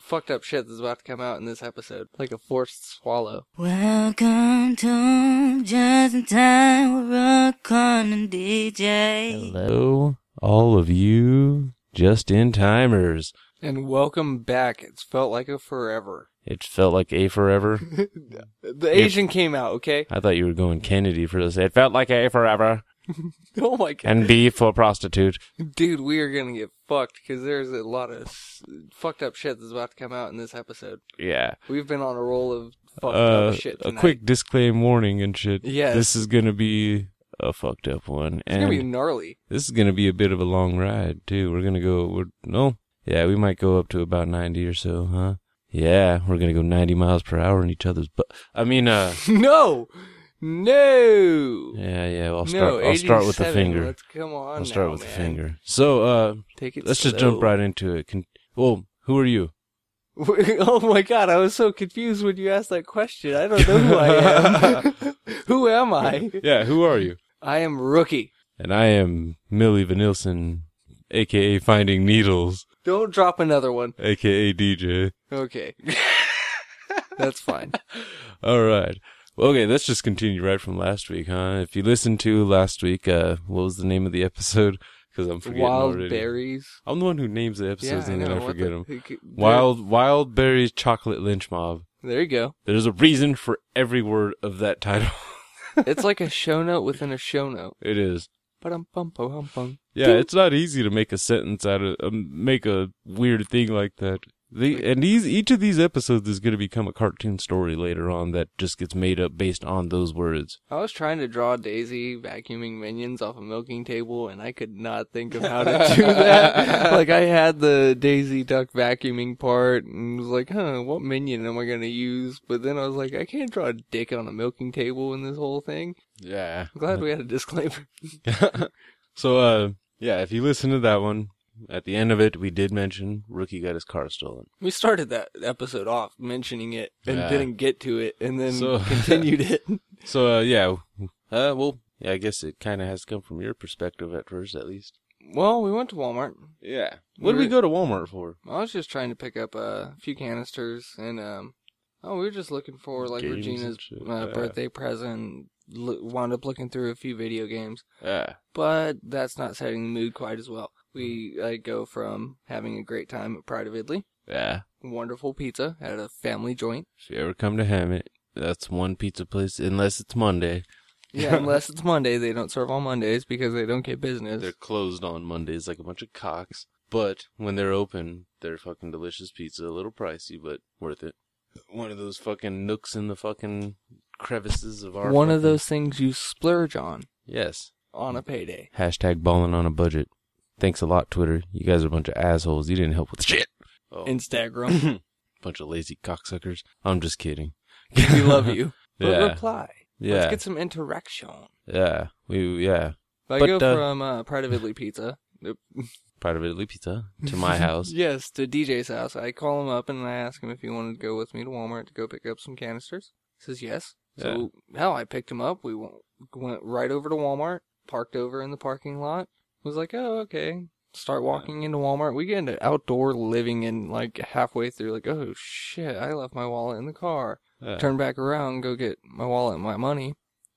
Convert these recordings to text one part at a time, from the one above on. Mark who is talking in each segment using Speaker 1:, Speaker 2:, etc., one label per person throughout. Speaker 1: fucked up shit that's about to come out in this episode, like a forced swallow.
Speaker 2: Welcome to Just in Time with Rock on and DJ.
Speaker 3: Hello, all of you just in timers.
Speaker 1: And welcome back. It's felt like a forever.
Speaker 3: It felt like a forever.
Speaker 1: The Asian came out, okay?
Speaker 3: I thought you were going Kennedy for this. It felt like a forever
Speaker 1: Oh my god,
Speaker 3: and B for prostitute.
Speaker 1: dude, we are gonna get fucked because there's a lot of s- fucked up shit that's about to come out in this episode.
Speaker 3: Yeah.
Speaker 1: We've been on a roll of fucked
Speaker 3: Uh,
Speaker 1: up shit.
Speaker 3: a
Speaker 1: Tonight.
Speaker 3: quick disclaim warning and shit.
Speaker 1: Yes.
Speaker 3: This is gonna be a fucked up one,
Speaker 1: It's
Speaker 3: and
Speaker 1: gonna be gnarly.
Speaker 3: this is gonna be a bit of a long ride too. We're gonna go. We're no. Yeah, we might go up to about ninety or so, huh? Yeah, we're gonna go ninety miles per hour in each other's. But I mean, uh,
Speaker 1: No, no,
Speaker 3: yeah, yeah. I'll
Speaker 1: no.
Speaker 3: start. I'll start with the
Speaker 1: 87.
Speaker 3: finger.
Speaker 1: Let's come on.
Speaker 3: I'll start
Speaker 1: now,
Speaker 3: with the
Speaker 1: Oh, man.
Speaker 3: finger. So, uh,
Speaker 1: Take it.
Speaker 3: let's just
Speaker 1: slow.
Speaker 3: jump right into it. Can, well, who are you?
Speaker 1: oh my god, I was so confused when you asked that question. I don't know who I am. who am I?
Speaker 3: Yeah, who are you?
Speaker 1: I am Rookie.
Speaker 3: And I am Millie Vanilson, aka Finding Needles,
Speaker 1: Don't drop another one.
Speaker 3: aka DJ.
Speaker 1: Okay. That's fine.
Speaker 3: All right. Well, okay, let's just continue right from last week, huh? If you listened to last week, uh, what was the name of the episode? Because I'm forgetting
Speaker 1: Wild
Speaker 3: already.
Speaker 1: berries.
Speaker 3: I'm the one who names the episodes and then I
Speaker 1: what
Speaker 3: forget
Speaker 1: the-
Speaker 3: them.
Speaker 1: who-
Speaker 3: Wild, Wild Berries Chocolate Lynch Mob.
Speaker 1: There you go.
Speaker 3: There's a reason for every word of that title.
Speaker 1: It's like a show note within a show note.
Speaker 3: it is.
Speaker 1: But I'm bum bum bum bum.
Speaker 3: Yeah, it's not easy to make a sentence out of um, make a weird thing like that. The, and these each of these episodes is going to become a cartoon story later on that just gets made up based on those words.
Speaker 1: I was trying to draw Daisy vacuuming minions off a milking table, and I could not think of how to do that. like I had the Daisy duck vacuuming part, and was like, "Huh, what minion am I gonna use?" But then I was like, "I can't draw a dick on a milking table in this whole thing."
Speaker 3: Yeah.
Speaker 1: I'm glad we had a disclaimer.
Speaker 3: so uh yeah, if you listen to that one, at the end of it we did mention Rookie got his car stolen.
Speaker 1: We started that episode off mentioning it, and
Speaker 3: Yeah.
Speaker 1: didn't get to it, and then
Speaker 3: So-
Speaker 1: continued it.
Speaker 3: So uh yeah, uh well, yeah, I guess it kind of has to come from your perspective at first at least.
Speaker 1: Well, we went to Walmart.
Speaker 3: Yeah. What did we go to Walmart for?
Speaker 1: I was just trying to pick up uh, a few canisters, and um, oh, we were just looking for like
Speaker 3: Games and
Speaker 1: Regina's
Speaker 3: shit,
Speaker 1: uh,
Speaker 3: yeah.
Speaker 1: birthday present. L- wound up looking through a few video games,
Speaker 3: Yeah.
Speaker 1: but that's not setting the mood quite as well. We I go from having a great time at Pride of Italy,
Speaker 3: Yeah.
Speaker 1: wonderful pizza at a family joint.
Speaker 3: If you ever come to Hammett, that's one pizza place unless it's Monday.
Speaker 1: Yeah, unless it's Monday, they don't serve on Mondays because they don't get business.
Speaker 3: They're closed on Mondays like a bunch of cocks. But when they're open, they're fucking delicious pizza. A little pricey, but worth it. One of those fucking nooks in the fucking crevices of our.
Speaker 1: One of
Speaker 3: fucking-
Speaker 1: those things you splurge on
Speaker 3: Yes.
Speaker 1: on a payday.
Speaker 3: Hashtag balling on a budget. Thanks a lot, Twitter. You guys are a bunch of assholes. You didn't help with shit. Oh,
Speaker 1: Instagram,
Speaker 3: bunch of lazy cocksuckers. I'm just kidding.
Speaker 1: we love you, but
Speaker 3: Yeah.
Speaker 1: reply.
Speaker 3: Yeah.
Speaker 1: Let's get some interaction.
Speaker 3: yeah. We yeah.
Speaker 1: I
Speaker 3: But,
Speaker 1: go
Speaker 3: uh,
Speaker 1: from uh, Pride of Italy Pizza. Nope.
Speaker 3: Pride of Italy pizza to my house.
Speaker 1: Yes, to DJ's house. I call him up and I ask him if he wanted to go with me to Walmart to go pick up some canisters. He says yes. So, hell, I picked him up. We went, went right over to Walmart, parked over in the parking lot. Was like, oh, okay. Start walking into Walmart. We get into outdoor living and like halfway through, like, oh shit, I left my wallet in the car.
Speaker 3: Yeah.
Speaker 1: Turn back around, go get my wallet and my money.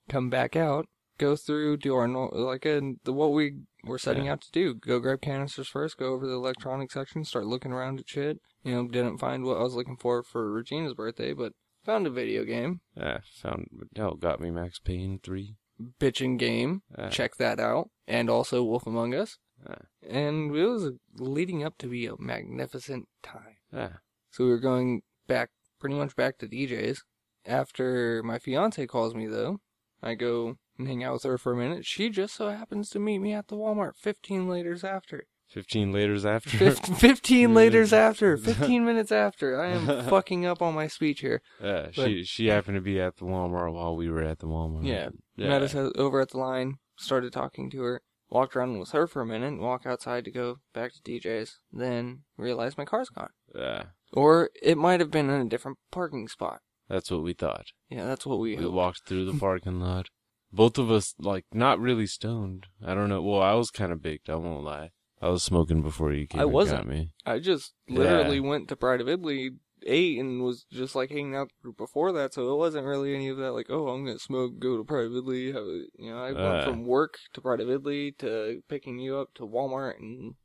Speaker 1: Come back out, go through, do our nor- like uh, the what we were setting out to do. Go grab canisters first. Go over the electronic section. Start looking around at shit. You know, didn't find what I was looking for for Regina's birthday, but found a video game,
Speaker 3: Yeah, found no got me Max Payne three.
Speaker 1: bitchin' game.
Speaker 3: Uh,
Speaker 1: Check that out, and also Wolf Among Us.
Speaker 3: Uh.
Speaker 1: And it was leading up to be a magnificent time.
Speaker 3: yeah.
Speaker 1: So we were going back, pretty much back to DJ's. After my fiance calls me, though, I go and hang out with her for a minute. She just so happens to meet me at the Walmart 15 laters after.
Speaker 3: Fifteen laters after.
Speaker 1: Fif- 15 laters
Speaker 3: Yeah.
Speaker 1: after. 15 minutes after. I am fucking up on my speech here.
Speaker 3: yeah, she she happened to be at the Walmart while we were at the Walmart.
Speaker 1: Yeah. Met us o- over at the line, started talking to her, walked around with her for a minute, walk outside to go back to DJ's, then realized my car's gone.
Speaker 3: Yeah,
Speaker 1: Or it might have been in a different parking spot.
Speaker 3: that's what we thought.
Speaker 1: Yeah, that's what we
Speaker 3: We
Speaker 1: hoped.
Speaker 3: walked through the parking lot. Both of us like not really stoned. I don't know. Well, I was kind of baked. I won't lie. I was smoking before you came.
Speaker 1: I
Speaker 3: and
Speaker 1: wasn't.
Speaker 3: Got me.
Speaker 1: I just literally went to Pride of Italy, ate, and was just like hanging out before that. So it wasn't really any of that, like, oh, I'm gonna smoke, go to Pride of Italy. Have a, you know, I went
Speaker 3: Uh.
Speaker 1: from work to Pride of Italy to picking you up to Walmart and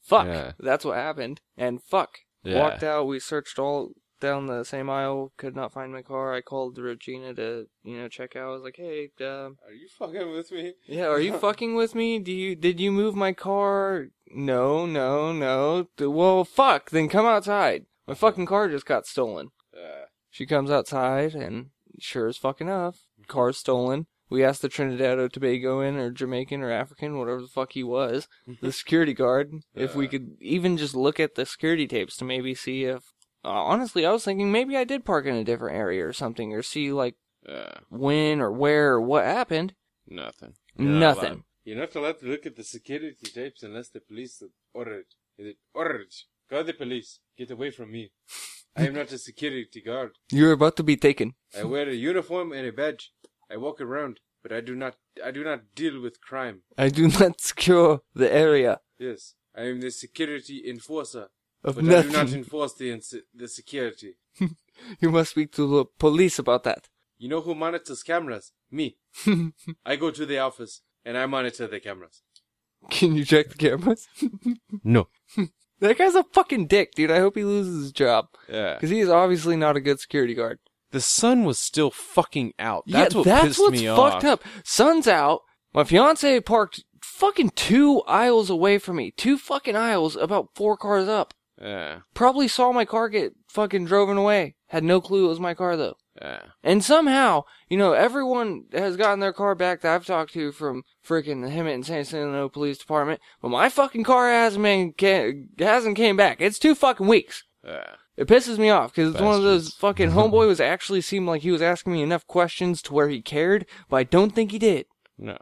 Speaker 1: fuck,
Speaker 3: Yeah.
Speaker 1: that's what happened. And fuck,
Speaker 3: Yeah.
Speaker 1: walked out. We searched all down the same aisle, could not find my car. I called Regina to you know check out. I was like, hey, um,
Speaker 4: Are you fucking with me?
Speaker 1: yeah, are you fucking with me? Do you did you move my car? No, no, no. D- Well, fuck. Then come outside. My fucking car just got stolen.
Speaker 4: Uh,
Speaker 1: She comes outside, and sure as fuck enough, car's stolen. We asked the Trinidad or Tobagoan or Jamaican or African, whatever the fuck he was, the security guard, if we could even just look at the security tapes to maybe see if. Uh, honestly, I was thinking maybe I did park in a different area or something, or see like
Speaker 4: uh,
Speaker 1: when or where or what happened.
Speaker 4: nothing.
Speaker 1: Nothing.
Speaker 4: You're not allowed to look at the security tapes unless the police order it. They order it. Call the police. Get away from me. I am not a security guard.
Speaker 1: You're about to be taken.
Speaker 4: I wear a uniform and a badge. I walk around, but I do not. I do not deal with crime.
Speaker 1: I do not secure the area
Speaker 4: Yes, I am the security enforcer,
Speaker 1: of
Speaker 4: but I do
Speaker 1: nothing.
Speaker 4: not enforce the ins- the security.
Speaker 1: you must speak to the police about that.
Speaker 4: You know who monitors cameras? Me. I go to the office and I monitor the cameras.
Speaker 1: Can you check the cameras?
Speaker 3: No.
Speaker 1: that guy's a fucking dick, dude. I hope he loses his job.
Speaker 4: Yeah.
Speaker 1: Because he is obviously not a good security guard.
Speaker 3: The sun was still fucking out. That's
Speaker 1: yeah,
Speaker 3: what
Speaker 1: that's
Speaker 3: pissed
Speaker 1: what's
Speaker 3: me
Speaker 1: fucked up.
Speaker 3: off.
Speaker 1: Sun's out. My fiance parked fucking two aisles away from me. Two fucking aisles, about four cars up.
Speaker 4: Yeah.
Speaker 1: Probably saw my car get fucking driven away. Had no clue it was my car though.
Speaker 4: Yeah.
Speaker 1: And somehow, you know, everyone has gotten their car back that I've talked to from freaking the Hemet and San Antonio Police Department, but my fucking car hasn't been, ca- hasn't came back. It's two fucking weeks.
Speaker 4: Yeah.
Speaker 1: It pisses me off because it's one of those
Speaker 3: Bastards.
Speaker 1: fucking homeboy was actually seemed like he was asking me enough questions to where he cared, but I don't think he did.
Speaker 3: No.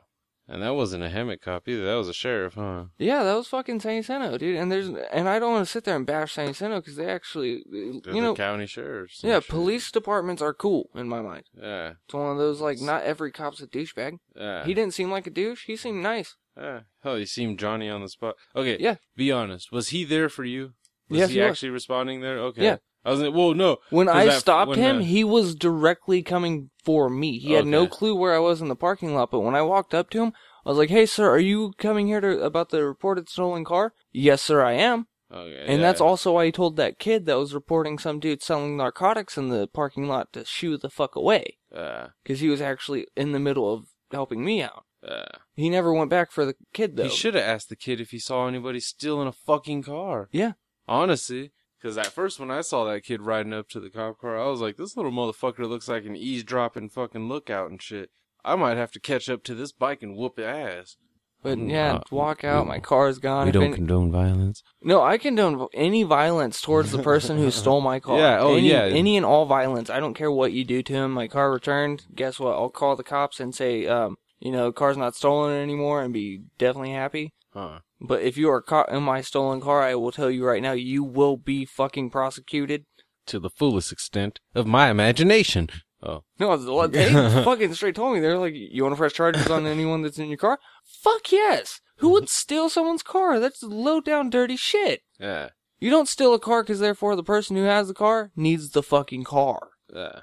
Speaker 3: And that wasn't a hammock cop either. That was a sheriff, huh?
Speaker 1: Yeah, that was fucking San Jacinto, dude. And there's and I don't want to sit there and bash San Jacinto because they actually, you know,
Speaker 3: county sheriffs.
Speaker 1: yeah, police departments are cool in my mind.
Speaker 3: Yeah.
Speaker 1: It's one of those like not every cop's a douchebag.
Speaker 3: Yeah.
Speaker 1: He didn't seem like a douche. He seemed nice.
Speaker 3: yeah. Hell, you seemed Johnny on the spot. Okay.
Speaker 1: Yeah.
Speaker 3: Be honest. Was he there for you? Was
Speaker 1: Yes,
Speaker 3: he,
Speaker 1: he was.
Speaker 3: actually responding there? Okay.
Speaker 1: Yeah.
Speaker 3: I was like, whoa, no.
Speaker 1: When
Speaker 3: 'Cause
Speaker 1: I
Speaker 3: that-
Speaker 1: stopped
Speaker 3: when,
Speaker 1: him,
Speaker 3: uh,
Speaker 1: he was directly coming for me. He had no
Speaker 3: Okay.
Speaker 1: clue where I was in the parking lot, but when I walked up to him, I was like, "Hey, sir, are you coming here to about the reported stolen car?" "Yes, sir, I am."
Speaker 3: Okay,
Speaker 1: And
Speaker 3: yeah.
Speaker 1: that's also why he told that kid that was reporting some dude selling narcotics in the parking lot to shoo the fuck away,
Speaker 3: Uh,
Speaker 1: because he was actually in the middle of helping me out.
Speaker 3: uh,
Speaker 1: He never went back for the kid though.
Speaker 3: he should have asked the kid if he saw anybody stealing a fucking car.
Speaker 1: Yeah.
Speaker 3: Honestly. Because at first, when I saw that kid riding up to the cop car, I was like, this little motherfucker looks like an eavesdropping fucking lookout and shit. I might have to catch up to this bike and whoop ass.
Speaker 1: But
Speaker 3: Mm,
Speaker 1: yeah,
Speaker 3: uh,
Speaker 1: walk out.
Speaker 3: we-
Speaker 1: My car's gone.
Speaker 3: we
Speaker 1: If
Speaker 3: don't
Speaker 1: any-
Speaker 3: condone violence.
Speaker 1: No, I condone any violence towards the person who stole my car.
Speaker 3: Yeah, oh,
Speaker 1: any,
Speaker 3: yeah.
Speaker 1: Any and all violence. I don't care what you do to him. My car returned. Guess what? I'll call the cops and say, um, you know, car's not stolen anymore, and be definitely happy.
Speaker 3: Huh.
Speaker 1: But if you are caught in my stolen car, I will tell you right now, you will be fucking prosecuted.
Speaker 3: To the fullest extent of my imagination. Oh.
Speaker 1: No, the- they fucking straight told me they're like, you want to press charges on anyone that's in your car? Fuck yes. Who would steal someone's car? That's low down, dirty shit.
Speaker 3: Yeah.
Speaker 1: You don't steal a car because therefore the person who has the car needs the fucking car.
Speaker 3: Yeah.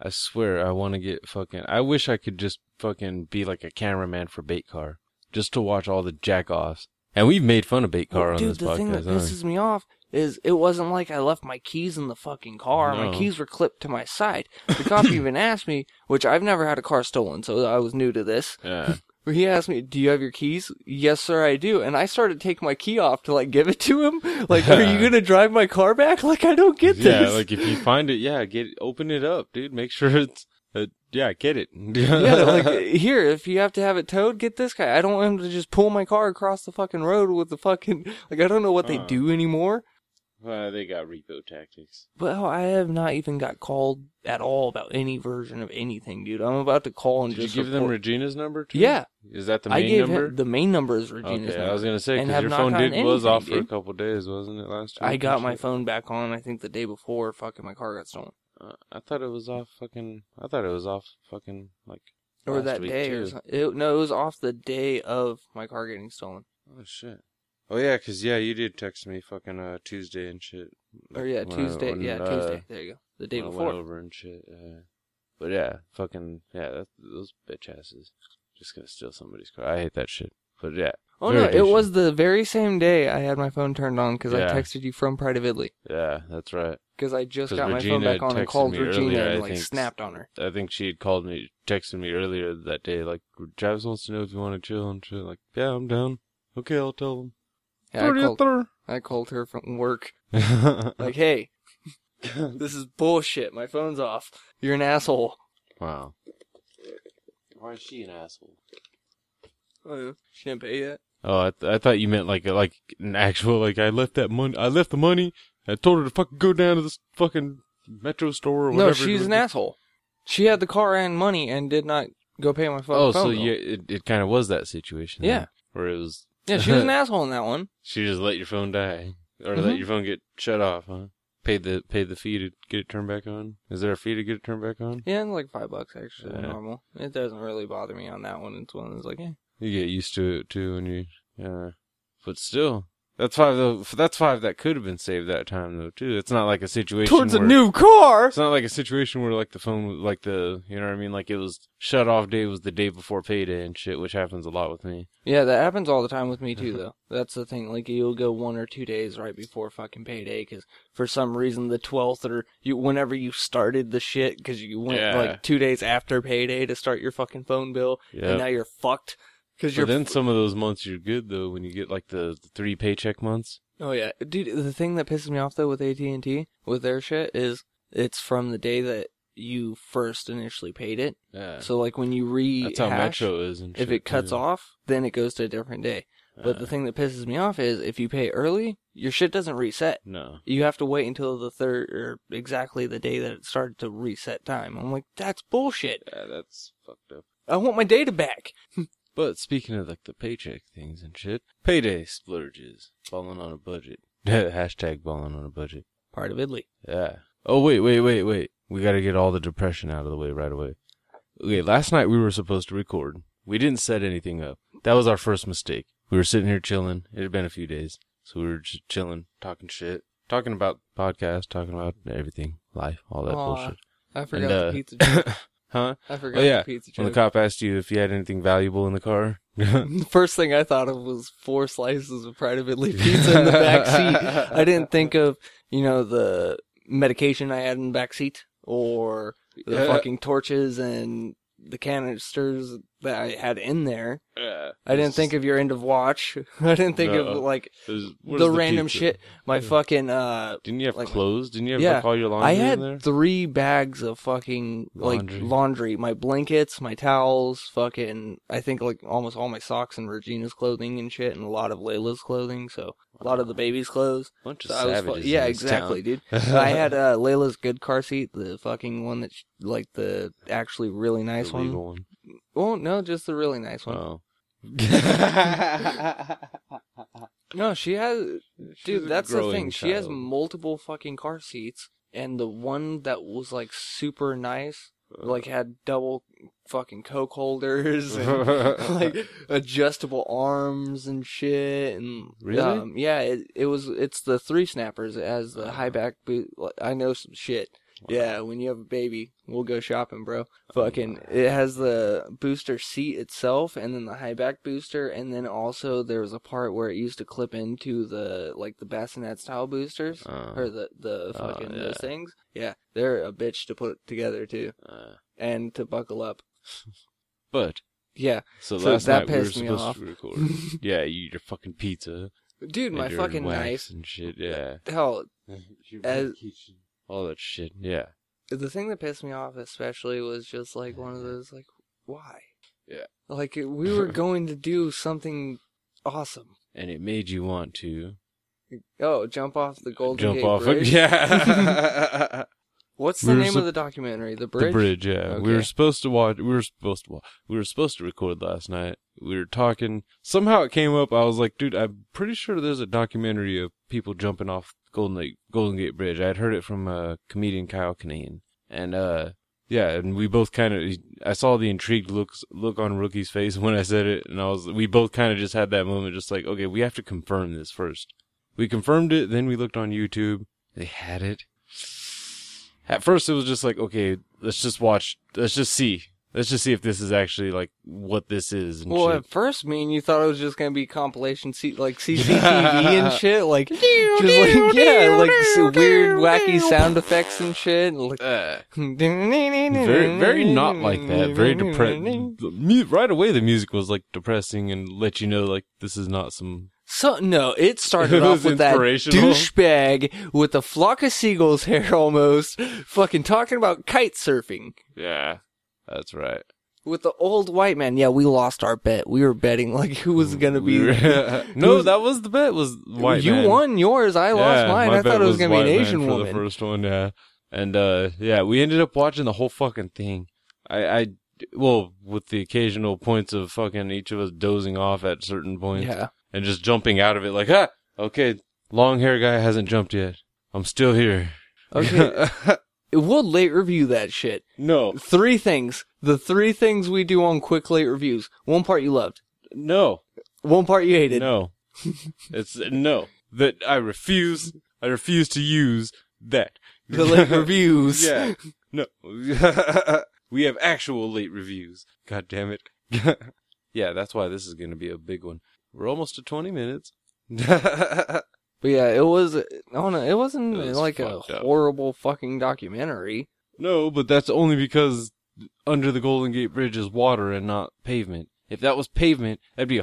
Speaker 3: I swear I want to get fucking. I wish I could just fucking be like a cameraman for Bait Car. Just to watch all the jack offs. And we've made fun of Bait Car on
Speaker 1: Dude,
Speaker 3: this
Speaker 1: the
Speaker 3: podcast.
Speaker 1: thing that
Speaker 3: haven't we?
Speaker 1: pisses me off is it wasn't like I left my keys in the fucking car. My
Speaker 3: No.
Speaker 1: keys were clipped to my side. The cop even asked me, which I've never had a car stolen, so I was new to this.
Speaker 3: yeah.
Speaker 1: But he asked me, "Do you have your keys?" "Yes, sir, I do." And I started to take my key off to like give it to him. Like, are you gonna drive my car back? Like, I don't get
Speaker 3: yeah,
Speaker 1: this.
Speaker 3: like if you find it, yeah, get open it up, dude. Make sure it's. Uh, yeah, get it.
Speaker 1: yeah, like here, if you have to have it towed, get this guy. I don't want him to just pull my car across the fucking road with the fucking like I don't know what they
Speaker 4: Uh.
Speaker 1: do anymore.
Speaker 4: Well, they got repo tactics.
Speaker 1: But hell, I have not even got called at all about any version of anything, dude. I'm about to call and
Speaker 3: Did you
Speaker 1: just
Speaker 3: give them
Speaker 1: report-
Speaker 3: Regina's number? Too?
Speaker 1: Yeah.
Speaker 3: Is that the
Speaker 1: I
Speaker 3: main
Speaker 1: gave
Speaker 3: number?
Speaker 1: him the main number is Regina's.
Speaker 3: okay,
Speaker 1: number.
Speaker 3: I was gonna say
Speaker 1: and
Speaker 3: because
Speaker 1: have
Speaker 3: your
Speaker 1: not
Speaker 3: phone did
Speaker 1: gotten
Speaker 3: was
Speaker 1: anything,
Speaker 3: off for a
Speaker 1: dude.
Speaker 3: couple days, wasn't it last week?
Speaker 1: I
Speaker 3: and
Speaker 1: got my
Speaker 3: shit?
Speaker 1: phone back on. I think the day before fucking my car got stolen,
Speaker 3: Uh, I thought it was off fucking. I thought it was off fucking like.
Speaker 1: or
Speaker 3: last
Speaker 1: that
Speaker 3: week
Speaker 1: day,
Speaker 3: too.
Speaker 1: or something. It, no, it was off the day of my car getting stolen.
Speaker 3: Oh shit! Oh yeah, 'cause yeah, you did text me fucking uh Tuesday and shit.
Speaker 1: Or yeah,
Speaker 3: When I-
Speaker 1: Tuesday.
Speaker 3: when,
Speaker 1: yeah,
Speaker 3: uh,
Speaker 1: Tuesday. There you go. The day
Speaker 3: when I
Speaker 1: before.
Speaker 3: went over and shit. Yeah. But yeah, fucking yeah, that, those bitch asses just gonna steal somebody's car. I hate that shit. But yeah,
Speaker 1: Oh
Speaker 5: Very
Speaker 1: no, it
Speaker 5: patient.
Speaker 1: was the very same day I had my phone turned on because
Speaker 3: Yeah.
Speaker 1: I texted you from Pride of Italy
Speaker 3: yeah, that's right.
Speaker 1: because I just
Speaker 3: 'Cause
Speaker 1: got my phone
Speaker 3: Regina
Speaker 1: back on and
Speaker 3: texted
Speaker 1: called
Speaker 3: me
Speaker 1: Regina
Speaker 3: earlier, I
Speaker 1: and like
Speaker 3: think.
Speaker 1: snapped on her.
Speaker 3: I think she had called me, texted me earlier that day, like Travis wants to know if you want to chill and shit. Like, yeah, I'm down. Okay, I'll tell him.
Speaker 1: Yeah, I called, I called her from work. Like, hey, this is bullshit. My phone's off. You're an asshole.
Speaker 3: wow. Why is she an asshole?
Speaker 1: Uh, she didn't pay yet.
Speaker 5: Oh, I, th- I thought you meant like like an actual like I left that money. I left the money. I told her to fucking go down to this fucking metro store or whatever.
Speaker 1: No, she's an asshole. She had the car and money and did not go pay my fucking phone.
Speaker 3: Oh, so
Speaker 1: bill.
Speaker 3: yeah, it, it kind of was that situation.
Speaker 1: Yeah.
Speaker 3: then, where it was.
Speaker 1: yeah, she was an asshole in that one.
Speaker 3: She just let your phone die, or let
Speaker 1: Mhm.
Speaker 3: your phone get shut off, huh? Paid the paid the fee to get it turned back on. Is there a fee to get it turned back on?
Speaker 1: Yeah, and like five bucks extra than
Speaker 3: Yeah.
Speaker 1: normal. It doesn't really bother me on that one. It's one that's like, eh.
Speaker 3: You get used to it too, and you yeah. But still, that's five though. That's five that could have been saved that time though too. It's not like a situation
Speaker 1: towards a
Speaker 3: where-
Speaker 1: new car.
Speaker 3: It's not like a situation where like the phone, like the you know what I mean, like it was shut off day was the day before payday and shit, which happens a lot with me.
Speaker 1: Yeah, that happens all the time with me too,
Speaker 3: Mm-hmm.
Speaker 1: though. That's the thing. Like, you'll go one or two days right before fucking payday because for some reason the twelfth or you, whenever you started the shit, because you went
Speaker 3: Yeah.
Speaker 1: like two days after payday to start your fucking phone bill, and now
Speaker 3: Yeah.
Speaker 1: you're fucked because you're.
Speaker 3: But then some of those months you're good though when you get like the, the three paycheck months.
Speaker 1: oh yeah, dude. The thing that pisses me off though with AT and T with their shit is it's from the day that you first initially paid it.
Speaker 3: Yeah.
Speaker 1: So like when you re
Speaker 3: that's how Metro is. And
Speaker 1: if
Speaker 3: shit,
Speaker 1: it cuts
Speaker 3: too.
Speaker 1: off, then it goes to a different day. But
Speaker 3: Uh,
Speaker 1: the thing that pisses me off is if you pay early, your shit doesn't reset.
Speaker 3: no,
Speaker 1: You have to wait until the third or exactly the day that it started to reset time. I'm like, that's bullshit.
Speaker 3: yeah, that's fucked up.
Speaker 1: I want my data back.
Speaker 3: But speaking of like the paycheck things and shit, payday splurges, balling on a budget. Hashtag balling on a budget.
Speaker 1: Part of Italy.
Speaker 3: Yeah. Oh wait, wait, wait, wait. We got to get all the depression out of the way right away. Okay, last night we were supposed to record. We didn't set anything up. That was our first mistake. We were sitting here chilling. It had been a few days, so we were just chilling, talking shit, talking about podcast, talking about everything, life, all that
Speaker 1: Aw,
Speaker 3: bullshit.
Speaker 1: I forgot
Speaker 3: And, uh,
Speaker 1: the pizza joke.
Speaker 3: huh?
Speaker 1: I
Speaker 3: Oh
Speaker 1: forgot
Speaker 3: yeah.
Speaker 1: the pizza
Speaker 3: When the
Speaker 1: joke.
Speaker 3: cop asked you if you had anything valuable in the car,
Speaker 1: The first thing I thought of was four slices of Pride of Italy pizza in the back seat. I didn't think of, you know, the medication I had in the back seat or the
Speaker 3: Yeah.
Speaker 1: fucking torches and the canisters that I had in there. I didn't think of your end of watch. I didn't think
Speaker 3: No.
Speaker 1: of like
Speaker 3: There's- where's
Speaker 1: the, random
Speaker 3: pizza?
Speaker 1: shit. My fucking uh
Speaker 3: Didn't you have
Speaker 1: like-
Speaker 3: clothes? Didn't you have
Speaker 1: Yeah.
Speaker 3: like all your laundry
Speaker 1: I
Speaker 3: in there?
Speaker 1: had three bags of fucking like
Speaker 3: Laundry.
Speaker 1: laundry. my blankets, my towels, fucking I think like almost all my socks and Regina's clothing and shit, and a lot of Layla's clothing. So a lot of the baby's clothes.
Speaker 3: bunch of
Speaker 1: So I was fu-
Speaker 3: savages.
Speaker 1: yeah,
Speaker 3: in this
Speaker 1: exactly, dude.
Speaker 3: town.
Speaker 1: I had uh, Layla's good car seat, the fucking one that's like the actually really nice
Speaker 3: The
Speaker 1: one.
Speaker 3: legal one.
Speaker 1: Oh no, just the really nice one.
Speaker 3: Oh.
Speaker 1: No, she has
Speaker 3: She's a
Speaker 1: Dude, that's the
Speaker 3: growing
Speaker 1: thing. She has
Speaker 3: child.
Speaker 1: multiple fucking car seats, and the one that was like super nice, like
Speaker 3: Uh.
Speaker 1: had double fucking coke holders and like adjustable arms and shit. And
Speaker 3: Really?
Speaker 1: um, yeah, it, it was. It's the three snappers. It has the high back boot. like, I know some shit. Yeah, when you have a baby, we'll go shopping, bro.
Speaker 3: Oh
Speaker 1: Fucking, it has the booster seat itself, and then the high back booster, and then also there was a part where it used to clip into the like the bassinet style boosters
Speaker 3: Uh,
Speaker 1: or the the
Speaker 3: Oh,
Speaker 1: fucking
Speaker 3: yeah.
Speaker 1: those things. Yeah, they're a bitch to put together too,
Speaker 3: uh,
Speaker 1: and to buckle up.
Speaker 3: but
Speaker 1: Yeah,
Speaker 3: so,
Speaker 1: So
Speaker 3: last
Speaker 1: that
Speaker 3: night we were
Speaker 1: pissed me
Speaker 3: supposed
Speaker 1: off.
Speaker 3: to record. yeah, you eat your fucking pizza,
Speaker 1: dude,
Speaker 3: and
Speaker 1: my
Speaker 3: your
Speaker 1: fucking
Speaker 3: wax
Speaker 1: knife.
Speaker 3: and shit. Yeah,
Speaker 1: Hell, As-
Speaker 3: all that shit. Yeah,
Speaker 1: the thing that pissed me off especially was just like one of those like why?
Speaker 3: Yeah.
Speaker 1: Like we were going to do something awesome.
Speaker 3: and it made you want to
Speaker 1: Oh, jump off the Golden
Speaker 3: jump
Speaker 1: Gate
Speaker 3: off. Of,
Speaker 1: Bridge.
Speaker 3: yeah,
Speaker 1: What's
Speaker 5: We
Speaker 1: the
Speaker 5: were
Speaker 1: name
Speaker 5: sup-
Speaker 1: of the documentary? The Bridge.
Speaker 3: The bridge, yeah. We
Speaker 1: Okay.
Speaker 3: were supposed to watch. We were supposed to. Watch, we were supposed to record last night. We were talking. Somehow it came up. I was like, dude, I'm pretty sure there's a documentary of people jumping off Golden Lake, Golden Gate Bridge. I had heard it from uh, comedian Kyle Kinane, and uh, Yeah, and we both kind of. I saw the intrigued looks look on Rookie's face when I said it, and I was. We both kind of just had that moment, just like, okay, we have to confirm this first. We confirmed it, then we looked on YouTube. They had it. At first, it was just like, okay, let's just watch. Let's just see. Let's just see if this is actually like what this is. And
Speaker 1: Well,
Speaker 3: shit.
Speaker 1: at first, me and you thought it was just gonna be compilation, C- like CCTV and shit, like just like yeah, like s- weird, wacky sound effects and shit. and Like,
Speaker 3: Uh,
Speaker 1: very,
Speaker 3: very, very not like that. Very depressing. Right away, the music was like depressing and let you know like this is not some.
Speaker 1: So no, it started
Speaker 3: It
Speaker 1: off
Speaker 3: was
Speaker 1: with that
Speaker 3: inspirational.
Speaker 1: douchebag with a flock of seagulls hair almost, fucking talking about kite surfing
Speaker 3: Yeah, that's right.
Speaker 1: with the old white man. Yeah, we lost our bet. We were betting like who was gonna be.
Speaker 3: We were- no, that was the bet. Was white
Speaker 1: you
Speaker 3: man.
Speaker 1: won yours, I lost
Speaker 3: Yeah,
Speaker 1: mine.
Speaker 3: my
Speaker 1: I thought
Speaker 3: bet
Speaker 1: it was gonna be an
Speaker 3: white man
Speaker 1: Asian
Speaker 3: for
Speaker 1: woman.
Speaker 3: The first one, yeah. And uh, yeah, we ended up watching the whole fucking thing. I, I, well, with the occasional points of fucking each of us dozing off at certain points
Speaker 1: Yeah.
Speaker 3: and just jumping out of it, like, ah, okay, long hair guy hasn't jumped yet. I'm still here.
Speaker 1: Okay. we'll late review that shit.
Speaker 3: no,
Speaker 1: Three things. The three things we do on quick late reviews. One part you loved.
Speaker 3: no,
Speaker 1: One part you hated.
Speaker 3: no. it's no that I refuse. I refuse to use that.
Speaker 1: The late reviews.
Speaker 3: Yeah. No. we have actual late reviews. God damn it. yeah, that's why this is going to be a big one. We're almost to 20 minutes. yeah,
Speaker 1: But yeah, it was. I don't know. It wasn't
Speaker 3: It was
Speaker 1: like a
Speaker 3: fucked up.
Speaker 1: horrible fucking documentary.
Speaker 3: no, but that's only because under the Golden Gate Bridge is water and not pavement. If that was pavement, that'd be a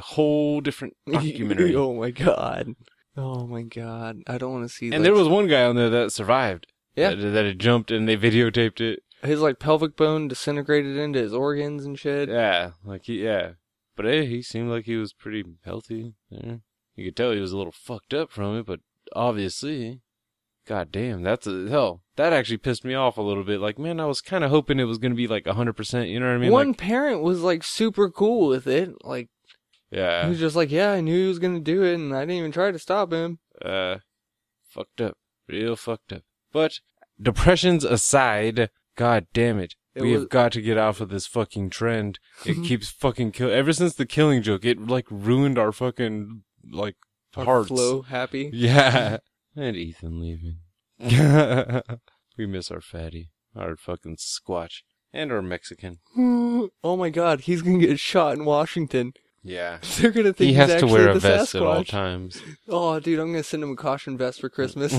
Speaker 3: whole different documentary.
Speaker 1: oh my god. Oh my god. I don't want to see.
Speaker 3: and
Speaker 1: like,
Speaker 3: there was one guy on there that survived.
Speaker 1: Yeah.
Speaker 3: That, that had jumped and they videotaped it.
Speaker 1: his like pelvic bone disintegrated into his organs and shit.
Speaker 3: Yeah, like he, yeah. But hey, he seemed like he was pretty healthy. There, you could tell he was a little fucked up from it, but obviously, god damn, that's a hell. That actually pissed me off a little bit. Like, man, I was kind of hoping it was gonna be like hundred percent. You know what I mean?
Speaker 1: One
Speaker 3: Like,
Speaker 1: parent was like super cool with it. Like he
Speaker 3: yeah,
Speaker 1: was just like, yeah, I knew he was gonna do it, and I didn't even try to stop him.
Speaker 3: uh, fucked up, real fucked up. But depressions aside, god damn it.
Speaker 1: It
Speaker 3: we
Speaker 1: was-
Speaker 3: have got to get off of this fucking trend. It keeps fucking kill. Ever since the killing joke, it like ruined our fucking like
Speaker 1: Our
Speaker 3: hearts.
Speaker 1: flow happy.
Speaker 3: Yeah. And Ethan leaving. we miss our fatty, our fucking squatch, and our Mexican.
Speaker 1: oh my god, he's gonna get shot in Washington.
Speaker 3: Yeah.
Speaker 1: They're gonna think
Speaker 3: He
Speaker 1: he's
Speaker 3: has to
Speaker 1: actually
Speaker 3: wear a
Speaker 1: the
Speaker 3: vest
Speaker 1: Sasquatch.
Speaker 3: at all times.
Speaker 1: Oh, dude, I'm gonna send him a caution vest for Christmas.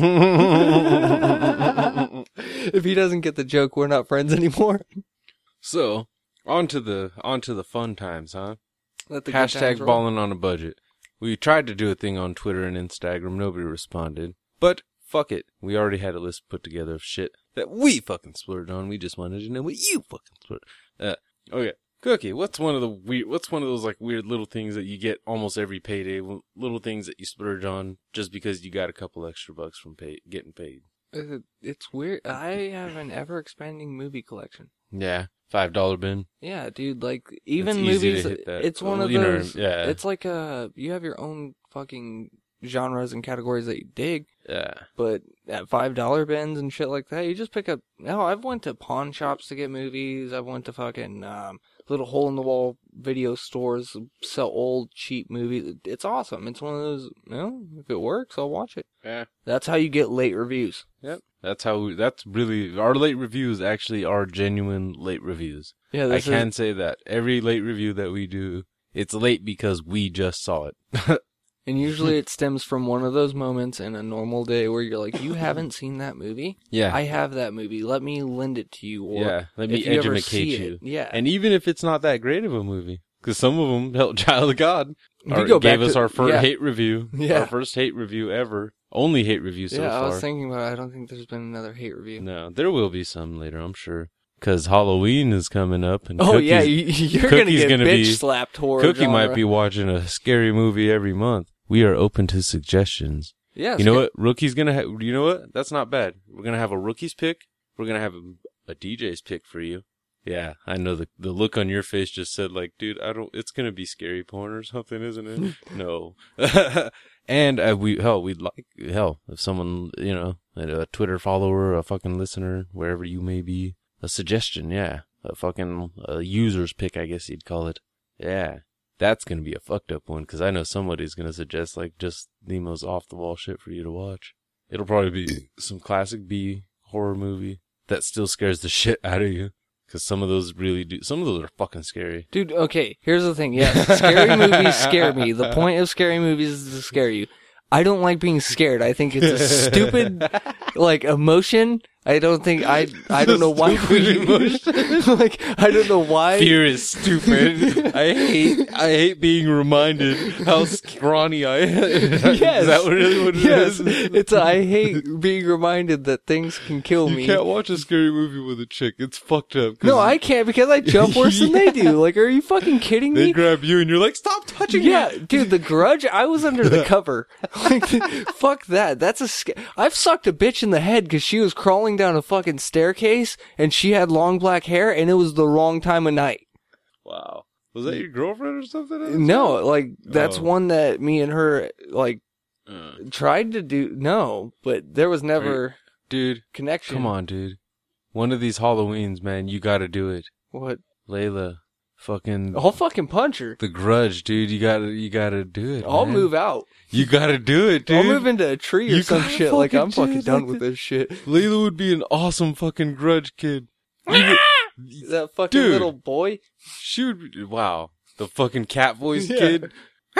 Speaker 1: if he doesn't get the joke, we're not friends anymore.
Speaker 3: so, on to the on to the fun times, huh?
Speaker 1: Let the good times
Speaker 3: Hashtag
Speaker 1: roll.
Speaker 3: balling on a budget. We tried to do a thing on Twitter and Instagram. Nobody responded. But fuck it. We already had a list put together of shit that we fucking splurged on. We just wanted to know what you fucking splurged. Uh, okay. Cookie, what's one of the weird, what's one of those like weird little things that you get almost every payday? w- Little things that you splurge on just because you got a couple extra bucks from pay, getting paid.
Speaker 1: Uh, It's weird. I have an ever expanding movie collection.
Speaker 3: Yeah. Five dollar bin.
Speaker 1: Yeah, dude. Like even
Speaker 3: It's easy to
Speaker 1: movies,
Speaker 3: hit that.
Speaker 1: it's one of
Speaker 3: You know,
Speaker 1: those.
Speaker 3: yeah.
Speaker 1: It's like uh you have your own fucking genres and categories that you dig.
Speaker 3: Yeah.
Speaker 1: but at five dollar bins and shit like that, you just pick up. No, I've went to pawn shops to get movies. I've went to fucking um, little hole in the wall video stores sell old cheap movies. It's awesome. It's one of those. You know, if it works, I'll watch it.
Speaker 3: Yeah.
Speaker 1: That's how you get late reviews.
Speaker 3: Yep. That's how we, that's really our late reviews actually are genuine late reviews.
Speaker 1: Yeah,
Speaker 3: I
Speaker 1: this is-
Speaker 3: can say that every late review that we do, it's late because we just saw it.
Speaker 1: and usually it stems from one of those moments in a normal day where you're like, you haven't seen that movie.
Speaker 3: yeah.
Speaker 1: I have that movie. Let me lend it to you. Or
Speaker 3: yeah. Let me
Speaker 1: if you ever see
Speaker 3: edumacate
Speaker 1: it-
Speaker 3: you.
Speaker 1: Yeah,
Speaker 3: And even if it's not that great of a movie, because some of them helped Child of God.
Speaker 1: We
Speaker 3: Or
Speaker 1: go
Speaker 3: gave
Speaker 1: back
Speaker 3: us
Speaker 1: to-
Speaker 3: our first
Speaker 1: yeah.
Speaker 3: hate review.
Speaker 1: Yeah.
Speaker 3: Our first hate review ever. Only hate review so
Speaker 1: yeah,
Speaker 3: far.
Speaker 1: I was thinking about. it. I don't think there's been another hate review.
Speaker 3: no, there will be some later, I'm sure. Because Halloween is coming up, and
Speaker 1: Oh yeah,
Speaker 3: Cookie's-
Speaker 1: you, you're gonna
Speaker 3: Cookie's
Speaker 1: get
Speaker 3: gonna
Speaker 1: bitch
Speaker 3: be-
Speaker 1: slapped horror.
Speaker 3: Cookie might
Speaker 1: genre.
Speaker 3: be watching a scary movie every month. We are open to suggestions.
Speaker 1: Yeah,
Speaker 3: you know what? Rookie's gonna have. You know what? That's not bad. We're gonna have a rookie's pick. We're gonna have a, a DJ's pick for you. Yeah, I know the the look on your face just said like, dude, I don't. It's gonna be scary porn or something, isn't it? no. and uh, we hell, we'd like hell if someone you know a, a Twitter follower, a fucking listener, wherever you may be, a suggestion, yeah. A fucking a user's pick, I guess you'd call it. Yeah. That's gonna be a fucked up one because I know somebody's gonna suggest like just the most off the wall shit for you to watch. It'll probably be some classic B horror movie that still scares the shit out of you because some of those really do. Some of those are fucking scary.
Speaker 1: Dude, okay, here's the thing. Yes, scary movies scare me. The point of scary movies is to scare you. I don't like being scared. I think it's a stupid like emotion. I don't think I I don't know why we like I don't know why
Speaker 3: Fear is stupid. I hate I hate being reminded how scrawny I am.
Speaker 1: Yes.
Speaker 3: is that really what it
Speaker 1: Yes,
Speaker 3: is?
Speaker 1: it's I hate being reminded that things can kill
Speaker 6: You
Speaker 1: me.
Speaker 6: can't watch a scary movie with a chick. It's fucked up. 'cause
Speaker 1: No, I can't because I jump worse than they do. Like, are you fucking kidding
Speaker 6: They
Speaker 1: me?
Speaker 6: grab you and you're like, stop touching me.
Speaker 1: Yeah, dude, the grudge, I was under the cover. Like, fuck that. That's a sca- I've sucked a bitch in the head because she was crawling down a fucking staircase and she had long black hair and it was the wrong time of night.
Speaker 6: Wow. Was that your girlfriend or something?
Speaker 1: No, like, that's
Speaker 6: Oh.
Speaker 1: one that me and her, like,
Speaker 6: Uh.
Speaker 1: tried to do. No, but there was never
Speaker 3: Dude,
Speaker 1: connection.
Speaker 3: come on, dude. One of these Halloweens, man, you gotta do it.
Speaker 1: What?
Speaker 3: Layla, fucking
Speaker 1: I'll fucking punch her.
Speaker 3: the grudge, dude. You gotta, you gotta do it.
Speaker 1: I'll
Speaker 3: man.
Speaker 1: move out.
Speaker 3: You gotta do it, dude.
Speaker 1: I'll move into a tree or
Speaker 3: You
Speaker 1: some
Speaker 3: gotta
Speaker 1: shit. Like,
Speaker 3: fucking
Speaker 1: I'm fucking
Speaker 3: do it
Speaker 1: done
Speaker 3: like
Speaker 1: with this shit.
Speaker 3: Layla would be an awesome fucking grudge kid. You-
Speaker 1: That fucking
Speaker 3: Dude.
Speaker 1: little boy.
Speaker 3: she would. Be, wow, the fucking cat voice
Speaker 1: Yeah.
Speaker 3: kid.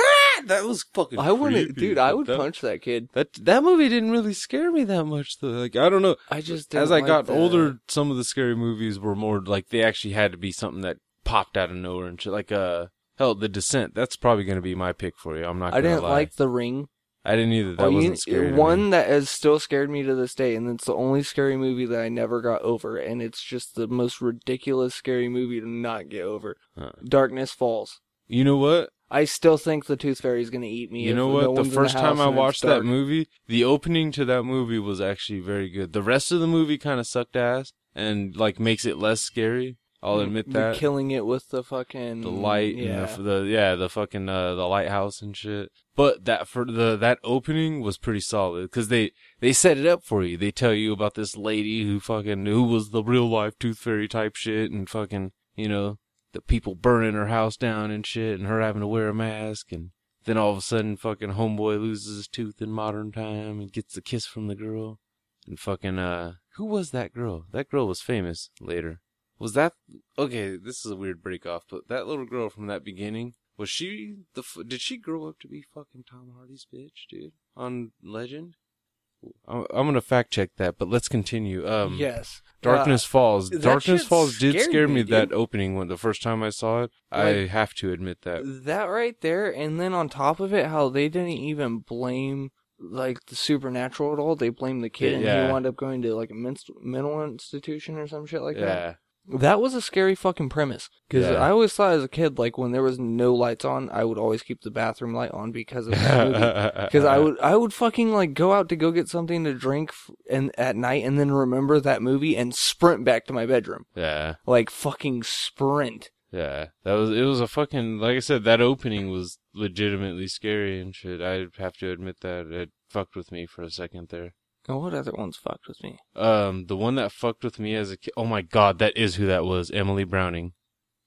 Speaker 3: that was fucking.
Speaker 1: I wouldn't,
Speaker 3: creepy,
Speaker 1: dude, I
Speaker 3: but
Speaker 1: would
Speaker 3: that-
Speaker 1: punch that kid.
Speaker 3: That that movie didn't really scare me that much though. Like I don't know.
Speaker 1: I just
Speaker 3: As
Speaker 1: didn't
Speaker 3: I
Speaker 1: like
Speaker 3: got
Speaker 1: the-
Speaker 3: older, some of the scary movies were more like they actually had to be something that popped out of nowhere and shit. Like uh, hell, The Descent. That's probably gonna be my pick for you. I'm not.
Speaker 1: I
Speaker 3: Gonna
Speaker 1: didn't
Speaker 3: lie.
Speaker 1: like The Ring.
Speaker 3: I didn't either. That
Speaker 1: Oh, you-
Speaker 3: wasn't scary. to me.
Speaker 1: One that has still scared me to this day, and it's the only scary movie that I never got over, and it's just the most ridiculous scary movie to not get over.
Speaker 3: Huh.
Speaker 1: Darkness Falls.
Speaker 3: You know what?
Speaker 1: I still think the Tooth Fairy is gonna eat me.
Speaker 3: You
Speaker 1: if
Speaker 3: know
Speaker 1: no
Speaker 3: what?
Speaker 1: one's in
Speaker 3: the first time
Speaker 1: house
Speaker 3: I
Speaker 1: and it's
Speaker 3: watched that
Speaker 1: dark.
Speaker 3: movie, the opening to that movie was actually very good. The rest of the movie kind of sucked ass and like makes it less scary. I'll admit
Speaker 1: You're
Speaker 3: that.
Speaker 1: killing it with the fucking
Speaker 3: the light
Speaker 1: Yeah.
Speaker 3: and the, the yeah the fucking uh, the lighthouse and shit. But that for the that opening was pretty solid because they they set it up for you. They tell you about this lady who fucking who was the real life tooth fairy type shit and fucking you know the people burning her house down and shit and her having to wear a mask and then all of a sudden fucking homeboy loses his tooth in modern time and gets the kiss from the girl and fucking uh who was that girl? That girl was famous later. Was that okay, this is a weird break off, but that little girl from that beginning was she the f- did she grow up to be fucking Tom Hardy's bitch, dude? On Legend, I'm, I'm gonna fact check that, but let's continue. Um,
Speaker 1: yes.
Speaker 3: Darkness Falls.
Speaker 1: Uh, that
Speaker 3: Darkness
Speaker 1: shit
Speaker 3: Falls did
Speaker 1: scared
Speaker 3: scare
Speaker 1: me,
Speaker 3: me, that
Speaker 1: dude.
Speaker 3: opening when the first time I saw it. I
Speaker 1: Like-
Speaker 3: have to admit that.
Speaker 1: that right there and then on top of it how they didn't even blame like the supernatural at all they blamed the kid and
Speaker 3: Yeah.
Speaker 1: he wound up going to like a menst- mental institution or some shit like
Speaker 3: yeah,
Speaker 1: that that was a scary fucking premise because
Speaker 3: Yeah.
Speaker 1: i always thought as a kid like when there was no lights on i would always keep the bathroom light on because of that movie because i would i would fucking like go out to go get something to drink f- and at night and then remember that movie and sprint back to my bedroom
Speaker 3: Yeah,
Speaker 1: like fucking sprint
Speaker 3: yeah. That was it. Was a fucking like I said. That opening was legitimately scary and shit. I have to admit that it fucked with me for a second there.
Speaker 1: oh what other ones fucked with me
Speaker 3: Um, the one that fucked with me as a kid. Oh my god, that is who that was, Emily Browning.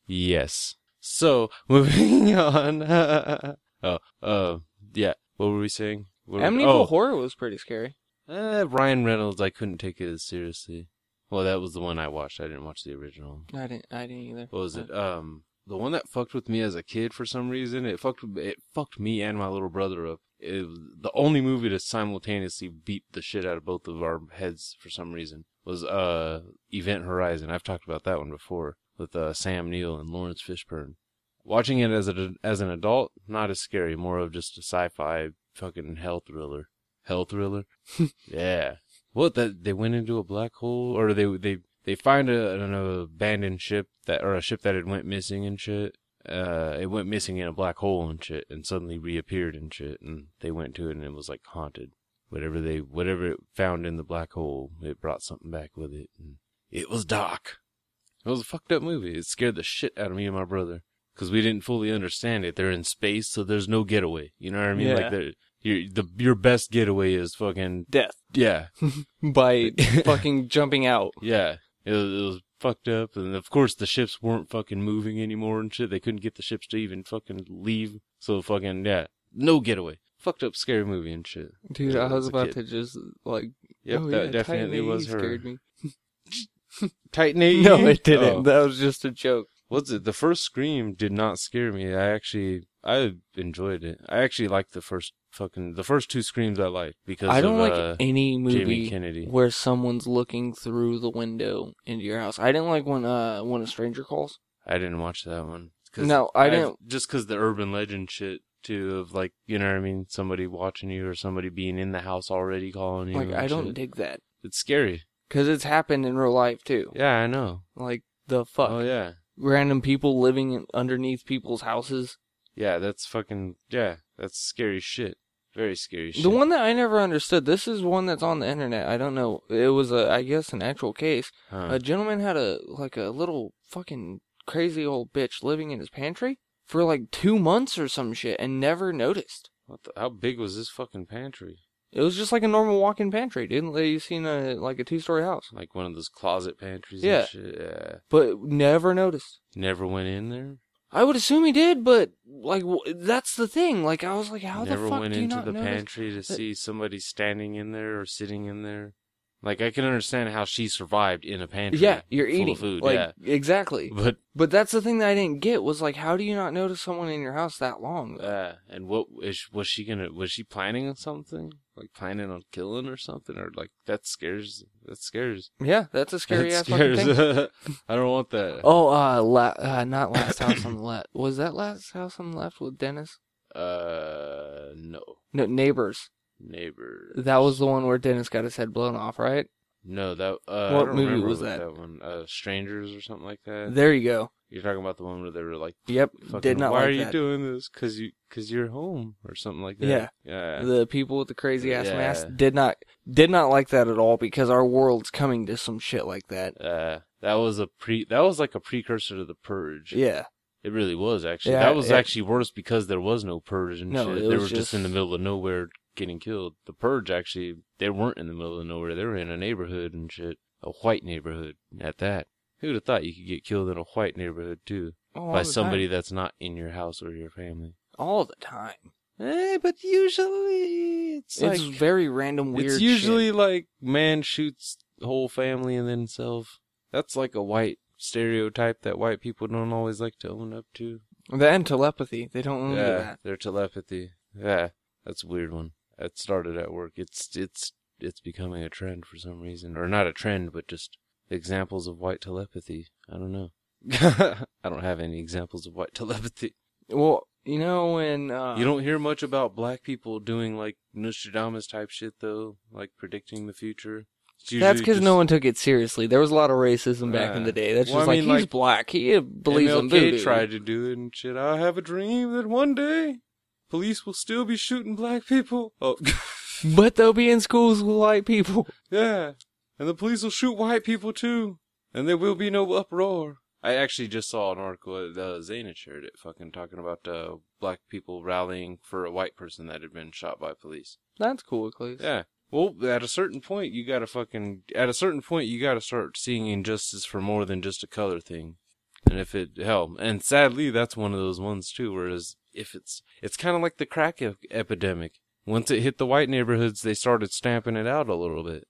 Speaker 3: Yes. So moving on. oh, uh, yeah. What were we saying? What were-
Speaker 1: Amityville
Speaker 3: oh,
Speaker 1: Horror was pretty scary.
Speaker 3: eh, Ryan Reynolds. I couldn't take it as seriously. Well, that was the one I watched. I didn't watch the original.
Speaker 1: I didn't. I didn't either.
Speaker 3: What was it? Um, the one that fucked with me as a kid for some reason. It fucked. It fucked me and my little brother up. It, was- the only movie to simultaneously beat the shit out of both of our heads for some reason was uh Event Horizon. I've talked about that one before with uh, Sam Neill and Lawrence Fishburne. Watching it as a as an adult, not as scary. More of just a sci-fi fucking hell thriller. Hell thriller. yeah. What that they went into a black hole or they they they find a I don't know abandoned ship that or a ship that had went missing and shit. Uh, it went missing in a black hole and shit, and suddenly reappeared and shit. And they went to it and it was like haunted. Whatever they whatever it found in the black hole, it brought something back with it. And it was dark. It was a fucked up movie. It scared the shit out of me and my brother because we didn't fully understand it. They're in space, so there's no getaway. You know what I mean?
Speaker 1: Yeah.
Speaker 3: Like they're- your the your best getaway is fucking
Speaker 1: Death
Speaker 3: yeah
Speaker 1: by fucking jumping out.
Speaker 3: yeah, it was, it was fucked up. And of course, the ships weren't fucking moving anymore and shit. They couldn't get the ships to even fucking leave. So fucking, yeah, no getaway. Fucked up scary movie and shit.
Speaker 1: Dude,
Speaker 3: Yeah,
Speaker 1: I
Speaker 3: as
Speaker 1: was
Speaker 3: a
Speaker 1: about
Speaker 3: kid.
Speaker 1: to just like.
Speaker 3: Yep,
Speaker 1: oh,
Speaker 3: that
Speaker 1: yeah,
Speaker 3: definitely
Speaker 1: Titan
Speaker 3: was
Speaker 1: AE
Speaker 3: her.
Speaker 1: Scared me.
Speaker 3: Titan AE?
Speaker 1: No, it didn't.
Speaker 3: Oh.
Speaker 1: That was just a joke.
Speaker 3: What's it? The first Scream did not scare me. I actually, I enjoyed it. I actually liked the first fucking, the first two Screams I liked because
Speaker 1: I
Speaker 3: of,
Speaker 1: don't like
Speaker 3: uh,
Speaker 1: any
Speaker 3: Jamie
Speaker 1: movie
Speaker 3: Kennedy.
Speaker 1: where someone's looking through the window into your house. I didn't like when uh when a stranger calls.
Speaker 3: I didn't watch that one. 'Cause
Speaker 1: No, I
Speaker 3: I've-
Speaker 1: didn't.
Speaker 3: Just because the urban legend shit too of like you know what I mean, somebody watching you or somebody being in the house already calling you.
Speaker 1: Like
Speaker 3: and
Speaker 1: I don't
Speaker 3: shit.
Speaker 1: dig that
Speaker 3: It's scary.
Speaker 1: because it's happened in real life too.
Speaker 3: Yeah, I know.
Speaker 1: Like the fuck,
Speaker 3: Oh yeah,
Speaker 1: random people living in, underneath people's houses.
Speaker 3: yeah. That's fucking yeah. That's scary shit. Very scary shit.
Speaker 1: The one that I never understood. This is one that's on the internet. I don't know. It was a I guess an actual case.
Speaker 3: Huh.
Speaker 1: A gentleman had a like a little fucking crazy old bitch living in his pantry for like two months or some shit and never noticed.
Speaker 3: What the, how big was this fucking pantry?
Speaker 1: It was just like a normal walk-in pantry, dude. Like you seen a like a two-story house,
Speaker 3: Like one of those closet pantries.
Speaker 1: Yeah.
Speaker 3: And shit. Yeah.
Speaker 1: but never noticed.
Speaker 3: Never went in there.
Speaker 1: I would assume he did, but like w- that's the thing. Like I was like, how
Speaker 3: Never
Speaker 1: the fuck
Speaker 3: went
Speaker 1: do you
Speaker 3: into
Speaker 1: not
Speaker 3: the
Speaker 1: notice?
Speaker 3: pantry to
Speaker 1: that-
Speaker 3: see somebody standing in there or sitting in there. Like I can understand how she survived in a pantry.
Speaker 1: Yeah, you're
Speaker 3: full of
Speaker 1: eating.
Speaker 3: food.
Speaker 1: like
Speaker 3: yeah,
Speaker 1: exactly.
Speaker 3: but
Speaker 1: But that's the thing that I didn't get was like, how do you not notice someone in your house that long?
Speaker 3: uh, and what is was she gonna? Was she planning on something? Like planning on killing or something? Or like that scares? That scares.
Speaker 1: Yeah, that's a scary
Speaker 3: that
Speaker 1: ass fucking thing.
Speaker 3: scares. I don't want that.
Speaker 1: oh, uh, la- uh, not last house on the left. Was that last house on the left with Dennis?
Speaker 3: Uh, no
Speaker 1: No, neighbors.
Speaker 3: neighbor.
Speaker 1: That was the one where Dennis got his head blown off, right?
Speaker 3: No, that. Uh,
Speaker 1: What
Speaker 3: I don't
Speaker 1: movie
Speaker 3: remember
Speaker 1: was
Speaker 3: what
Speaker 1: that?
Speaker 3: one. Uh, Strangers or something like that.
Speaker 1: There you go.
Speaker 3: You're talking about the one where they were like.
Speaker 1: Yep,
Speaker 3: fucking,
Speaker 1: did not
Speaker 3: Why
Speaker 1: like
Speaker 3: are you
Speaker 1: that.
Speaker 3: doing this? Cause you, cause you're home or something like that.
Speaker 1: Yeah.
Speaker 3: yeah.
Speaker 1: the people with the crazy ass
Speaker 3: Yeah.
Speaker 1: masks did not did not like that at all because our world's coming to some shit like that.
Speaker 3: uh, that was a pre. That was like a precursor to the purge.
Speaker 1: Yeah,
Speaker 3: it really was actually.
Speaker 1: Yeah,
Speaker 3: that was
Speaker 1: it-
Speaker 3: actually worse because there was no purge and
Speaker 1: No,
Speaker 3: shit.
Speaker 1: it
Speaker 3: They
Speaker 1: was
Speaker 3: were just... in the
Speaker 1: just-
Speaker 3: middle of nowhere getting killed. The purge actually, they weren't in the middle of nowhere. They were in a neighborhood and shit, a white neighborhood at that. Who'd have thought you could get killed in a white neighborhood too
Speaker 1: Oh, all
Speaker 3: by
Speaker 1: the
Speaker 3: somebody
Speaker 1: time.
Speaker 3: that's not in your house or your family?
Speaker 1: all the time.
Speaker 3: Eh, but usually it's,
Speaker 1: It's
Speaker 3: like
Speaker 1: very random, weird.
Speaker 3: It's
Speaker 1: shit.
Speaker 3: usually like man shoots whole family and then self. That's like a white stereotype that white people don't always like to own up to.
Speaker 1: that and telepathy. They don't remember
Speaker 3: yeah,
Speaker 1: that.
Speaker 3: their telepathy. Yeah, that's a weird one. That started at work. It's it's it's becoming a trend for some reason, or not a trend, but just examples of white telepathy. I don't know. I don't have any examples of white telepathy.
Speaker 1: Well, you know when uh,
Speaker 3: You don't hear much about black people doing like Nostradamus type shit though, like predicting the future. It's
Speaker 1: That's
Speaker 3: usually
Speaker 1: because
Speaker 3: just-
Speaker 1: no one took it seriously. There was a lot of racism back in
Speaker 3: Yeah.
Speaker 1: the day. That's
Speaker 3: Well,
Speaker 1: just
Speaker 3: I
Speaker 1: like
Speaker 3: mean,
Speaker 1: he's
Speaker 3: like,
Speaker 1: black. He believes
Speaker 3: MLK
Speaker 1: in voodoo.
Speaker 3: tried to do it and shit. I have a dream that one day police will still be shooting black people. Oh,
Speaker 1: but they'll be in schools with white people.
Speaker 3: yeah. And the police will shoot white people too. And there will be no uproar. I actually just saw an article that uh, Zayn had shared it, fucking talking about uh, black people rallying for a white person that had been shot by police.
Speaker 1: That's cool, Cleese.
Speaker 3: Yeah. Well, at a certain point, you gotta fucking. At a certain point, you gotta start seeing injustice for more than just a color thing. And if it hell, and sadly, that's one of those ones too. Whereas if it's, it's kind of like the crack e- epidemic. Once it hit the white neighborhoods, they started stamping it out a little bit.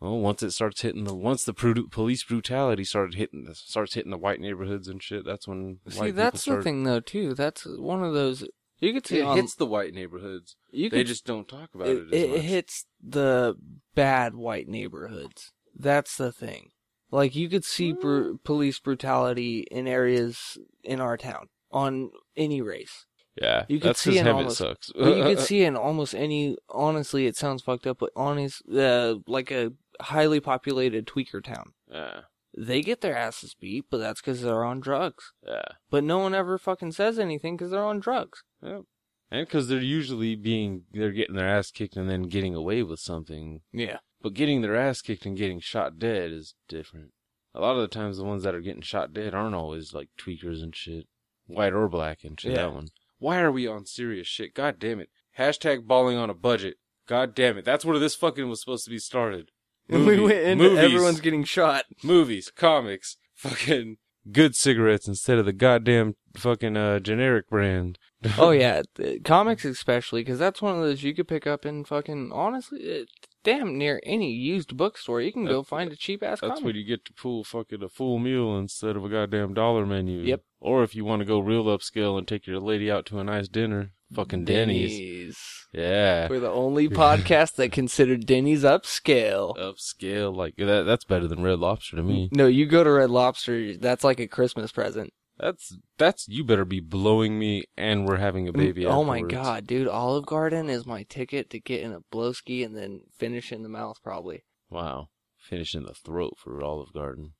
Speaker 3: Well, once it starts hitting the, once the pru- police brutality started hitting, the, starts hitting the white neighborhoods and shit, that's when white
Speaker 1: See,
Speaker 3: people
Speaker 1: that's the
Speaker 3: start-
Speaker 1: thing though too. That's one of those you could see
Speaker 3: It
Speaker 1: on
Speaker 3: hits the white neighborhoods.
Speaker 1: you
Speaker 3: They
Speaker 1: could
Speaker 3: just don't talk about
Speaker 1: it,
Speaker 3: it. as
Speaker 1: it
Speaker 3: much.
Speaker 1: hits the bad white neighborhoods. That's the thing. Like you could see bru- police brutality in areas in our town on any race.
Speaker 3: Yeah,
Speaker 1: You could
Speaker 3: that's
Speaker 1: see
Speaker 3: just
Speaker 1: in
Speaker 3: heaven
Speaker 1: almost-
Speaker 3: sucks.
Speaker 1: But you could see in almost any. Honestly, it sounds fucked up, but honest, uh, like a highly populated tweaker town.
Speaker 3: Yeah,
Speaker 1: They get their asses beat, but that's because they're on drugs.
Speaker 3: yeah,
Speaker 1: But no one ever fucking says anything because they're on drugs.
Speaker 3: yeah. And because they're usually being, they're getting their ass kicked and then getting away with something.
Speaker 1: Yeah.
Speaker 3: But getting their ass kicked and getting shot dead is different. A lot of the times, the ones that are getting shot dead aren't always like tweakers and shit, white or black and shit.
Speaker 1: Yeah.
Speaker 3: That one. Why are we on serious shit? God damn it! Hashtag balling on a budget. God damn it! That's where this fucking was supposed to be started.
Speaker 1: When we
Speaker 3: Movie-
Speaker 1: went into
Speaker 3: movies.
Speaker 1: everyone's getting shot.
Speaker 3: movies, comics, fucking good cigarettes instead of the goddamn fucking uh, generic brand.
Speaker 1: oh yeah, the, comics especially, because that's one of those you could pick up in fucking honestly, it, damn near any used bookstore. You can go
Speaker 3: That's-
Speaker 1: find a cheap ass
Speaker 3: That's
Speaker 1: comic.
Speaker 3: when you get to pull fucking a full meal instead of a goddamn dollar menu.
Speaker 1: Yep.
Speaker 3: Or if you want to go real upscale and take your lady out to a nice dinner, fucking Denny's.
Speaker 1: Denny's.
Speaker 3: Yeah.
Speaker 1: We're the only podcast that considered Denny's upscale.
Speaker 3: Upscale, like that. That's better than Red Lobster to me.
Speaker 1: No, you go to Red Lobster. That's like a Christmas present.
Speaker 3: That's that's you better be blowing me, and we're having a baby.
Speaker 1: Oh my
Speaker 3: afterwards.
Speaker 1: god, dude! Olive Garden is my ticket to get in a blowski and then finish in the mouth, probably
Speaker 3: Wow, finish in the throat for Olive Garden.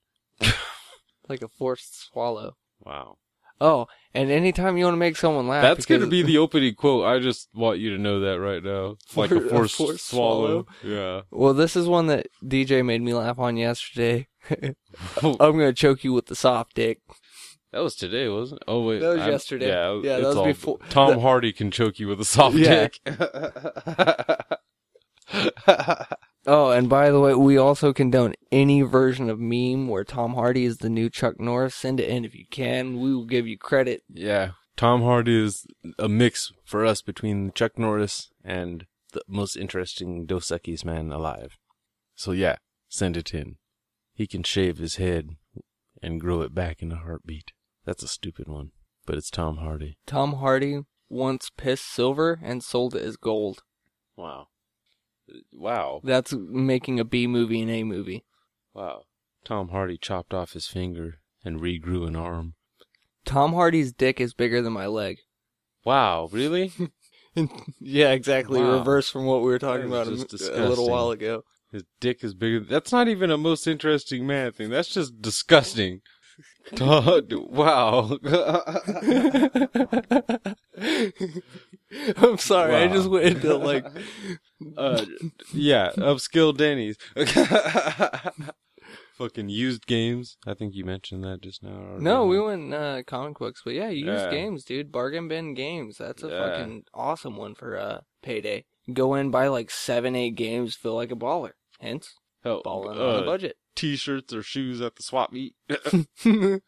Speaker 1: like a forced swallow.
Speaker 3: Wow,
Speaker 1: Oh, and anytime you want to make someone laugh,
Speaker 3: that's
Speaker 1: because-
Speaker 3: gonna be the opening quote. I just want you to know that right now, like a
Speaker 1: For- a
Speaker 3: forced,
Speaker 1: forced
Speaker 3: swallow. Yeah,
Speaker 1: Well, this is one that DJ made me laugh on yesterday. I'm gonna choke you with the soft dick.
Speaker 3: that was today, wasn't it? Oh wait,
Speaker 1: That was yesterday.
Speaker 3: Yeah,
Speaker 1: Yeah, that
Speaker 3: it's
Speaker 1: was
Speaker 3: all-
Speaker 1: before-
Speaker 3: Tom
Speaker 1: the-
Speaker 3: Hardy can choke you with a soft
Speaker 1: Yeah.
Speaker 3: dick.
Speaker 1: Oh, and by the way, we also condone any version of meme where Tom Hardy is the new Chuck Norris. Send it in if you can. We will give you credit.
Speaker 3: yeah, Tom Hardy is a mix for us between Chuck Norris and the most interesting Dos Equis man alive. So yeah, send it in. He can shave his head and grow it back in a heartbeat. That's a stupid one, but it's Tom Hardy.
Speaker 1: Tom Hardy once pissed silver and sold it as gold.
Speaker 3: Wow. Wow.
Speaker 1: That's making a B movie an A movie.
Speaker 3: Wow. Tom Hardy chopped off his finger and regrew an arm.
Speaker 1: Tom Hardy's dick is bigger than my leg.
Speaker 3: Wow, really?
Speaker 1: yeah, exactly.
Speaker 3: Wow.
Speaker 1: Reverse from what we were talking
Speaker 3: That
Speaker 1: about a,
Speaker 3: is just
Speaker 1: m- a little
Speaker 3: disgusting.
Speaker 1: while ago.
Speaker 3: His dick is bigger. That's not even a most interesting man thing. That's just disgusting. Todd, wow. Uh,
Speaker 1: I'm sorry. I
Speaker 3: Wow.
Speaker 1: just went into like
Speaker 3: uh, yeah, upskill Denny's. Fucking used games. I think you mentioned that just now. or-
Speaker 1: No, we went uh, comic books, but yeah, used
Speaker 3: Yeah.
Speaker 1: games, dude. Bargain bin games. That's a
Speaker 3: Yeah.
Speaker 1: fucking awesome one for uh payday. Go in, buy like seven, eight games, feel like a baller. Hence,
Speaker 3: Hell,
Speaker 1: balling
Speaker 3: uh,
Speaker 1: on a budget.
Speaker 3: T-shirts or shoes at the swap meet.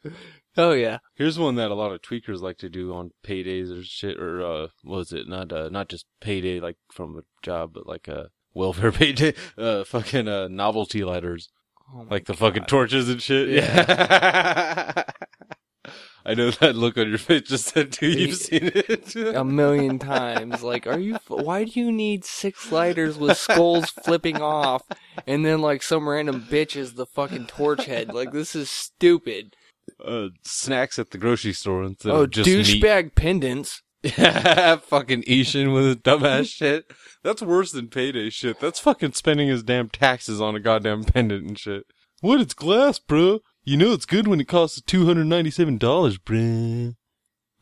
Speaker 1: oh yeah,
Speaker 3: Here's one that a lot of tweakers like to do on paydays or shit, or uh, what was it not uh, not just payday like from a job, but like a welfare payday, uh, fucking uh, novelty lighters,
Speaker 1: oh my
Speaker 3: like the fucking
Speaker 1: God.
Speaker 3: torches and shit. Yeah. I know that look on your face just said, "Dude,
Speaker 1: Yeah.
Speaker 3: you've seen it."
Speaker 1: a million times. Like, are you? f- Why do you need six lighters with skulls flipping off, and then like some random bitch is the fucking torch head? Like, this is stupid.
Speaker 3: uh, snacks at the grocery store instead
Speaker 1: Oh,
Speaker 3: of just meat.
Speaker 1: douchebag pendants.
Speaker 3: fucking Ishan with his dumbass shit. That's worse than payday shit. That's fucking spending his damn taxes on a goddamn pendant and shit. What? It's glass, bro. You know it's good when it costs two hundred ninety-seven dollars, bruh.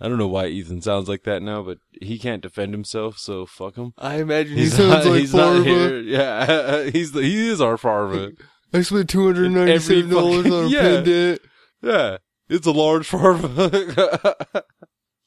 Speaker 3: I don't know why Ethan sounds like that now, but he can't defend himself, so fuck him.
Speaker 1: I imagine
Speaker 3: He's
Speaker 1: he sounds
Speaker 3: not,
Speaker 1: like
Speaker 3: he's not
Speaker 1: Farva.
Speaker 3: here. Yeah, he's the, he is our farmer.
Speaker 1: I spent two hundred and
Speaker 3: Every
Speaker 1: ninety-seven dollars
Speaker 3: fucking-
Speaker 1: on a
Speaker 3: yeah.
Speaker 1: pendant.
Speaker 3: Yeah, it's a large farm.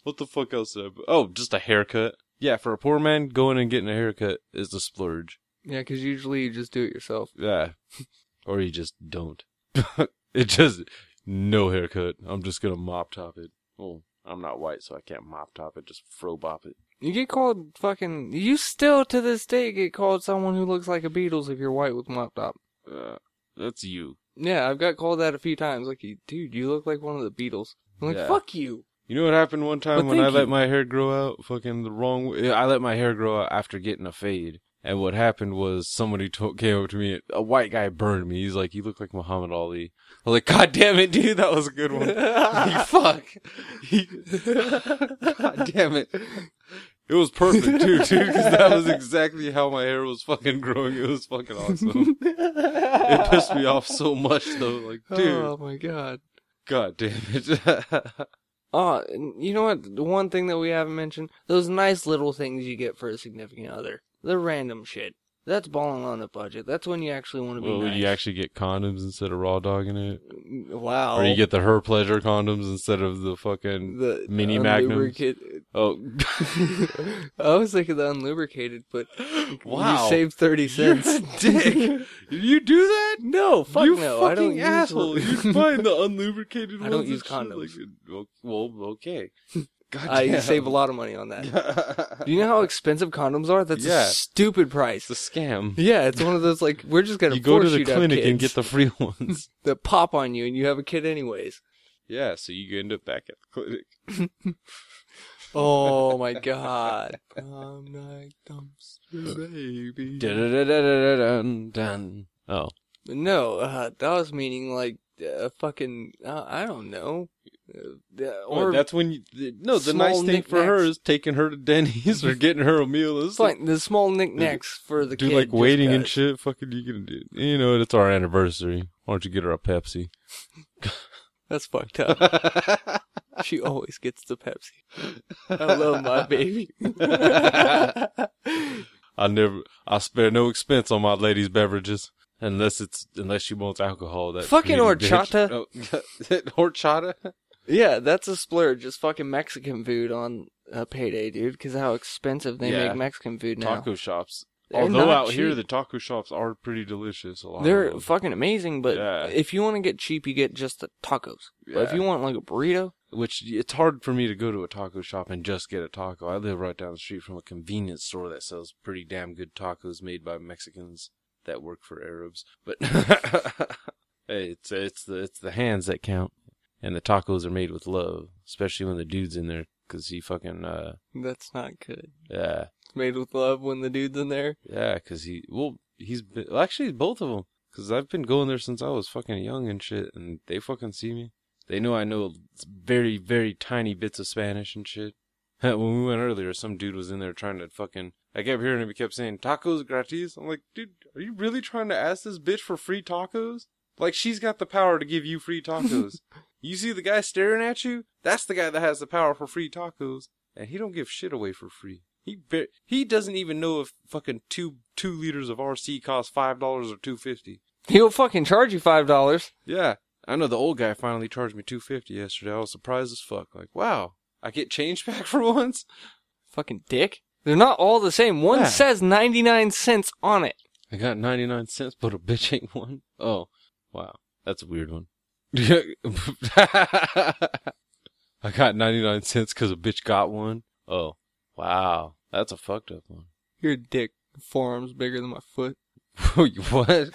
Speaker 3: what the fuck else? did I bu- Oh, just a haircut. Yeah, for a poor man, going and getting a haircut is a splurge.
Speaker 1: Yeah, because usually you just do it yourself.
Speaker 3: Yeah, or you just don't. it just no haircut. I'm just gonna mop top it. Well, I'm not white, so I can't mop top it. Just fro bop it.
Speaker 1: You get called fucking. You still to this day get called someone who looks like a Beatles if you're white with mop top.
Speaker 3: Uh, that's you.
Speaker 1: Yeah, I've got called that a few times. Like, dude, you look like one of the Beatles. I'm like,
Speaker 3: Yeah.
Speaker 1: fuck you.
Speaker 3: You know what happened one time
Speaker 1: But
Speaker 3: when I
Speaker 1: thank
Speaker 3: let
Speaker 1: you.
Speaker 3: my hair grow out? Fucking the wrong way. I let my hair grow out after getting a fade. And what happened was somebody to- came up to me. A white guy burned me. He's like, you look like Muhammad Ali. I was like, God damn it, dude. That was a good one. Like, Fuck. God damn it. It was perfect too, dude, because that was exactly how my hair was fucking growing. It was fucking awesome. It pissed me off so much though. Like, dude,
Speaker 1: Oh my god.
Speaker 3: god damn it.
Speaker 1: Oh, and you know what? The one thing that we haven't mentioned those nice little things you get for a significant other. The random shit. That's balling on a budget. That's when you actually want to be
Speaker 3: Well,
Speaker 1: nice.
Speaker 3: you actually get condoms instead of raw dogging it,
Speaker 1: Wow.
Speaker 3: or you get the her pleasure condoms instead of the fucking
Speaker 1: Oh. the
Speaker 3: mini
Speaker 1: unlubricate-
Speaker 3: Oh,
Speaker 1: I was thinking the unlubricated, but
Speaker 3: wow.
Speaker 1: you saved 30
Speaker 3: You're
Speaker 1: cents.
Speaker 3: a dick. you do that?
Speaker 1: No, fuck
Speaker 3: you
Speaker 1: no.
Speaker 3: fucking
Speaker 1: I don't use-
Speaker 3: asshole. you find the unlubricated
Speaker 1: I
Speaker 3: ones.
Speaker 1: don't
Speaker 3: and
Speaker 1: use
Speaker 3: shit like
Speaker 1: condoms.
Speaker 3: that. Well, well, okay. God
Speaker 1: I
Speaker 3: damn.
Speaker 1: save a lot of money on that. Do
Speaker 3: it's
Speaker 1: you know how expensive condoms are? That's
Speaker 3: Yeah.
Speaker 1: a stupid price.
Speaker 3: a scam.
Speaker 1: Yeah, it's one of those like we're just gonna
Speaker 3: You go to
Speaker 1: force
Speaker 3: the
Speaker 1: you have
Speaker 3: clinic and
Speaker 1: kids
Speaker 3: get the free ones.
Speaker 1: that pop on you, and you have a kid anyways.
Speaker 3: yeah, so you end up back at the clinic.
Speaker 1: Oh my god! I'm like dumpster baby.
Speaker 3: Dun, dun.
Speaker 4: Oh,
Speaker 1: No, uh, that was meaning like uh, fucking. Uh, I don't know. Uh, uh,
Speaker 3: Or
Speaker 1: or
Speaker 3: that's when you. The, no, the
Speaker 1: small
Speaker 3: nice thing for her
Speaker 1: knickknacks.
Speaker 3: is taking her to Denny's or getting her a meal. It's
Speaker 1: it's like the small knickknacks for the
Speaker 3: do
Speaker 1: kid.
Speaker 3: like
Speaker 1: just
Speaker 3: waiting and
Speaker 1: cause.
Speaker 3: shit. Fucking you gonna do.
Speaker 4: you know what? It's our anniversary. Why don't you get her a Pepsi?
Speaker 1: That's fucked up. she always gets the Pepsi. I love my baby.
Speaker 4: I never, I spare no expense on my lady's beverages unless it's unless she wants alcohol. That
Speaker 1: Fucking
Speaker 4: pretty bitch.
Speaker 1: horchata.
Speaker 3: Oh, horchata.
Speaker 1: Yeah, that's a splurge. Just fucking Mexican food on a payday, dude. Because how expensive they
Speaker 3: Yeah.
Speaker 1: make Mexican food now.
Speaker 3: taco shops.
Speaker 1: They're
Speaker 3: Although
Speaker 1: not
Speaker 3: out here
Speaker 1: cheap.
Speaker 3: the taco shops are pretty delicious. A lot.
Speaker 1: They're
Speaker 3: of them.
Speaker 1: fucking amazing, but
Speaker 3: Yeah.
Speaker 1: if you want to get cheap, you get just the tacos. But if
Speaker 3: Yeah.
Speaker 1: you want like a burrito,
Speaker 3: which it's hard for me to go to a taco shop and just get a taco. I live right down the street from a convenience store that sells pretty damn good tacos made by Mexicans that work for Arabs. But hey, it's it's the it's the hands that count, and the tacos are made with love, especially when the dude's in there because he fucking uh
Speaker 1: that's not good.
Speaker 3: yeah
Speaker 1: It's made with love when the dude's in there.
Speaker 3: yeah because he well he's been, well, actually both of them because I've been going there since I was fucking young and shit, and they fucking see me. They know I know very very tiny bits of Spanish and shit. when we went earlier, some dude was in there trying to fucking. I kept hearing him. He kept saying tacos gratis. I'm like, dude, are you really trying to ask this bitch for free tacos? Like she's got the power to give you free tacos. you see the guy staring at you? That's the guy that has the power for free tacos, and he don't give shit away for free. He bar- he doesn't even know if fucking two two liters of RC costs five dollars or two fifty.
Speaker 1: He'll fucking charge you five dollars.
Speaker 3: Yeah, I know the old guy finally charged me two fifty yesterday. I was surprised as fuck. Like, wow, I get change back for once.
Speaker 1: Fucking dick. They're not all the same. One
Speaker 3: Yeah.
Speaker 1: says ninety nine cents on it.
Speaker 3: I got ninety nine cents, but a bitch ain't one. Oh, wow, that's a weird one. I got ninety nine cents because a bitch got one. Oh, wow, that's a fucked up one.
Speaker 1: Your dick forearm's bigger than my foot.
Speaker 3: You what?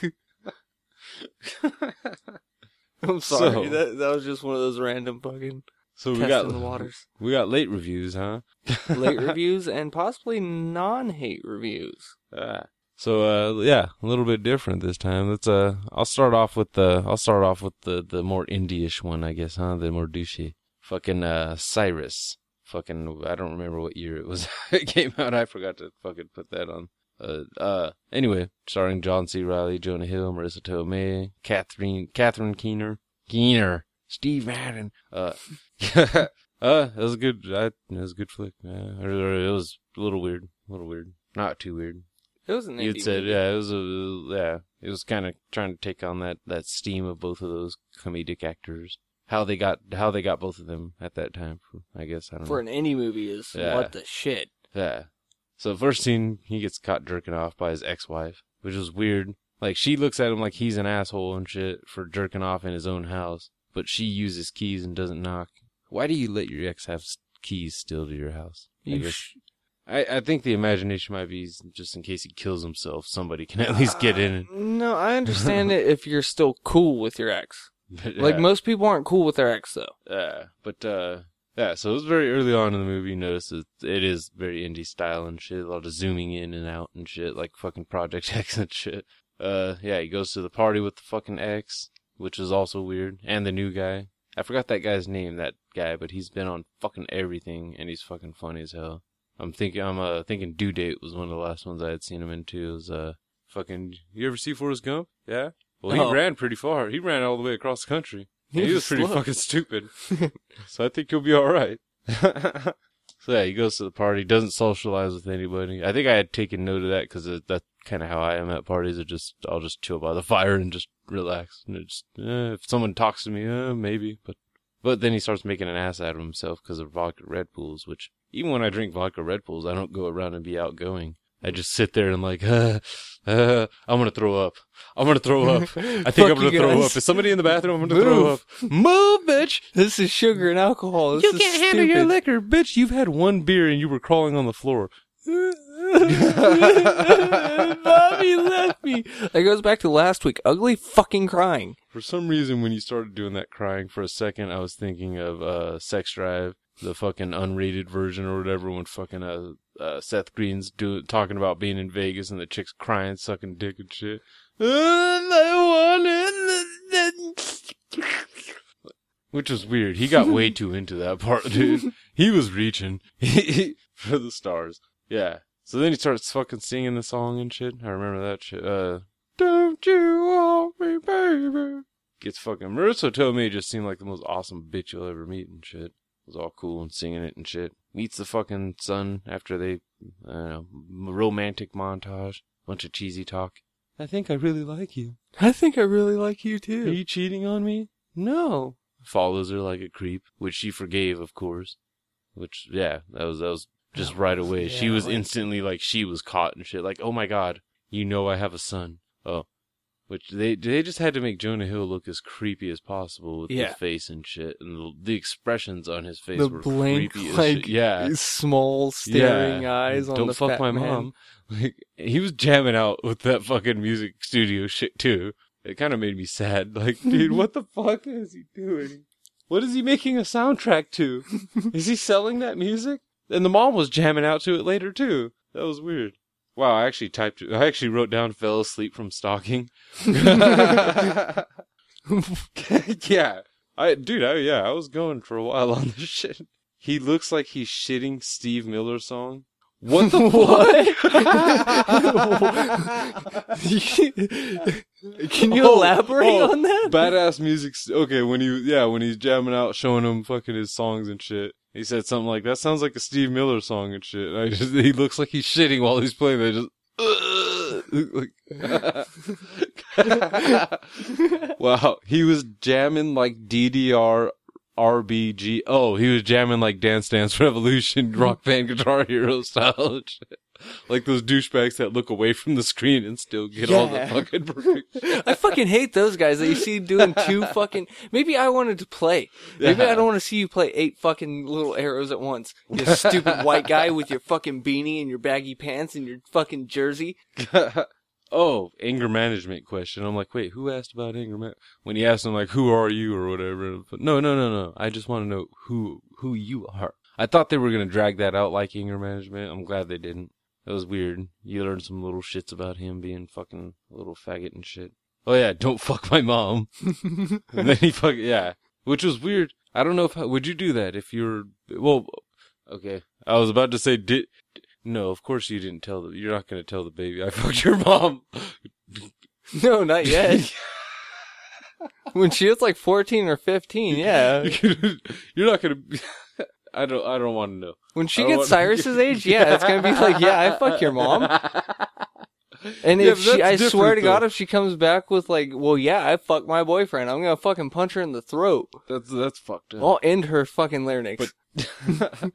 Speaker 1: I'm sorry.
Speaker 3: So-
Speaker 1: that that was just one of those random fucking
Speaker 3: so we
Speaker 1: testing
Speaker 3: got
Speaker 1: the waters.
Speaker 3: we got late reviews, huh?
Speaker 1: Late reviews and possibly non hate reviews.
Speaker 3: Ah. So uh yeah, a little bit different this time. Let's uh I'll start off with the I'll start off with the the more indie-ish one, I guess, huh? The more douchey. Fucking uh Cyrus. Fucking I don't remember what year it was it came out. I forgot to fucking put that on. Uh uh anyway, starring John C. Riley, Jonah Hill, Marissa Tomei, Catherine Catherine Keener. Keener. Steve Madden. Uh Uh, it was a good. I, it was a good flick. Yeah, Or- or it was a little weird, a little weird, not too weird.
Speaker 1: It was an
Speaker 3: You'd
Speaker 1: indie
Speaker 3: said,
Speaker 1: movie.
Speaker 3: yeah, it was a, yeah, it was kind of trying to take on that that steam of both of those comedic actors. How they got, how they got both of them at that time. I guess I don't
Speaker 1: for
Speaker 3: know.
Speaker 1: an indie movie is
Speaker 3: Yeah.
Speaker 1: what the shit.
Speaker 3: Yeah. So first scene, he gets caught jerking off by his ex-wife, which is weird. Like she looks at him like he's an asshole and shit for jerking off in his own house, but she uses keys and doesn't knock. Why do you let your ex have s- keys still to your house? I
Speaker 1: You
Speaker 3: guess-
Speaker 1: sh-
Speaker 3: I, I think the imagination might be s- just in case he kills himself, somebody can at least get in.
Speaker 1: Uh, no, I understand it if you're still cool with your ex.
Speaker 3: But,
Speaker 1: Like
Speaker 3: uh,
Speaker 1: most people aren't cool with their ex though.
Speaker 3: uh, but uh, yeah. So it was very early on in the movie. You notice that it is very indie style and shit. A lot of zooming in and out and shit, like fucking Project X and shit. Uh, yeah. He goes to the party with the fucking X, which is also weird, and the new guy. I forgot that guy's name. That guy, but he's been on fucking everything, and he's fucking funny as hell. I'm thinking. I'm uh thinking. Due date was one of the last ones I had seen him into. It was uh fucking. You ever see Forrest Gump? Yeah. Well, he
Speaker 1: Oh.
Speaker 3: ran pretty far. He ran all the way across the country.
Speaker 1: He
Speaker 3: He,
Speaker 1: was
Speaker 3: was pretty
Speaker 1: slow.
Speaker 3: fucking stupid. so I think he'll be all right. so yeah, he goes to the party, doesn't socialize with anybody. I think I had taken note of that because that's kind of how I am at parties. I just I'll just chill by the fire and just relax. And it's, eh, if someone talks to me, uh, eh, maybe, but But then he starts making an ass out of himself because of vodka Red Bulls, which even when I drink vodka Red Bulls, I don't go around and be outgoing. I just sit there and like, uh, uh, I'm gonna throw up. I'm gonna throw up. I think I'm
Speaker 1: Fuck you
Speaker 3: gonna throw
Speaker 1: guys.
Speaker 3: up. Is somebody in the bathroom? I'm gonna throw
Speaker 1: Move.
Speaker 3: up. Move, bitch.
Speaker 1: This is sugar and alcohol. This
Speaker 3: you
Speaker 1: is
Speaker 3: can't handle your
Speaker 1: stupid.
Speaker 3: liquor, bitch. You've had one beer and you were crawling on the floor.
Speaker 1: Bobby left me. That goes back to last week. Ugly fucking crying.
Speaker 3: For some reason, when you started doing that crying for a second, I was thinking of uh, Sex Drive, the fucking unrated version or whatever, when fucking uh, uh, Seth Green's do- talking about being in Vegas and the chick's crying, sucking dick and shit. Uh, I want it. Which was weird. He got way too into that part, dude. He was reaching for the stars. Yeah. So then he starts fucking singing the song and shit. I remember that shit. Uh, don't you want me, baby? Gets fucking Marissa Tomei just seemed like the most awesome bitch you'll ever meet and shit. Was all cool and singing it and shit. Meets the fucking son after they, I don't know, m- romantic montage, bunch of cheesy talk. I think I really like you.
Speaker 1: I think I really like you
Speaker 3: Are
Speaker 1: too.
Speaker 3: you cheating on me? No. Follows her like a creep, which she forgave, of course. Which yeah, that was that was just right away. she
Speaker 1: yeah,
Speaker 3: was
Speaker 1: like-
Speaker 3: instantly like she was caught and shit. Like oh my god, you know I have a son. Oh, which they they just had to make Jonah Hill look as creepy as possible with
Speaker 1: Yeah.
Speaker 3: his face and shit, and the, the expressions on his face
Speaker 1: The
Speaker 3: were
Speaker 1: blank,
Speaker 3: creepy as
Speaker 1: like
Speaker 3: shit. Yeah.
Speaker 1: small, staring eyes on
Speaker 3: Don't
Speaker 1: the
Speaker 3: fuck
Speaker 1: fat
Speaker 3: my
Speaker 1: man.
Speaker 3: mom. Like he was jamming out with that fucking music studio shit too. It kind of made me sad. Like, dude, what the fuck is he doing? What is he making a soundtrack to? Is he selling that music? And the mom was jamming out to it later too. That was weird. Wow, I actually typed. I actually wrote down "fell asleep from stalking." yeah, I dude, I, yeah, I was going for a while on this shit. He looks like he's shitting Steve Miller's song. What the fuck?
Speaker 1: Can you
Speaker 3: Oh,
Speaker 1: elaborate
Speaker 3: oh,
Speaker 1: on that?
Speaker 3: Badass music. st- Okay, when he yeah, when he's jamming out, showing him fucking his songs and shit. He said something like, "That sounds like a Steve Miller song and shit." And I just he looks like he's shitting while he's playing. They just. like- wow, he was jamming like DDR RBG. Oh, he was jamming like Dance Dance Revolution, Rock Band Guitar Hero style. and shit. Like those douchebags that look away from the screen and still get all the
Speaker 1: Yeah.
Speaker 3: fucking perfect
Speaker 1: I fucking hate those guys that you see doing two fucking. Maybe I wanted to play. Maybe
Speaker 3: Yeah.
Speaker 1: I don't want to see you play eight fucking little arrows at once. You stupid white guy with your fucking beanie and your baggy pants and your fucking jersey.
Speaker 3: oh, anger management question. I'm like, wait, who asked about anger man? When he asked him like, who are you or whatever? But no, no, no, no. I just want to know who who you are. I thought they were gonna drag that out like anger management. I'm glad they didn't. That was weird. You learned some little shits about him being fucking a little faggot and shit. Oh yeah, don't fuck my mom. and then he fuck yeah, which was weird. I don't know if would you do that if you're well. Okay, I was about to say did. No, of course you didn't tell the. You're not going to tell the baby. I fucked your mom.
Speaker 1: No, not yet. when she was like 14 or 15, yeah.
Speaker 3: you're not going to. I don't. I don't want to know.
Speaker 1: When she
Speaker 3: I don't
Speaker 1: gets
Speaker 3: wanna-
Speaker 1: Cyrus's age, yeah, it's gonna be like, yeah, I fuck your mom. And
Speaker 3: Yeah,
Speaker 1: if
Speaker 3: but
Speaker 1: she, I
Speaker 3: that's
Speaker 1: swear
Speaker 3: different,
Speaker 1: to God,
Speaker 3: though.
Speaker 1: if she comes back with like, well, yeah, I fucked my boyfriend, I'm gonna fucking punch her in the throat.
Speaker 3: That's that's fucked up.
Speaker 1: I'll end her fucking larynx.
Speaker 3: But-
Speaker 1: Oh.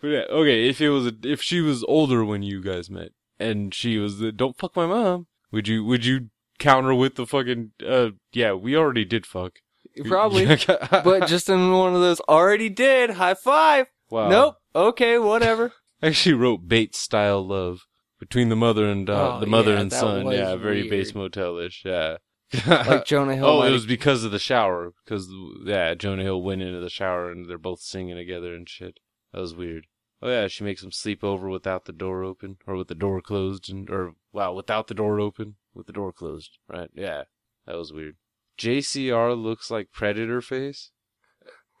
Speaker 3: but yeah, okay. If it was a, if she was older when you guys met, and she was the don't fuck my mom, would you would you counter with the fucking uh yeah we already did fuck
Speaker 1: Probably. but just in one of those already did high five.
Speaker 3: wow.
Speaker 1: Nope. Okay, whatever.
Speaker 3: I actually wrote Bates style love between the mother and uh,
Speaker 1: Oh,
Speaker 3: the mother
Speaker 1: yeah,
Speaker 3: and
Speaker 1: that
Speaker 3: son.
Speaker 1: was
Speaker 3: Yeah, very
Speaker 1: weird.
Speaker 3: Bates Motel ish. Yeah.
Speaker 1: Like Jonah Hill.
Speaker 3: oh, it
Speaker 1: might-
Speaker 3: was because of the shower. Because yeah, Jonah Hill went into the shower and they're both singing together and shit. That was weird. Oh yeah, she makes him sleep over without the door open or with the door closed and or wow without the door open with the door closed. Right? Yeah, that was weird. JCR looks like Predator face.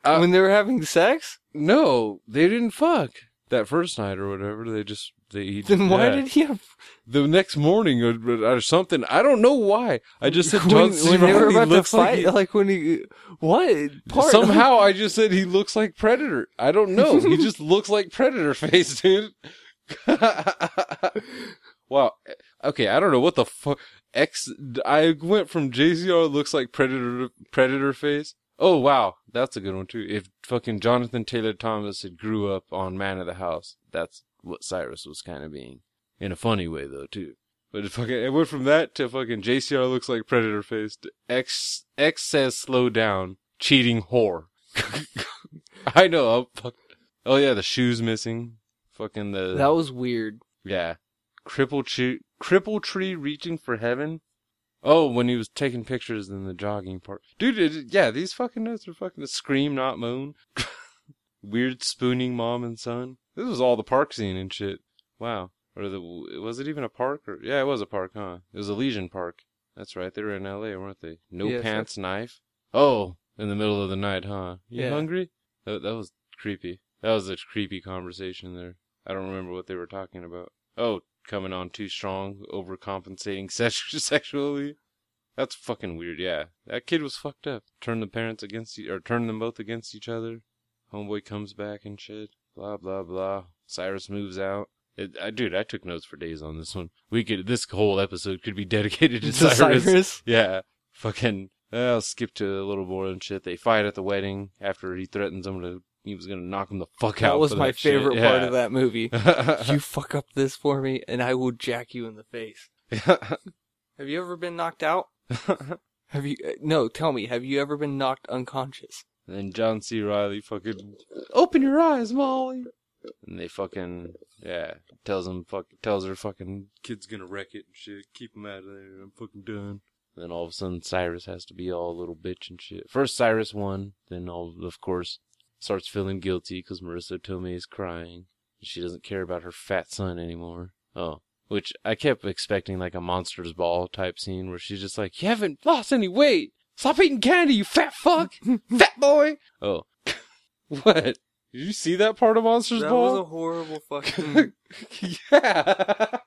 Speaker 3: uh,
Speaker 1: when they were having sex.
Speaker 3: No, they didn't fuck that first night or whatever. They just they. he-
Speaker 1: Then why
Speaker 3: yeah
Speaker 1: did he? Have,
Speaker 3: the next morning or, or something. I don't know why. I just said
Speaker 1: when,
Speaker 3: John C.
Speaker 1: when they were
Speaker 3: Reilly
Speaker 1: about to
Speaker 3: looks like
Speaker 1: fight,
Speaker 3: he-
Speaker 1: like, when he, what part?
Speaker 3: somehow I just said he looks like Predator. I don't know. he just looks like Predator face, dude. wow. Okay, I don't know what the oh, fuck. X. I went from JCR looks like Predator Predator face. Oh wow, that's a good one too. If fucking Jonathan Taylor Thomas had grew up on Man of the House, that's what Cyrus was kind of being, in a funny way though too. But it fucking it went from that to fucking JCR looks like Predator face to X X says slow down, cheating whore. I know. I'm fuck- oh yeah, the shoes missing. Fucking the
Speaker 1: That was weird.
Speaker 3: yeah, cripple tree cripple tree reaching for heaven. Oh, when he was taking pictures in the jogging park, dude. It, yeah, these fucking notes are fucking scream, not moan. Weird spooning mom and son. This was all the park scene and shit. Wow. Or the was it even a park? Or yeah, it was a park, huh? It was Elysian Park. That's right. They were in L.A., weren't they? No
Speaker 1: Yes,
Speaker 3: pants, knife. Oh, in the middle of the night, huh? You
Speaker 1: Yeah.
Speaker 3: hungry? That, that was creepy. That was a creepy conversation there. I don't remember what they were talking about. Oh, coming on too strong, overcompensating sex- sexually. That's fucking weird. Yeah, that kid was fucked up. Turned the parents against e- or turned them both against each other. Homeboy comes back and shit. Blah blah blah. Cyrus moves out. It, I, dude, I took notes for days on this one. We could this whole episode could be dedicated to
Speaker 1: To
Speaker 3: Cyrus. Yeah. Fucking. I'll skip to a little more and shit. They fight at the wedding after he threatens him to. He was gonna knock him the fuck out.
Speaker 1: That was
Speaker 3: for
Speaker 1: my
Speaker 3: shit.
Speaker 1: favorite
Speaker 3: Yeah.
Speaker 1: part of that movie. you fuck up this for me, and I will jack you in the face. Have you ever been knocked out? Have you? uh, No, tell me. Have you ever been knocked unconscious?
Speaker 3: And then John C. Riley fucking open your eyes, Molly. And they fucking yeah tells him fuck tells her fucking kid's gonna wreck it and shit. Keep him out of there. I'm fucking done. Then all of a sudden Cyrus has to be all little bitch and shit. First Cyrus won. Then all of course starts feeling guilty because Marissa Tomei is crying. She doesn't care about her fat son anymore. Oh, which I kept expecting like a Monsters Ball type scene where she's just like, "You haven't lost any weight. Stop eating candy, you fat fuck, fat boy." Oh, what? Did you see that part of Monsters
Speaker 1: That
Speaker 3: Ball?
Speaker 1: was a horrible fucking.
Speaker 3: yeah, that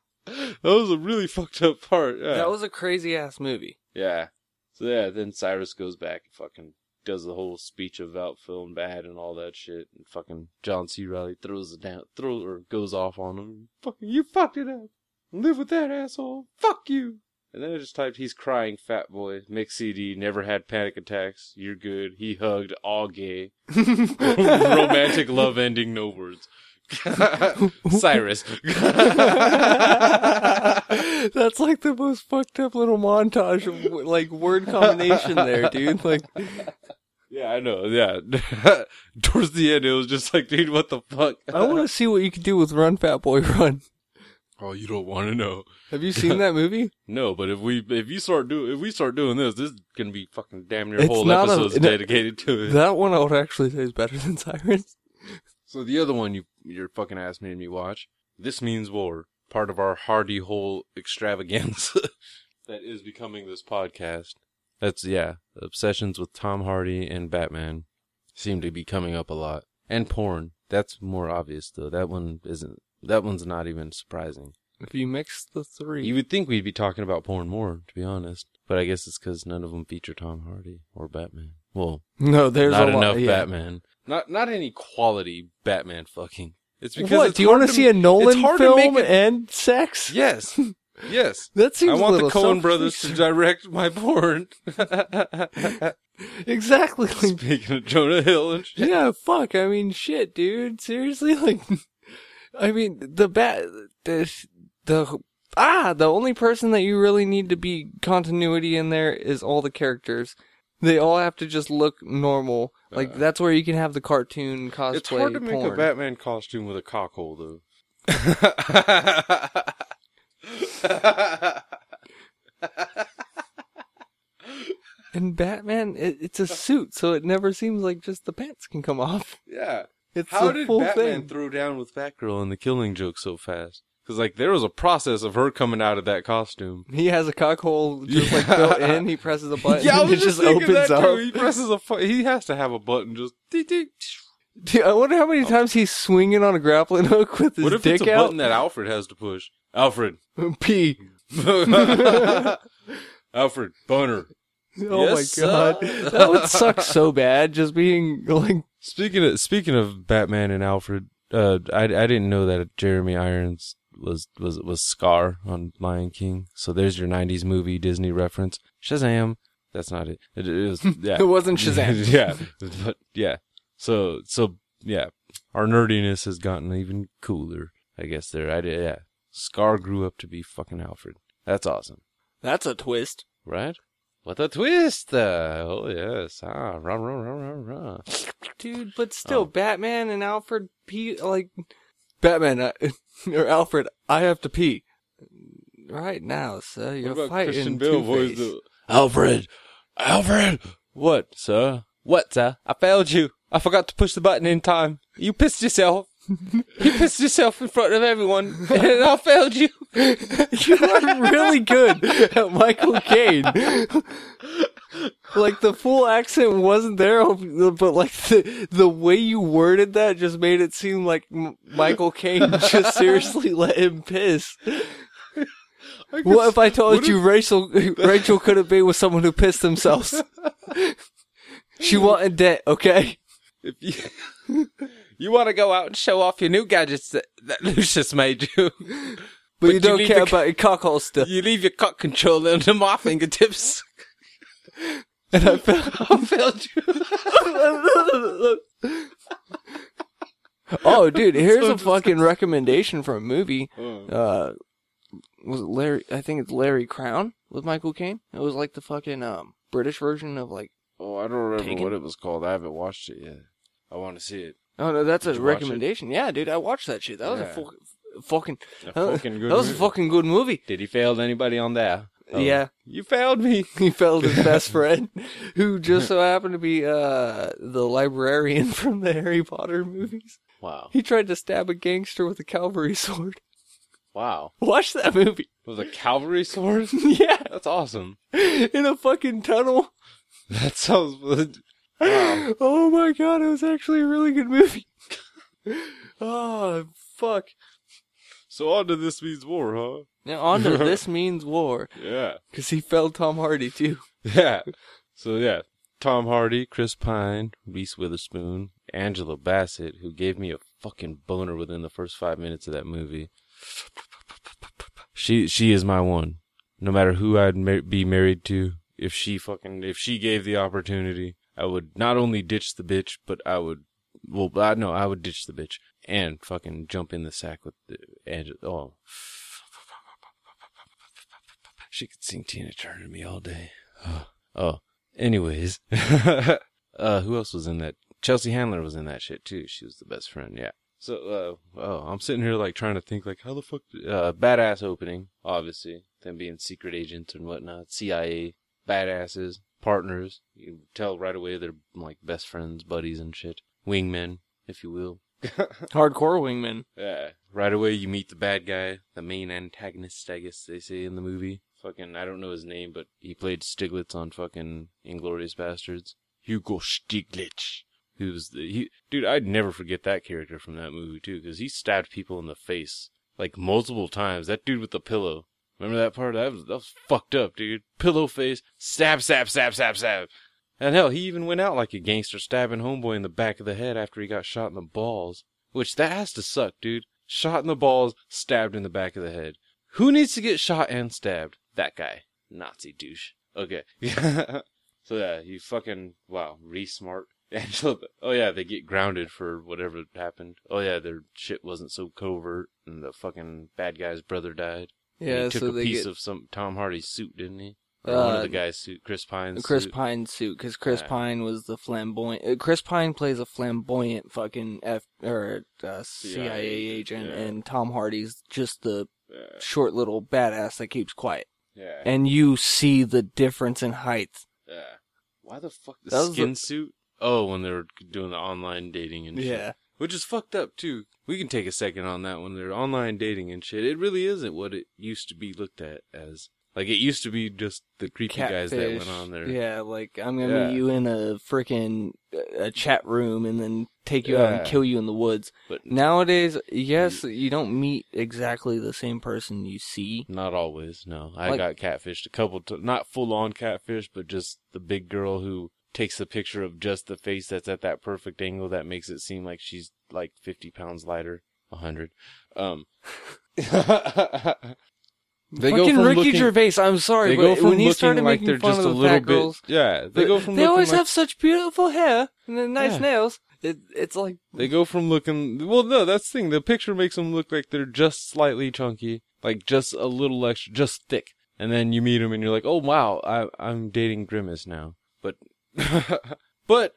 Speaker 3: was a really fucked up part. Yeah.
Speaker 1: that was a crazy ass movie.
Speaker 3: Yeah. So yeah, then Cyrus goes back and fucking does the whole speech about feeling bad and all that shit, and fucking John C. Riley throws it down, throws or goes off on him. Fucking, you fucked it up. Live with that asshole. Fuck you. And then I just typed, "He's crying, fat boy." Mix CD. Never had panic attacks. You're good. He hugged. All gay. Romantic love ending. No words. Cyrus.
Speaker 1: That's like the most fucked up little montage of like word combination there, dude. Like,
Speaker 3: Yeah, I know. Yeah. Towards the end, it was just like, dude, what the fuck?
Speaker 1: I want to see what you can do with Run Fat Boy Run.
Speaker 3: Oh, you don't want to know.
Speaker 1: Have you seen that movie?
Speaker 3: No, but if we if you start do if we start doing this, this is gonna be fucking damn near
Speaker 1: It's
Speaker 3: whole
Speaker 1: not a-
Speaker 3: episodes
Speaker 1: it-
Speaker 3: dedicated to it.
Speaker 1: That one I would actually say is better than Sirens.
Speaker 3: so the other one you your fucking ass made me watch. This means war. Part of our hardy whole extravaganza that is becoming this podcast. That's yeah. Obsessions with Tom Hardy and Batman seem to be coming up a lot. And porn. That's more obvious though. That one isn't that one's not even surprising.
Speaker 1: If you mix the three,
Speaker 3: You would think we'd be talking about porn more, to be honest. But I guess it's because none of them feature Tom Hardy or Batman. Well,
Speaker 1: no, there's
Speaker 3: not
Speaker 1: a lot.
Speaker 3: enough
Speaker 1: yeah.
Speaker 3: Batman. Not not any quality Batman fucking. It's because
Speaker 1: What
Speaker 3: it's
Speaker 1: do you want
Speaker 3: hard
Speaker 1: to see a Nolan
Speaker 3: it's hard to
Speaker 1: film
Speaker 3: make it-
Speaker 1: and sex?
Speaker 3: Yes, yes.
Speaker 1: That seems
Speaker 3: I
Speaker 1: a
Speaker 3: want the
Speaker 1: little
Speaker 3: Cohen
Speaker 1: selfish.
Speaker 3: brothers to direct my porn.
Speaker 1: exactly. Like,
Speaker 3: Speaking of Jonah Hill and shit.
Speaker 1: yeah, fuck. I mean, shit, dude. Seriously, like, I mean, the bat, the the ah, the only person that you really need to be continuity in there is all the characters. They all have to just look normal. Like
Speaker 3: Uh.
Speaker 1: that's where you can have the cartoon cosplay.
Speaker 3: It's hard to make
Speaker 1: porn.
Speaker 3: a Batman costume with a cockhole, though.
Speaker 1: And Batman, it, it's a suit, so it never seems like just the pants can come off.
Speaker 3: yeah.
Speaker 1: It's
Speaker 3: How
Speaker 1: the
Speaker 3: did
Speaker 1: full
Speaker 3: Batman
Speaker 1: thing.
Speaker 3: throw down with Batgirl in the Killing Joke so fast? Because like there was a process of her coming out of that costume.
Speaker 1: he has a cock hole just like
Speaker 3: Yeah.
Speaker 1: built in. He presses a button and it just,
Speaker 3: thinking
Speaker 1: opens
Speaker 3: that,
Speaker 1: up.
Speaker 3: too. He presses a fu- he has to have a button just. dee, dee.
Speaker 1: Dude, I wonder how many times he's swinging on a grappling hook with his
Speaker 3: Oh. What if
Speaker 1: dick
Speaker 3: it's a
Speaker 1: out.
Speaker 3: button that Alfred has to push? Alfred,
Speaker 1: P.
Speaker 3: Alfred, boner.
Speaker 1: Oh
Speaker 3: Yes,
Speaker 1: my god,
Speaker 3: sir.
Speaker 1: that would suck so bad. Just being like,
Speaker 3: Speaking of speaking of Batman and Alfred, uh, I I didn't know that Jeremy Irons was was was Scar on Lion King. So there's your '90s movie Disney reference. Shazam! That's not it. It, it was yeah.
Speaker 1: It wasn't Shazam.
Speaker 3: yeah, but yeah. So so yeah, our nerdiness has gotten even cooler. I guess there. I did. Yeah, Scar grew up to be fucking Alfred. That's awesome,
Speaker 1: That's a twist.
Speaker 3: right? What a twist! Uh, oh yes, ah, rah rah rah rah rah.
Speaker 1: Dude, but
Speaker 3: Oh.
Speaker 1: still, Batman and Alfred pee, like, Batman, I, or Alfred, I have to pee. Right now, sir, you're fighting Two-Face.
Speaker 3: Alfred, Alfred. What, sir? What, sir? I failed you. I forgot to push the button in time. You pissed yourself. you pissed yourself in front of everyone, and I failed you.
Speaker 1: You are really good at Michael Caine. like the full accent wasn't there, but like the the way you worded that just made it seem like M- Michael Caine just seriously let him piss. What if I told you Rachel Rachel couldn't be with someone who pissed themselves? she wanted debt, okay?
Speaker 3: If you you want to go out and show off your new gadgets that, that Lucius made you,
Speaker 1: But, you
Speaker 3: you
Speaker 1: don't
Speaker 3: need
Speaker 1: care
Speaker 3: to-
Speaker 1: about your cock holster.
Speaker 3: you leave your cock controller under my fingertips. And I failed, I failed you.
Speaker 1: Oh, dude, here's a fucking recommendation for a movie. Uh, was it Larry? I think it's Larry Crown with Michael Caine. It was like the fucking um British version of like.
Speaker 7: Oh, I don't remember
Speaker 1: Taken?
Speaker 7: what it was called. I haven't watched it yet. I want to see it.
Speaker 1: Oh no, that's
Speaker 7: Did
Speaker 1: a
Speaker 7: you watch it?
Speaker 1: recommendation. Yeah, dude, I watched that shit. That was a
Speaker 7: Yeah.
Speaker 1: fuck, fucking.
Speaker 7: A
Speaker 1: that was-
Speaker 7: fucking good
Speaker 1: that was
Speaker 7: movie. Oh.
Speaker 1: a fucking good movie.
Speaker 3: Did he fail anybody on that?
Speaker 1: Yeah,
Speaker 3: You failed me.
Speaker 1: he fell his best friend, who just so happened to be uh the librarian from the Harry Potter movies.
Speaker 3: Wow.
Speaker 1: He tried to stab a gangster with a cavalry sword.
Speaker 3: Wow.
Speaker 1: Watch that movie.
Speaker 3: With a cavalry sword?
Speaker 1: yeah,
Speaker 3: That's awesome.
Speaker 1: in a fucking tunnel.
Speaker 3: That sounds.
Speaker 1: Oh my god, it was actually a really good movie.
Speaker 3: Ah,
Speaker 1: oh fuck.
Speaker 7: So on to this means war, huh?
Speaker 1: Now on to this means war,
Speaker 7: Yeah.
Speaker 1: because he fell Tom Hardy too.
Speaker 3: Yeah. So yeah, Tom Hardy, Chris Pine, Reese Witherspoon, Angela Bassett, who gave me a fucking boner within the first five minutes of that movie. She she is my one. No matter who I'd mar- be married to, if she fucking if she gave the opportunity, I would not only ditch the bitch, but I would well, I no, I would ditch the bitch and fucking jump in the sack with the Angela. Oh, she could sing Tina Turner to me all day. Oh, anyways, uh, who else was in that? Chelsea Handler was in that shit too. She was the best friend. Yeah. So, uh, oh, I'm sitting here like trying to think like how the fuck, uh, badass opening, obviously, them being secret agents and whatnot, CIA, badasses, partners. You tell right away they're like best friends, buddies and shit, wingmen, if you will.
Speaker 1: Hardcore wingman.
Speaker 3: Yeah. Right away, you meet the bad guy, the main antagonist, I guess they say in the movie. Fucking, I don't know his name, but he played Stiglitz on fucking Inglorious Bastards. Hugo Stiglitz. Who was the, he, dude, I'd never forget that character from that movie, too, because he stabbed people in the face, like, multiple times. That dude with the pillow. Remember that part? That was, that was fucked up, dude. Pillow face, stab, stab, stab, stab, stab. And hell, he even went out like a gangster, stabbing homeboy in the back of the head after he got shot in the balls. Which that has to suck, dude. Shot in the balls, stabbed in the back of the head. Who needs to get shot and stabbed? That guy. Nazi douche. Okay. so yeah, you fucking wow, re smart. Angela Oh yeah, they get grounded for whatever happened. Oh yeah, their shit wasn't so covert and the fucking bad guy's brother died. And
Speaker 1: Yeah,
Speaker 3: he took
Speaker 1: so
Speaker 3: a
Speaker 1: they
Speaker 3: piece
Speaker 1: get
Speaker 3: of some Tom Hardy's suit, didn't he? Or one of
Speaker 1: Uh,
Speaker 3: the guys' suit, Chris Pine's
Speaker 1: Chris
Speaker 3: suit.
Speaker 1: Pine suit because Chris
Speaker 3: Yeah.
Speaker 1: Pine was the flamboyant. uh, Chris Pine plays a flamboyant fucking F or uh, CIA,
Speaker 7: CIA
Speaker 1: agent,
Speaker 7: yeah.
Speaker 1: and Tom Hardy's just the
Speaker 7: Yeah.
Speaker 1: short little badass that keeps quiet.
Speaker 7: Yeah.
Speaker 1: And you see the difference in height.
Speaker 7: yeah.
Speaker 3: Why the fuck
Speaker 1: That
Speaker 3: the
Speaker 1: was
Speaker 3: skin
Speaker 1: the-
Speaker 3: suit? Oh, when they were doing the online dating and shit.
Speaker 1: Yeah.
Speaker 3: Which is fucked up too. We can take a second on that when they're online dating and shit. It really isn't what it used to be looked at as. Like it used to be just the creepy guys that went
Speaker 1: Catfish.
Speaker 3: on there.
Speaker 1: Yeah, like I'm gonna
Speaker 3: Yeah.
Speaker 1: meet you in a freaking uh, a chat room and then take you out
Speaker 3: Yeah.
Speaker 1: and kill you in the woods.
Speaker 3: But
Speaker 1: Nowadays, yes,
Speaker 3: Mm.
Speaker 1: you don't meet exactly the same person you see.
Speaker 3: not always. No, I
Speaker 1: Like-
Speaker 3: got catfished a couple, t- not full on catfish, but just the big girl who takes the picture of just the face that's at that perfect angle that makes it seem like she's like 50 pounds lighter, 100. Um, They go
Speaker 1: Fucking
Speaker 3: from
Speaker 1: Ricky
Speaker 3: looking,
Speaker 1: Gervais. I'm sorry,
Speaker 3: they
Speaker 1: but
Speaker 3: go from
Speaker 1: when he started
Speaker 3: looking like
Speaker 1: making
Speaker 3: they're
Speaker 1: fun
Speaker 3: just
Speaker 1: of
Speaker 3: a
Speaker 1: the
Speaker 3: little
Speaker 1: fat
Speaker 3: bit.
Speaker 1: girls,
Speaker 3: Yeah, they
Speaker 1: but
Speaker 3: go from
Speaker 1: they
Speaker 3: looking
Speaker 1: always
Speaker 3: like,
Speaker 1: have such beautiful hair and then nice
Speaker 3: Yeah.
Speaker 1: nails. It, it's like
Speaker 3: They go from looking well, no, that's the thing. The picture makes them look like they're just slightly chunky, like just a little extra, just thick. And then you meet them, and you're like, oh wow, I, I'm dating Grimace now. But, but,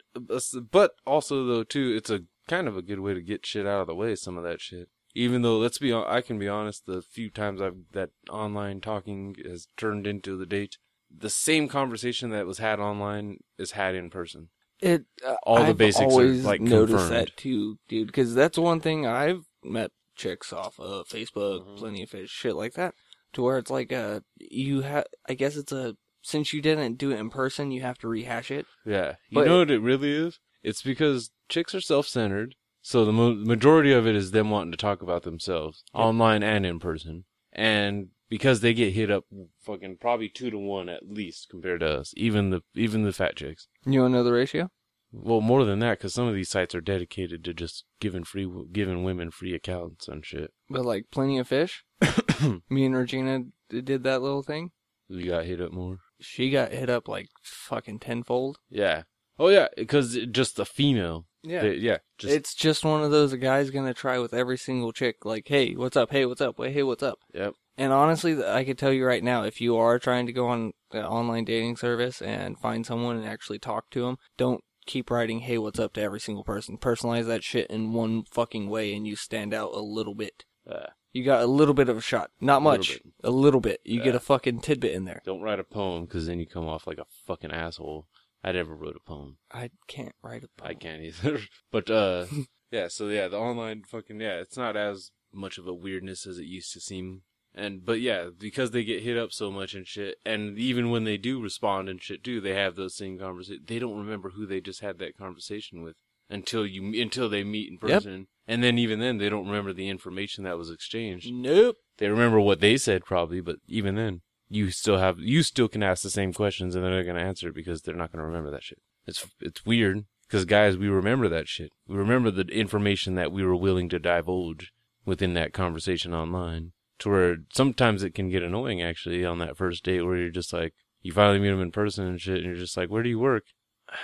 Speaker 3: but also though too, it's a kind of a good way to get shit out of the way. Some of that shit. Even though, let's be, hon- I can be honest. The few times I've that online talking has turned into the date, the same conversation that was had online is had in person.
Speaker 1: it. Uh,
Speaker 3: All the
Speaker 1: I've
Speaker 3: basics are,
Speaker 1: always
Speaker 3: like,
Speaker 1: noticed
Speaker 3: confirmed.
Speaker 1: that too, dude. Because that's one thing I've met chicks off of Facebook,
Speaker 3: Mm-hmm.
Speaker 1: plenty of fish, shit like that. To where it's like, uh, you have. I guess it's a since you didn't do it in person, you have to rehash it.
Speaker 3: Yeah. You
Speaker 1: But-
Speaker 3: know what it really is? It's because chicks are self centered. So the mo- majority of it is them wanting to talk about themselves online and in person. And because they get hit up fucking probably two to one at least compared to us, even the, even the fat chicks.
Speaker 1: You want to know the ratio?
Speaker 3: Well, more than that, because some of these sites are dedicated to just giving free, giving women free accounts and shit.
Speaker 1: But like plenty of fish. Me and Regina d- did that little thing.
Speaker 3: You got hit up more.
Speaker 1: She got hit up like fucking tenfold.
Speaker 3: Yeah. Oh yeah, because just the female.
Speaker 1: Yeah.
Speaker 3: They- yeah. Just
Speaker 1: it's just one of those a guy's gonna try with every single chick. Like, hey, what's up? Hey, what's up? Wait, hey, what's up?
Speaker 3: Yep.
Speaker 1: And honestly, th- I could tell you right now, if you are trying to go on an online dating service and find someone and actually talk to them, don't keep writing "Hey, what's up" to every single person. Personalize that shit in one fucking way, and you stand out a little bit.
Speaker 3: Uh,
Speaker 1: You got a little bit of a shot, not
Speaker 3: Little
Speaker 1: much,
Speaker 3: bit. Uh.
Speaker 1: a little bit. You get
Speaker 3: Yeah.
Speaker 1: a fucking tidbit in there.
Speaker 3: Don't write a poem because then you come off like a fucking asshole. I never wrote a poem.
Speaker 1: I can't write a
Speaker 3: I can't either. But uh, yeah. So yeah, the online fucking yeah, it's not as much of a weirdness as it used to seem. And but yeah, because they get hit up so much and shit, and even when they do respond and shit too, they have those same conversations. They don't remember who they just had that conversation with until you until they meet in
Speaker 1: Yep.
Speaker 3: person, and then even then they don't remember the information that was exchanged.
Speaker 1: Nope.
Speaker 3: They remember what they said probably, but even then, you still have you still can ask the same questions and they're not gonna answer it because they're not gonna remember that shit. It's it's weird because guys, we remember that shit. We remember the information that we were willing to divulge within that conversation online. To where sometimes it can get annoying actually on that first date where you're just like you finally meet them in person and shit and you're just like, where do you work?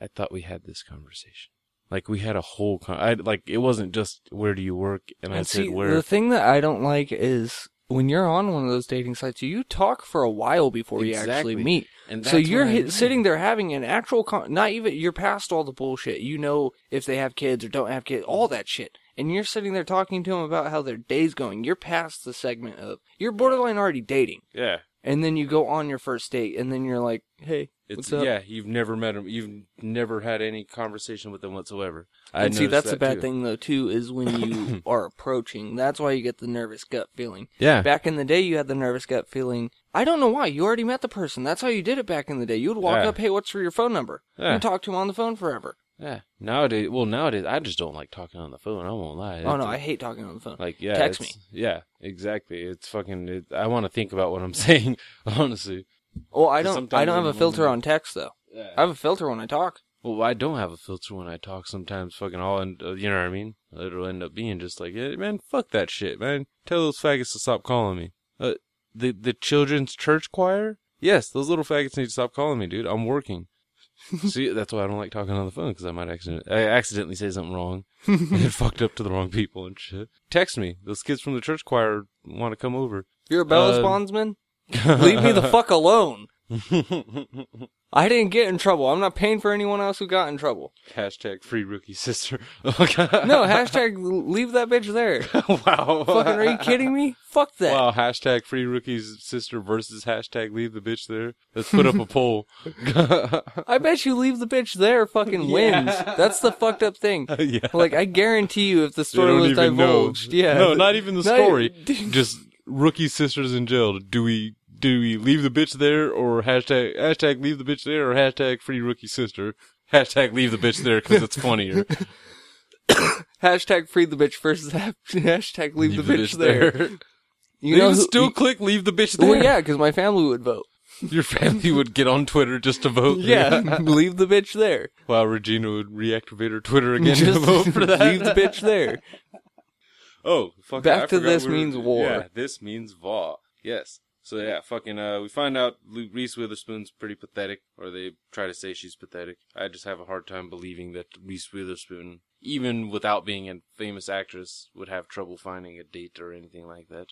Speaker 3: I thought we had this conversation. Like we had a whole con- I like it wasn't just where do you work and I
Speaker 1: And
Speaker 3: said
Speaker 1: see,
Speaker 3: where
Speaker 1: The thing that I don't like is when you're on one of those dating sites, you talk for a while before you actually
Speaker 3: Exactly.
Speaker 1: meet.
Speaker 3: And
Speaker 1: so
Speaker 3: that's
Speaker 1: you're
Speaker 3: what I
Speaker 1: hit,
Speaker 3: mean.
Speaker 1: sitting there having an actual, con- not even you're past all the bullshit. You know if they have kids or don't have kids, all that shit. And you're sitting there talking to them about how their day's going. You're past the segment of you're borderline already dating,
Speaker 3: Yeah.
Speaker 1: and then you go on your first date, and then you're like, "Hey,
Speaker 3: It's
Speaker 1: what's up?"
Speaker 3: yeah, you've never met them. You've never had any conversation with them whatsoever. I
Speaker 1: and see,
Speaker 3: noticed
Speaker 1: that's
Speaker 3: that
Speaker 1: a bad
Speaker 3: too.
Speaker 1: thing though too is when you are approaching. That's why you get the nervous gut feeling.
Speaker 3: Yeah.
Speaker 1: Back in the day, you had the nervous gut feeling. I don't know why. You already met the person. That's how you did it back in the day. You would walk
Speaker 3: Yeah.
Speaker 1: up, hey, what's for your phone number?
Speaker 3: Yeah.
Speaker 1: And talk to him on the phone forever.
Speaker 3: Yeah. Nowadays, well, nowadays I just don't like talking on the phone. I won't lie.
Speaker 1: Oh, no, I
Speaker 3: It's-
Speaker 1: hate talking on the phone.
Speaker 3: like yeah.
Speaker 1: text
Speaker 3: it's- Yeah, exactly. It's fucking. It, I want to think about what I'm saying. Honestly.
Speaker 1: Well, I don't,
Speaker 3: sometimes
Speaker 1: I don't have
Speaker 3: in
Speaker 1: a
Speaker 3: the
Speaker 1: filter on
Speaker 3: moment-
Speaker 1: text, though.
Speaker 3: Yeah.
Speaker 1: I have a filter when I talk.
Speaker 3: Well, I don't have a filter when I talk. Sometimes, fucking, all end. Uh, you know what I mean? It'll end up being just like, yeah, man, fuck that shit, man. Tell those faggots to stop calling me. Uh, the the children's church choir. Yes, those little faggots need to stop calling me, dude. I'm working. See, that's why I don't like talking on the phone because I might accident I accidentally say something wrong and it fucked up to the wrong people and shit. Text me. Those kids from the church choir want to come over.
Speaker 1: You're a Bella
Speaker 3: Um,
Speaker 1: Bondsman? Leave me the fuck alone. I didn't get in trouble. I'm not paying for anyone else who got in trouble.
Speaker 3: Hashtag free rookie sister.
Speaker 1: No, hashtag leave that bitch there.
Speaker 3: wow.
Speaker 1: Fucking, are you kidding me? Fuck that.
Speaker 3: Wow, hashtag free rookies sister versus hashtag leave the bitch there. Let's put up a poll.
Speaker 1: I bet you leave the bitch there fucking wins. That's the fucked up thing.
Speaker 3: yeah.
Speaker 1: Like I guarantee you, if the
Speaker 3: They
Speaker 1: story
Speaker 3: don't
Speaker 1: was
Speaker 3: even know.
Speaker 1: divulged, yeah,
Speaker 3: No, not e- even the
Speaker 1: Not
Speaker 3: story.
Speaker 1: even-
Speaker 3: Just rookie sisters in jail. Do we do we leave the bitch there or hashtag hashtag leave the bitch there or hashtag free rookie sister? Hashtag leave the bitch there because it's funnier.
Speaker 1: hashtag free the bitch versus ha- hashtag leave, the, bitch, there. You
Speaker 3: You
Speaker 1: know,
Speaker 3: would
Speaker 1: who-
Speaker 3: still click leave the bitch there.
Speaker 1: well, yeah, because my family would vote.
Speaker 3: Your family would get on Twitter just to vote.
Speaker 1: Yeah, leave the bitch there.
Speaker 3: Wow, Regina would reactivate her Twitter again to
Speaker 1: Just
Speaker 3: vote for that.
Speaker 1: leave the bitch there.
Speaker 3: Oh, fuck,
Speaker 1: Back
Speaker 3: I
Speaker 1: to
Speaker 3: forgot
Speaker 1: this
Speaker 3: we were-
Speaker 1: means war.
Speaker 3: Yeah, this means war. Yes. So yeah, fucking. Uh, we find out Lu Reese Witherspoon's pretty pathetic, or they try to say she's pathetic. I just have a hard time believing that Reese Witherspoon, even without being a famous actress, would have trouble finding a date or anything like that.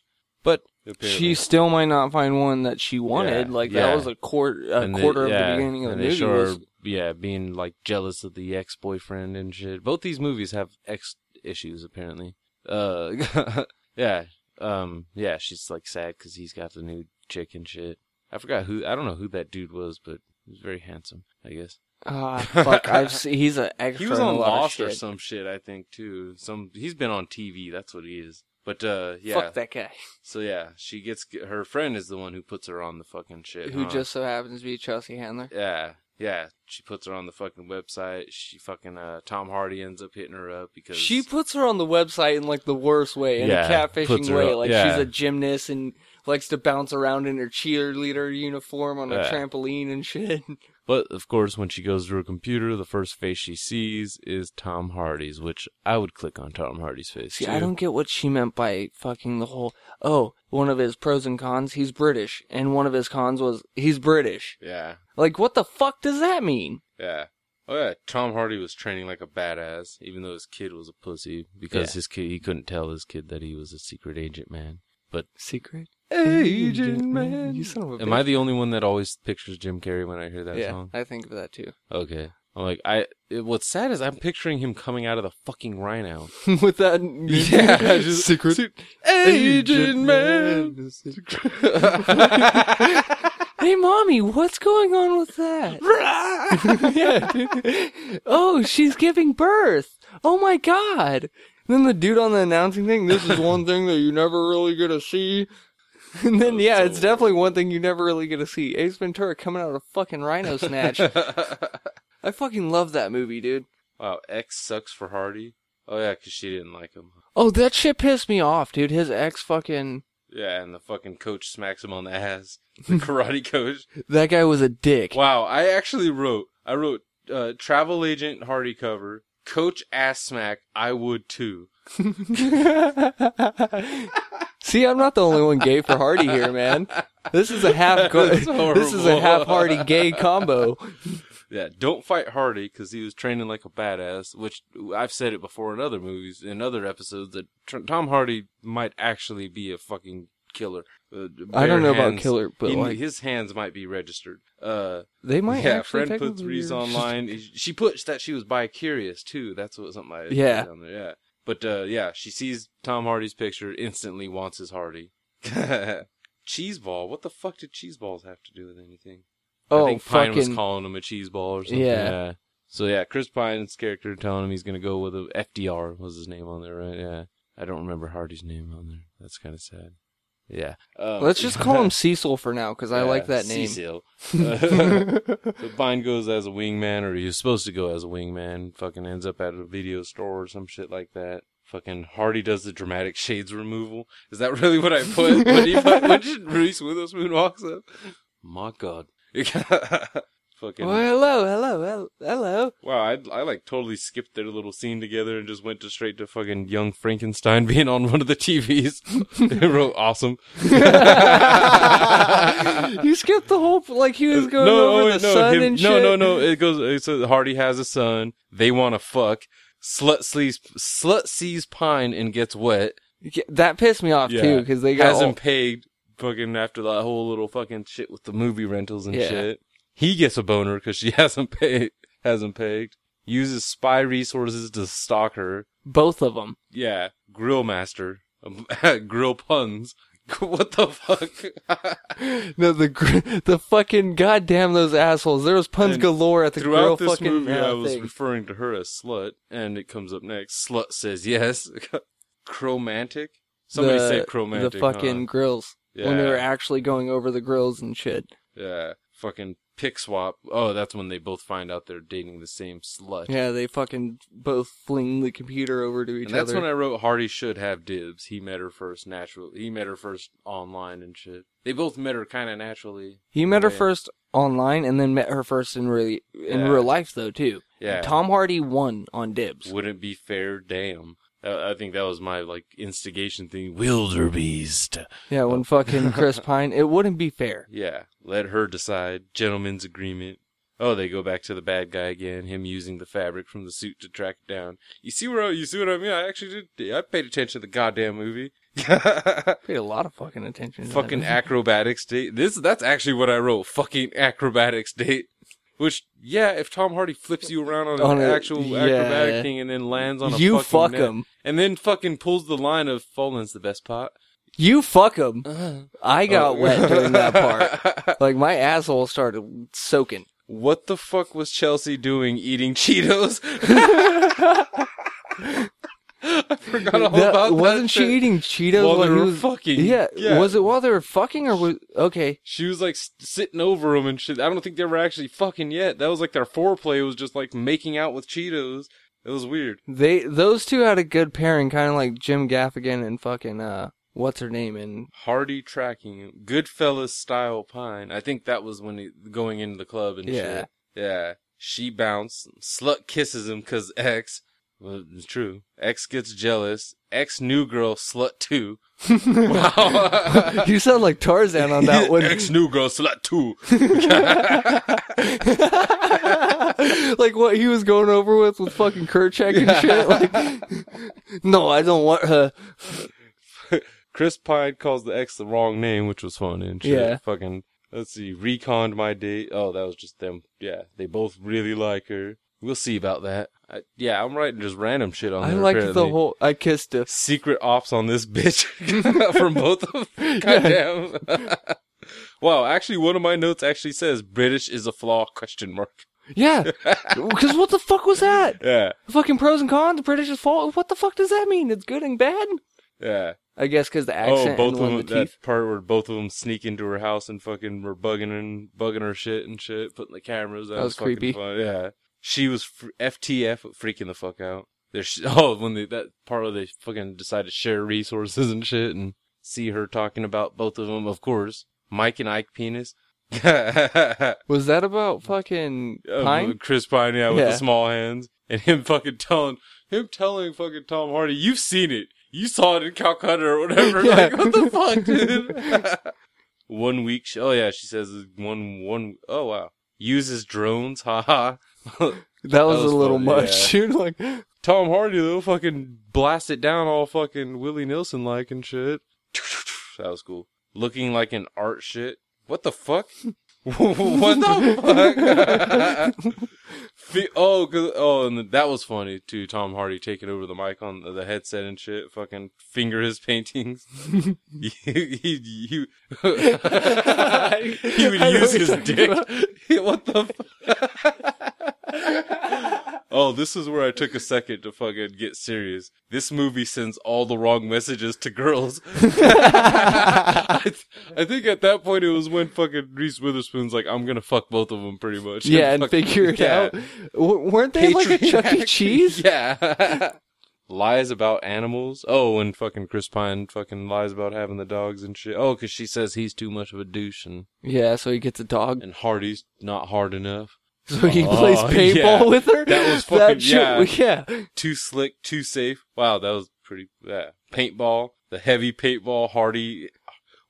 Speaker 3: But
Speaker 1: She still might not find one that she wanted.
Speaker 3: Yeah,
Speaker 1: like
Speaker 3: yeah.
Speaker 1: that was a quarter, a
Speaker 3: And they-
Speaker 1: quarter of
Speaker 3: yeah,
Speaker 1: the beginning of the
Speaker 3: and they
Speaker 1: movie.
Speaker 3: show her,
Speaker 1: was-
Speaker 3: yeah, being like jealous of the ex boyfriend and shit. Both these movies have ex issues apparently. Uh, yeah, um, yeah, she's like sad because he's got the new chick and shit. I forgot who. I don't know who that dude was, but he was very handsome. I guess
Speaker 1: Ah, fuck! I've seen, he's an extra.
Speaker 3: he was
Speaker 1: in a
Speaker 3: on
Speaker 1: lot of
Speaker 3: Lost or
Speaker 1: shit.
Speaker 3: some shit. I think too. Some he's been on TV. That's what he is. But uh, yeah.
Speaker 1: Fuck that guy
Speaker 3: So yeah, she gets her friend is the one who puts her on the fucking shit.
Speaker 1: who
Speaker 3: huh?
Speaker 1: just so happens to be Chelsea Handler.
Speaker 3: Yeah, yeah. She puts her on the fucking website. She fucking uh, Tom Hardy ends up hitting her up because
Speaker 1: She puts her on the website in like the worst way, in
Speaker 3: Yeah,
Speaker 1: a
Speaker 3: puts
Speaker 1: catfishing
Speaker 3: her
Speaker 1: way.
Speaker 3: up-
Speaker 1: Like
Speaker 3: yeah.
Speaker 1: she's a gymnast and likes to bounce around in her cheerleader uniform on a
Speaker 3: Yeah.
Speaker 1: trampoline and shit.
Speaker 3: But of course, when she goes to her computer, the first face she sees is Tom Hardy's, which I would click on Tom Hardy's face.
Speaker 1: See,
Speaker 3: too.
Speaker 1: I don't get what she meant by fucking the whole. Oh, one of his pros and cons, he's British, and one of his cons was he's British.
Speaker 3: Yeah,
Speaker 1: Like, what the fuck does that mean?
Speaker 3: yeah. Oh yeah, Tom Hardy was training like a badass, even though his kid was a pussy because
Speaker 1: Yeah.
Speaker 3: his kid he couldn't tell his kid that he was a secret agent man.
Speaker 1: Secret
Speaker 3: Agent man.
Speaker 1: You son of a bitch.
Speaker 3: Am I the only one that always pictures Jim Carrey when I hear that
Speaker 1: yeah,
Speaker 3: song?
Speaker 1: I think of that too.
Speaker 3: Okay. I'm like, I. It, what's sad is I'm picturing him coming out of the fucking rhino.
Speaker 1: With that,
Speaker 3: Yeah, just-
Speaker 1: secret
Speaker 3: Agent man.
Speaker 1: Hey, mommy, what's going on with that? yeah, dude. Oh, she's giving birth. Oh my god. Then the dude on the announcing thing, this is one thing that you never really get to see. And then, yeah, it's definitely one thing you never really get to see. Ace Ventura coming out of fucking Rhino Snatch. I fucking love that movie, dude.
Speaker 3: wow, X sucks for Hardy. Oh yeah, 'cause she didn't like him.
Speaker 1: Oh, that shit pissed me off, dude. His ex fucking.
Speaker 3: Yeah, and the fucking coach smacks him on the ass. The karate coach.
Speaker 1: That guy was a dick.
Speaker 3: Wow, I actually wrote. I wrote uh, travel agent Hardy cover. Coach ass smack. I would too.
Speaker 1: See, I'm not the only one gay for Hardy here, man. This is a half co-
Speaker 3: That's horrible.
Speaker 1: this is a half Hardy gay combo.
Speaker 3: Yeah, don't fight Hardy because he was training like a badass, which I've said it before in other movies, in other episodes, that tr- Tom Hardy might actually be a fucking killer. Uh,
Speaker 1: I don't
Speaker 3: bare
Speaker 1: know about
Speaker 3: hands-
Speaker 1: killer, but
Speaker 3: he-
Speaker 1: like
Speaker 3: his hands might be registered. Uh,
Speaker 1: they might
Speaker 3: yeah,
Speaker 1: actually
Speaker 3: friend puts
Speaker 1: technically-
Speaker 3: Reese online. He- She puts that she was bi curious too. That's what something I
Speaker 1: Yeah.
Speaker 3: down there. Yeah, but uh, yeah, she sees Tom Hardy's picture, instantly wants his Hardy. Cheeseball. What the fuck did cheeseballs have to do with anything?
Speaker 1: Oh,
Speaker 3: I think Pine
Speaker 1: fucking
Speaker 3: was calling him a cheese ball or something.
Speaker 1: Yeah.
Speaker 3: Yeah. So yeah, Chris Pine's character telling him he's gonna go with a FDR was his name on there, right? Yeah. I don't remember Hardy's name on there. That's kind of sad. Yeah. Um,
Speaker 1: Let's just call him Cecil for now because I
Speaker 3: yeah,
Speaker 1: like that name.
Speaker 3: Cecil. so Pine goes as a wingman, or he was supposed to go as a wingman. Fucking ends up at a video store or some shit like that. Fucking Hardy does the dramatic shades removal. Is that really what I put? when, he, when Reese Witherspoon walks up, my God. Fucking
Speaker 1: Well, hello, hello, hel- hello.
Speaker 3: wow, I I like totally skipped their little scene together and just went to straight to fucking young Frankenstein being on one of the TVs. it wrote awesome.
Speaker 1: you skipped the whole like he was going over
Speaker 3: wait,
Speaker 1: the sun
Speaker 3: him-
Speaker 1: and
Speaker 3: oh, no,
Speaker 1: shit.
Speaker 3: no, no. It goes. It says Hardy has a son. They want to fuck. Slut sees slut sees Pine and gets wet.
Speaker 1: Yeah, That pissed me off too, 'cause too
Speaker 3: Yeah.
Speaker 1: because they got
Speaker 3: Hasn't
Speaker 1: all-
Speaker 3: paid fucking after that whole little fucking shit with the movie rentals and
Speaker 1: Yeah.
Speaker 3: shit. He gets a boner because she hasn't paid. Hasn't paid. Uses spy resources to stalk her.
Speaker 1: both of them.
Speaker 3: Yeah, grill master. Um, grill puns. what the fuck?
Speaker 1: No, the gr- the fucking goddamn those assholes. There was puns
Speaker 3: And
Speaker 1: galore at the grill
Speaker 3: Throughout this
Speaker 1: fucking
Speaker 3: movie,
Speaker 1: uh,
Speaker 3: I was
Speaker 1: thing.
Speaker 3: referring to her as slut, and it comes up next. Slut says yes. chromantic. Somebody
Speaker 1: the,
Speaker 3: said chromantic.
Speaker 1: The fucking
Speaker 3: huh?
Speaker 1: grills
Speaker 3: yeah,
Speaker 1: when they were actually going over the grills and shit.
Speaker 3: yeah, fucking pick swap. Oh, that's when they both find out they're dating the same slut.
Speaker 1: Yeah, they fucking both fling the computer over to each
Speaker 3: and that's
Speaker 1: other.
Speaker 3: when I wrote Hardy should have dibs. He met her first naturally. He met her first online and shit. They both met her kind of naturally.
Speaker 1: he met her
Speaker 3: Yeah.
Speaker 1: first online, and then met her first in really in
Speaker 3: Yeah.
Speaker 1: real life though too.
Speaker 3: Yeah.
Speaker 1: Tom Hardy won on dibs.
Speaker 3: Wouldn't be fair, damn. I I think that was my like instigation thing. Wilderbeest.
Speaker 1: Yeah,
Speaker 3: oh.
Speaker 1: when fucking Chris Pine, it wouldn't be fair.
Speaker 3: Yeah, let her decide. Gentleman's agreement. Oh, they go back to the bad guy again. Him using the fabric from the suit to track it down. You see where I- you see what I mean? I actually did. I paid attention to the goddamn movie.
Speaker 1: Paid a lot of fucking attention. To that
Speaker 3: fucking
Speaker 1: movie.
Speaker 3: acrobatics date. This that's actually what I wrote. Fucking acrobatics date. Which yeah, if Tom Hardy flips you around on,
Speaker 1: On
Speaker 3: an
Speaker 1: a-
Speaker 3: actual
Speaker 1: yeah.
Speaker 3: acrobatic thing and then lands on a
Speaker 1: you
Speaker 3: fucking
Speaker 1: fuck
Speaker 3: net,
Speaker 1: him.
Speaker 3: and then fucking pulls the line of falling's the best pot.
Speaker 1: You fuck him.
Speaker 3: Uh-huh.
Speaker 1: I
Speaker 3: Oh.
Speaker 1: got wet during that part. Like my asshole started soaking.
Speaker 3: What the fuck was Chelsea doing eating Cheetos? I forgot all
Speaker 1: That-
Speaker 3: about that.
Speaker 1: wasn't she
Speaker 3: shit.
Speaker 1: eating Cheetos
Speaker 3: While
Speaker 1: when
Speaker 3: they
Speaker 1: he
Speaker 3: were
Speaker 1: was
Speaker 3: fucking.
Speaker 1: Yeah,
Speaker 3: Yeah.
Speaker 1: was it while they were fucking or was okay?
Speaker 3: She was like s- sitting over him and shit. I don't think they were actually fucking yet. That was like their foreplay was just like making out with Cheetos. It was weird.
Speaker 1: They those two had a good pairing, kind of like Jim Gaffigan and fucking uh, what's her name and
Speaker 3: Hardy tracking him. Goodfellas style pine. I think that was when he going into the club and
Speaker 1: Yeah.
Speaker 3: shit. Yeah. She bounced. Slut kisses him because X. Well, it's true. X gets jealous. X new girl slut too. wow.
Speaker 1: you sound like Tarzan on that one.
Speaker 3: X new girl slut too.
Speaker 1: like what he was going over with with fucking Kerchak and shit. Like, no, I don't want her.
Speaker 3: Chris Pine calls the ex the wrong name, which was fun and shit.
Speaker 1: Yeah.
Speaker 3: Fucking let's see, reconned my date. Oh, that was just them. Yeah, they both really like her. We'll see about that. I, yeah, I'm writing just random shit on.
Speaker 1: I
Speaker 3: there,
Speaker 1: liked the
Speaker 3: apparently.
Speaker 1: whole. I kissed her.
Speaker 3: secret ops on this bitch from both of them. Goddamn. wow, actually, one of my notes actually says British is a flaw? Question mark.
Speaker 1: Yeah, because what the fuck was that?
Speaker 3: Yeah,
Speaker 1: Fucking pros and cons. The British is fault. What the fuck does that mean? It's good and bad.
Speaker 3: yeah.
Speaker 1: I guess because the accent
Speaker 3: oh,
Speaker 1: and
Speaker 3: both of
Speaker 1: one
Speaker 3: them.
Speaker 1: of the
Speaker 3: that
Speaker 1: teeth.
Speaker 3: part where both of them sneak into her house and fucking were bugging and bugging her shit and shit, putting the cameras. That,
Speaker 1: That was
Speaker 3: fucking
Speaker 1: creepy.
Speaker 3: Fun. Yeah, she was fr- FTF, freaking the fuck out. There's sh- oh, when they, that part where they fucking decide to share resources and shit, and see her talking about both of them. Of course, Mike and Ike penis.
Speaker 1: Was that about fucking
Speaker 3: Uh,
Speaker 1: Pine?
Speaker 3: Chris Pine, yeah, with
Speaker 1: Yeah.
Speaker 3: the small hands, and him fucking telling him telling fucking Tom Hardy, "You've seen it, you saw it in Calcutta or whatever."
Speaker 1: Yeah.
Speaker 3: Like, what the fuck, dude? one week. She, oh yeah, she says one one. Oh wow, uses drones. Ha ha.
Speaker 1: That was,
Speaker 3: was
Speaker 1: a little
Speaker 3: fun,
Speaker 1: much, dude. Like,
Speaker 3: Tom Hardy though, fucking blast it down all fucking Willie Nelson like and shit. That was cool. Looking like an art shit. What the fuck? what the fuck? Fe- oh, 'cause- oh, and that was funny too. Tom Hardy taking over the mic on the, the headset and shit. Fucking finger his paintings. he, he, he, he would
Speaker 1: I know
Speaker 3: use
Speaker 1: what
Speaker 3: his
Speaker 1: you're talking
Speaker 3: dick. what the? F- oh, this is where I took a second to fucking get serious. This movie sends all the wrong messages to girls. I, th- I think at that point it was when fucking Reese Witherspoon's like, "I'm gonna fuck both of them," pretty much.
Speaker 1: yeah, and
Speaker 3: fucking-
Speaker 1: figure it
Speaker 3: Yeah.
Speaker 1: out. W- weren't they like a Chuck E.
Speaker 3: Patriarchy.
Speaker 1: Cheese?
Speaker 3: yeah. lies about animals. Oh, and fucking Chris Pine fucking lies about having the dogs and shit. Oh, because she says he's too much of a douche and,
Speaker 1: Yeah, so he gets a dog.
Speaker 3: and Hardy's not hard enough.
Speaker 1: So he
Speaker 3: Oh,
Speaker 1: plays paintball
Speaker 3: yeah.
Speaker 1: with her.
Speaker 3: That was fucking-
Speaker 1: shit- yeah.
Speaker 3: Too slick, too safe. Wow, that was pretty. Yeah. Paintball, the heavy paintball Hardy.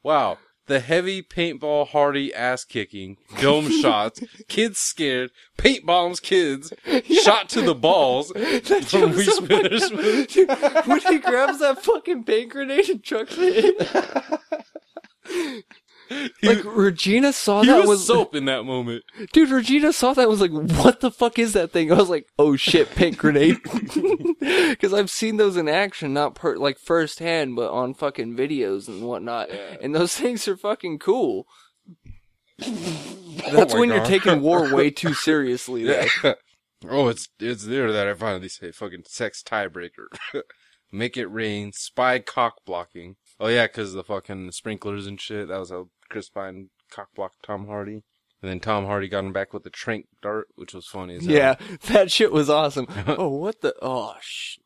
Speaker 3: Wow. The heavy paintball Hardy ass kicking, dome shots, kids scared, paint bombs kids, shot to the balls
Speaker 1: That shit
Speaker 3: from
Speaker 1: was
Speaker 3: Reese
Speaker 1: so fucked up.
Speaker 3: Witherspoon.
Speaker 1: Dude, when he grabs that fucking paint grenade and chucks it in. like Regina saw
Speaker 3: He
Speaker 1: that
Speaker 3: was,
Speaker 1: was
Speaker 3: soap in that moment.
Speaker 1: dude. Regina saw that and was like, "What the fuck is that thing?" I was like, "Oh shit, paint grenade," because I've seen those in action, not per- like firsthand, but on fucking videos and whatnot. And those things are fucking cool. That's
Speaker 3: Oh my
Speaker 1: when you're
Speaker 3: God.
Speaker 1: taking war way too seriously. though.
Speaker 3: oh, it's it's there that I finally say fucking sex tiebreaker. Make it rain, spy cock blocking. Oh yeah, because the fucking sprinklers and shit. That was how Chris Pine cock blocked Tom Hardy, and then Tom Hardy got him back with the trank dart, which was funny. As hell.
Speaker 1: Yeah, that shit was awesome. oh, what the? Oh, sh-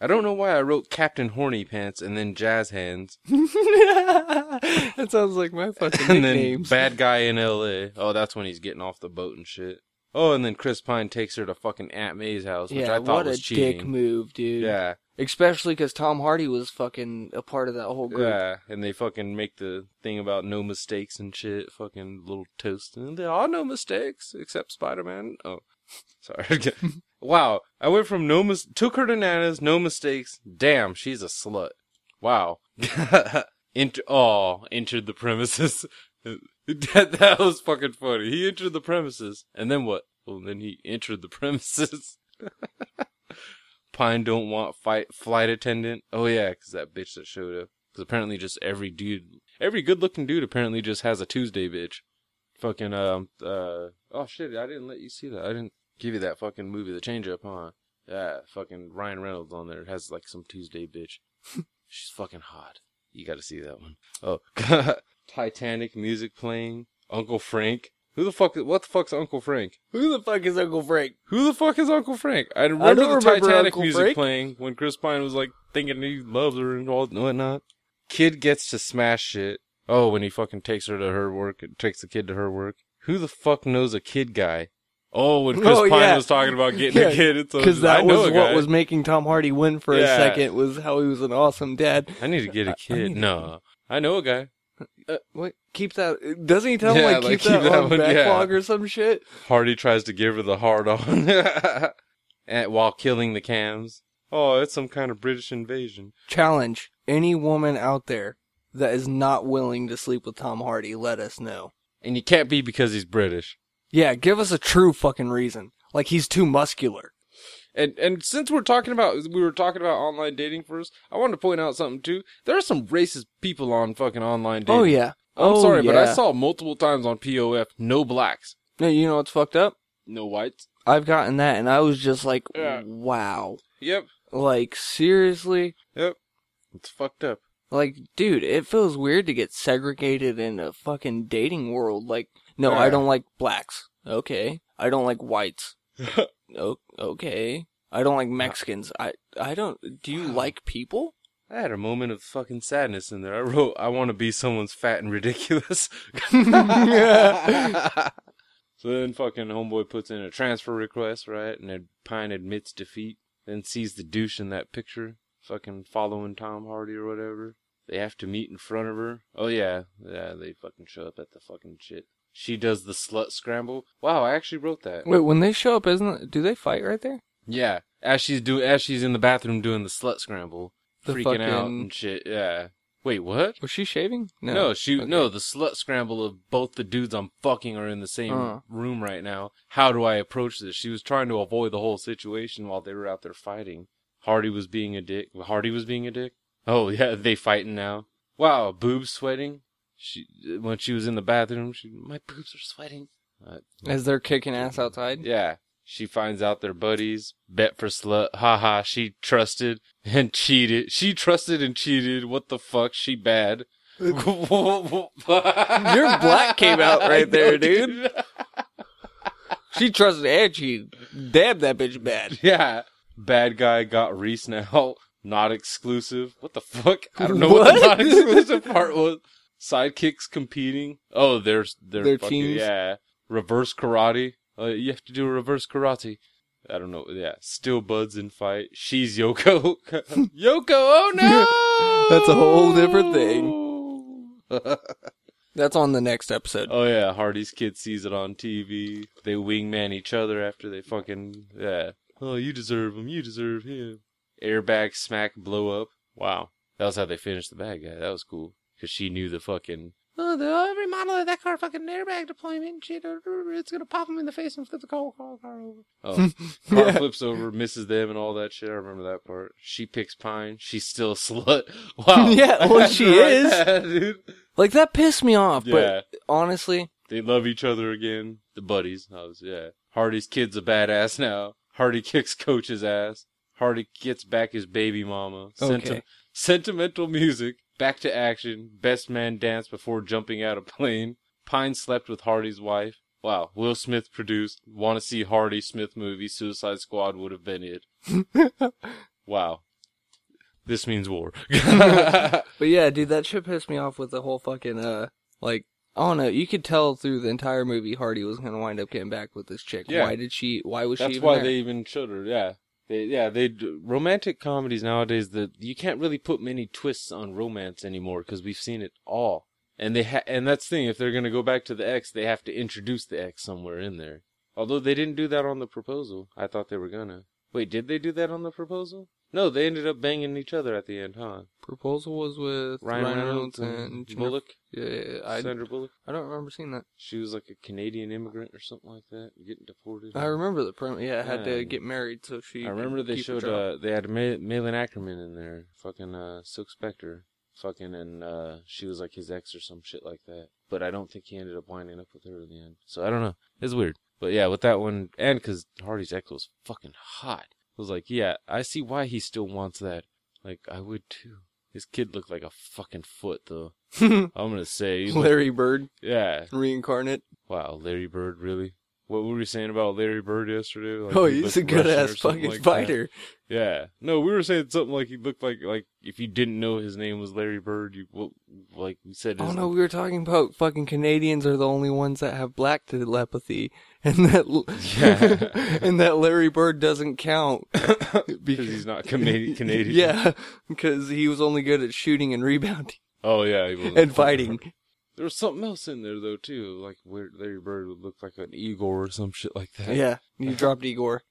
Speaker 3: I don't know why I wrote Captain Horny Pants and then Jazz Hands
Speaker 1: that sounds like my fucking
Speaker 3: and then
Speaker 1: nicknames.
Speaker 3: bad guy in L.A. Oh, that's when he's getting off the boat and shit. Oh, and then Chris Pine takes her to fucking Aunt May's house, which
Speaker 1: yeah,
Speaker 3: I thought
Speaker 1: what
Speaker 3: was
Speaker 1: a
Speaker 3: cheating.
Speaker 1: dick move, dude.
Speaker 3: Yeah.
Speaker 1: Especially because Tom Hardy was fucking a part of that whole group.
Speaker 3: Yeah, and they fucking make the thing about no mistakes and shit. Fucking little toast, and there are no mistakes except Spider Man. Oh, sorry. wow, I went from no mis- took her to Nana's, no mistakes. Damn, she's a slut. Wow. Enter. Oh, entered the premises. that that was fucking funny. He entered the premises, and then what? Well, then he entered the premises. Pine don't want fight flight attendant. Oh yeah, 'cause that bitch that showed up. 'Cause apparently just every dude, every good looking dude apparently just has a Tuesday bitch. Fucking um uh oh shit, I didn't let you see that. I didn't give you that fucking movie, The Change Up, huh? Yeah, fucking Ryan Reynolds on there has like some Tuesday bitch. She's fucking hot. You got to see that one. Oh, Titanic music playing. Uncle Frank. Who the fuck? What the fuck's Uncle Frank?
Speaker 1: Who the fuck is Uncle Frank?
Speaker 3: Who the fuck is Uncle Frank? I remember the
Speaker 1: don't remember
Speaker 3: Titanic
Speaker 1: Uncle
Speaker 3: music
Speaker 1: Frank.
Speaker 3: playing when Chris Pine was like thinking he loves her and all and whatnot. Kid gets to smash shit. Oh, when he fucking takes her to her work, takes the kid to her work. Who the fuck knows a kid guy? Oh, when Chris
Speaker 1: Oh,
Speaker 3: Pine
Speaker 1: yeah.
Speaker 3: was talking about getting
Speaker 1: Yeah,
Speaker 3: a kid, it's a-
Speaker 1: Because
Speaker 3: I
Speaker 1: that
Speaker 3: know
Speaker 1: was
Speaker 3: a
Speaker 1: what
Speaker 3: guy.
Speaker 1: was making Tom Hardy win for
Speaker 3: Yeah.
Speaker 1: a second was how he was an awesome dad.
Speaker 3: I need to get a kid.
Speaker 1: need-
Speaker 3: no, I know a guy.
Speaker 1: Uh, what? Keep that. Doesn't he tell
Speaker 3: Yeah,
Speaker 1: him like,
Speaker 3: like,
Speaker 1: keep, that, on
Speaker 3: one, yeah.
Speaker 1: backlog or some shit?
Speaker 3: Hardy tries to give her the hard on and, while killing the cams. Oh, it's some kind of British invasion.
Speaker 1: Challenge any woman out there that is not willing to sleep with Tom Hardy. Let us know.
Speaker 3: And you can't be because he's British.
Speaker 1: Yeah, give us a true fucking reason. Like he's too muscular.
Speaker 3: And and since we're talking about we were talking about online dating first, I wanted to point out something too. There are some racist people on fucking online dating.
Speaker 1: Oh yeah.
Speaker 3: I'm
Speaker 1: oh,
Speaker 3: sorry, but
Speaker 1: yeah.
Speaker 3: I saw multiple times on POF no blacks,
Speaker 1: No, you know what's fucked up?
Speaker 3: no whites.
Speaker 1: I've gotten that, and I was just like,
Speaker 3: Yeah.
Speaker 1: wow.
Speaker 3: Yep,
Speaker 1: Like seriously.
Speaker 3: yep. It's fucked up.
Speaker 1: Like, dude, it feels weird to get segregated in a fucking dating world. Like, no, I
Speaker 3: Yeah.
Speaker 1: don't like blacks. Okay. I don't like whites. o- okay. I don't like Mexicans. I I don't. Do you
Speaker 3: Wow.
Speaker 1: like people?
Speaker 3: I had a moment of fucking sadness in there. I wrote, "I want to be someone's fat and ridiculous." so then, fucking homeboy puts in a transfer request, right? And then Pine admits defeat. Then sees the douche in that picture, fucking following Tom Hardy or whatever. They have to meet in front of her. Oh yeah, yeah. They fucking show up at the fucking shit. She does the slut scramble. Wow, I actually wrote that.
Speaker 1: Wait, when they show up, isn't it, do they fight right there?
Speaker 3: Yeah, as she's do as she's in the bathroom doing the slut scramble,
Speaker 1: The
Speaker 3: freaking
Speaker 1: fucking-
Speaker 3: out and shit. Yeah. Wait, what?
Speaker 1: Was she shaving?
Speaker 3: No, she
Speaker 1: Okay.
Speaker 3: no the slut scramble of both the dudes I'm fucking are in the same
Speaker 1: Uh.
Speaker 3: room right now. How do I approach this? She was trying to avoid the whole situation while they were out there fighting. Hardy was being a dick. Hardy was being a dick. Oh yeah, they fighting now. Wow, boobs sweating. She when she was in the bathroom, she my boobs are sweating. Uh,
Speaker 1: As they're kicking ass outside.
Speaker 3: yeah. She finds out they're buddies, bet for slut. Ha ha, she trusted and cheated. She trusted and cheated. What the fuck? She bad. Your black
Speaker 1: came out right there,
Speaker 3: dude.
Speaker 1: She trusted and she dabbed that bitch bad.
Speaker 3: yeah. Bad guy got Reese now. Not exclusive. What the fuck? I don't know what,
Speaker 1: What?
Speaker 3: the not exclusive part was. Sidekicks competing. Oh, they're, they're,
Speaker 1: They're
Speaker 3: fucking,
Speaker 1: teams?
Speaker 3: yeah. Reverse karate. Uh, you have to do a reverse karate. I don't know. Yeah, still buds in fight. She's Yoko. Yoko, oh no!
Speaker 1: That's a whole different
Speaker 3: thing.
Speaker 1: That's on the next episode.
Speaker 3: oh yeah, Hardy's kid sees it on TV. They wingman each other after they fucking yeah. Oh, you deserve him. You deserve him. Airbag smack blow up. Wow, that was how they finished the bad guy. That was cool because she knew the fucking. Oh, the, every model of that car fucking airbag deployment shit. It's gonna pop him in the face and flip the car, car, car over. Oh, Car
Speaker 1: Yeah.
Speaker 3: flips over, misses them, and all that shit. I remember that part. She picks Pine. She's still a slut. Wow.
Speaker 1: Yeah, well,
Speaker 3: I had to
Speaker 1: she
Speaker 3: write
Speaker 1: is.
Speaker 3: that, dude.
Speaker 1: Like that pissed me off,
Speaker 3: Yeah.
Speaker 1: but honestly,
Speaker 3: They love each other again. The buddies. I was, yeah. Hardy's kid's a badass now. Hardy kicks coach's ass. Hardy gets back his baby mama. Senti-
Speaker 1: Okay.
Speaker 3: sentimental music. Back to action. Best man dance before jumping out of plane. Pine slept with Hardy's wife. Wow. Will Smith produced. Want to see Hardy Smith movie. Suicide Squad would have been it. wow. This means war.
Speaker 1: but yeah, dude, that shit pissed me off with the whole fucking uh, like I don't know. You could tell through the entire movie Hardy was gonna wind up getting back with this chick.
Speaker 3: Yeah.
Speaker 1: Why did she? Why was she?
Speaker 3: That's
Speaker 1: even
Speaker 3: why
Speaker 1: there?
Speaker 3: they even showed her, yeah. They, yeah, they d- romantic comedies nowadays that you can't really put many twists on romance anymore because we've seen it all. And they ha- and that's the thing. If they're gonna go back to the X, they have to introduce the X somewhere in there. Although they didn't do that on the proposal. I thought they were gonna. Wait, did they do that on the proposal? No, they ended up banging each other at the end, huh?
Speaker 1: Proposal was with
Speaker 3: Ryan, Reynolds, and
Speaker 1: Jennifer-
Speaker 3: Bullock,
Speaker 1: Yeah, yeah, yeah. I,
Speaker 3: Sandra Bullock.
Speaker 1: I don't remember seeing that.
Speaker 3: She was like a Canadian immigrant or something like that, getting deported.
Speaker 1: I remember the premise. Yeah, I had
Speaker 3: Yeah.
Speaker 1: to get married, so she.
Speaker 3: I
Speaker 1: could
Speaker 3: remember they
Speaker 1: keep her
Speaker 3: showed
Speaker 1: job.
Speaker 3: uh they had Ma- Malin Ackerman in there, fucking uh Silk Spectre, fucking and uh she was like his ex or some shit like that. But I don't think he ended up winding up with her in the end. So I don't know. It's weird. But yeah, with that one and cuz Hardy's ex was fucking hot. I was like, yeah, I see why he still wants that. Like I would too. His kid looked like a fucking foot though. I'm going to say he looked-
Speaker 1: Larry Bird
Speaker 3: yeah.
Speaker 1: reincarnate.
Speaker 3: Wow, Larry Bird really? What were we saying about Larry Bird yesterday? Like,
Speaker 1: oh,
Speaker 3: he
Speaker 1: he's a
Speaker 3: looked
Speaker 1: good
Speaker 3: Russian
Speaker 1: ass
Speaker 3: or something
Speaker 1: fucking
Speaker 3: like that.
Speaker 1: fighter.
Speaker 3: Yeah. No, we were saying something like he looked like like if you didn't know his name was Larry Bird, you well, like we said.
Speaker 1: Oh
Speaker 3: his-
Speaker 1: no, we were talking about fucking Canadians are the only ones that have black telepathy, and that l-
Speaker 3: Yeah.
Speaker 1: and that Larry Bird doesn't count
Speaker 3: because he's not Canadian. Canadian.
Speaker 1: Yeah, because he was only good at shooting and rebounding
Speaker 3: Oh yeah. He wasn't
Speaker 1: and fighting.
Speaker 3: There was something else in there though too, like where Larry Bird would look like an Igor or some shit like that.
Speaker 1: Yeah, you dropped Igor.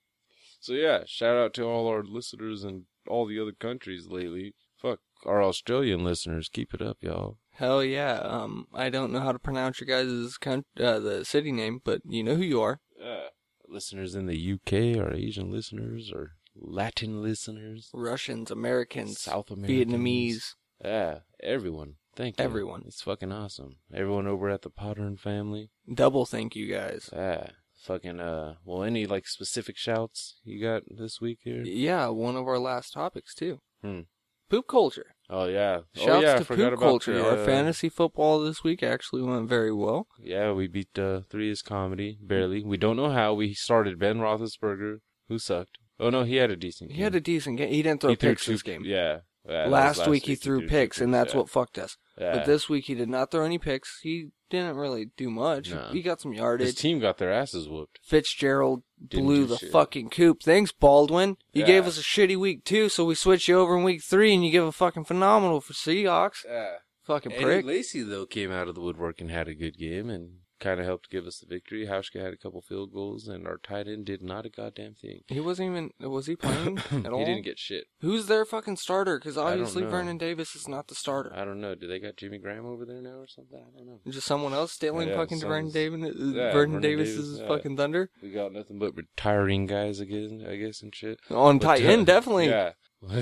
Speaker 3: So yeah, shout out to all our listeners and all the other countries lately. Fuck our Australian listeners, keep it up, y'all.
Speaker 1: Hell yeah. Um, I don't know how to pronounce your guys' con- uh, the city name, but you know who you are.
Speaker 3: Yeah. Listeners in the UK, our Asian listeners, our Latin listeners,
Speaker 1: Russians, Americans,
Speaker 3: South Americans,
Speaker 1: Vietnamese.
Speaker 3: Yeah, Ah, everyone. Thank you.
Speaker 1: Everyone.
Speaker 3: It's fucking awesome. Everyone over at the Potter and family.
Speaker 1: Double thank you guys.
Speaker 3: Yeah. Fucking uh well any like specific shouts you got this week here?
Speaker 1: Yeah, one of our last topics too.
Speaker 3: Hmm.
Speaker 1: Poop culture.
Speaker 3: Oh yeah.
Speaker 1: Shouts
Speaker 3: oh, yeah, I
Speaker 1: to
Speaker 3: forgot
Speaker 1: poop
Speaker 3: about
Speaker 1: culture.
Speaker 3: the,
Speaker 1: Our
Speaker 3: uh,
Speaker 1: fantasy football this week actually went very well.
Speaker 3: Yeah, we beat uh three is comedy, barely. We don't know how. We started Ben Roethlisberger, who sucked. Oh no, he had a decent
Speaker 1: He had a decent game. He didn't throw
Speaker 3: Hmm. he threw
Speaker 1: picks
Speaker 3: two-
Speaker 1: this game.
Speaker 3: Yeah. yeah, that was
Speaker 1: last, week, he threw
Speaker 3: two
Speaker 1: picks, and that's
Speaker 3: yeah.
Speaker 1: what fucked us.
Speaker 3: yeah.
Speaker 1: But this week he did not throw any picks. He didn't really do much.
Speaker 3: No.
Speaker 1: He got some
Speaker 3: his
Speaker 1: yardage.
Speaker 3: team got their asses whooped.
Speaker 1: Fitzgerald
Speaker 3: Didn't
Speaker 1: blew
Speaker 3: do
Speaker 1: the
Speaker 3: shit.
Speaker 1: fucking coop. Thanks, Baldwin. You
Speaker 3: Yeah.
Speaker 1: gave us a shitty week two, so we switch you over in week three, and you give a fucking phenomenal for Seahawks.
Speaker 3: Yeah.
Speaker 1: Fucking
Speaker 3: Eddie
Speaker 1: prick.
Speaker 3: Lacy though came out of the woodwork and had a good game and kind of helped give us the victory. Hauschka had a couple field goals and our tight end did not a goddamn thing.
Speaker 1: He wasn't even. Was he playing at all?
Speaker 3: he didn't get shit.
Speaker 1: Who's their fucking starter? Because
Speaker 3: I don't
Speaker 1: obviously
Speaker 3: know.
Speaker 1: Vernon Davis is not the starter.
Speaker 3: I don't know. Do they got Jimmy Graham over there now or something? I don't know.
Speaker 1: Just someone else stealing
Speaker 3: Yeah,
Speaker 1: fucking Vernon
Speaker 3: someone's-
Speaker 1: Davis.
Speaker 3: Yeah,
Speaker 1: Vernon
Speaker 3: Vernon
Speaker 1: Davis's
Speaker 3: Davis, yeah.
Speaker 1: fucking thunder
Speaker 3: We got nothing but retiring guys again, I guess, and shit.
Speaker 1: on
Speaker 3: But,
Speaker 1: tight
Speaker 3: uh,
Speaker 1: end definitely.
Speaker 3: Yeah.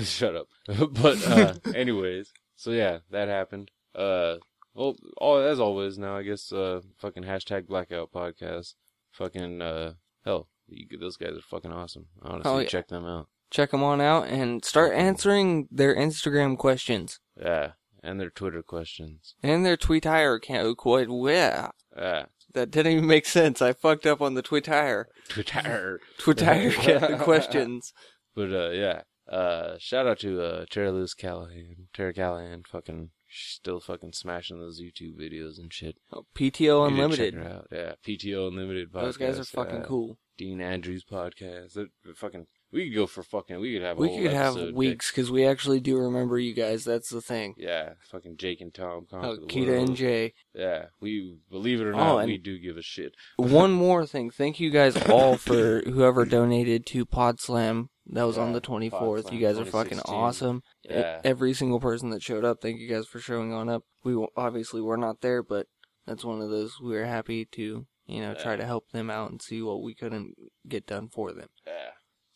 Speaker 3: Shut up. but uh, anyways, so yeah, that happened. Uh, well, all, as always, now I guess uh, fucking hashtag blackout podcast. Fucking uh, hell, you, those guys are fucking awesome. Honestly,
Speaker 1: Oh, yeah.
Speaker 3: check them out.
Speaker 1: check them on out and start answering their Instagram questions
Speaker 3: Yeah, and their Twitter questions.
Speaker 1: and their Twitter account. Quite well.
Speaker 3: Yeah,
Speaker 1: That didn't even make sense. I fucked up on the Twitter
Speaker 3: Twitter.
Speaker 1: Twitter ca- questions.
Speaker 3: But uh, yeah, uh, shout out to uh, Tara Lewis Callahan. Tara Callahan, fucking she's still fucking smashing those YouTube videos and shit.
Speaker 1: Oh, PTO
Speaker 3: You need to check
Speaker 1: Unlimited.
Speaker 3: her out. Yeah, PTO Unlimited podcast.
Speaker 1: Those guys are fucking
Speaker 3: yeah.
Speaker 1: cool.
Speaker 3: Dean Andrews podcast. They're- they're fucking, we could go for fucking. We could have. A
Speaker 1: We
Speaker 3: whole
Speaker 1: could have
Speaker 3: episode,
Speaker 1: weeks because we actually do remember you guys. That's the thing.
Speaker 3: Dick. Yeah, fucking Jake and Tom. Conk
Speaker 1: Oh,
Speaker 3: of the
Speaker 1: Kita
Speaker 3: world.
Speaker 1: and Jay.
Speaker 3: Yeah, we believe it or
Speaker 1: Oh,
Speaker 3: not,
Speaker 1: and-
Speaker 3: we do give a shit.
Speaker 1: One more thing. Thank you guys all for whoever donated to Pod Slam. That was on
Speaker 3: Yeah,
Speaker 1: the 24th.
Speaker 3: Pod
Speaker 1: you
Speaker 3: Slam
Speaker 1: guys are fucking
Speaker 3: 2016.
Speaker 1: awesome. E-
Speaker 3: Yeah.
Speaker 1: Every single person that showed up, thank you guys for showing on up. We w- obviously were not there, but that's one of those we were happy to, you know, try to help them out and see what we couldn't get done for them.
Speaker 3: Yeah.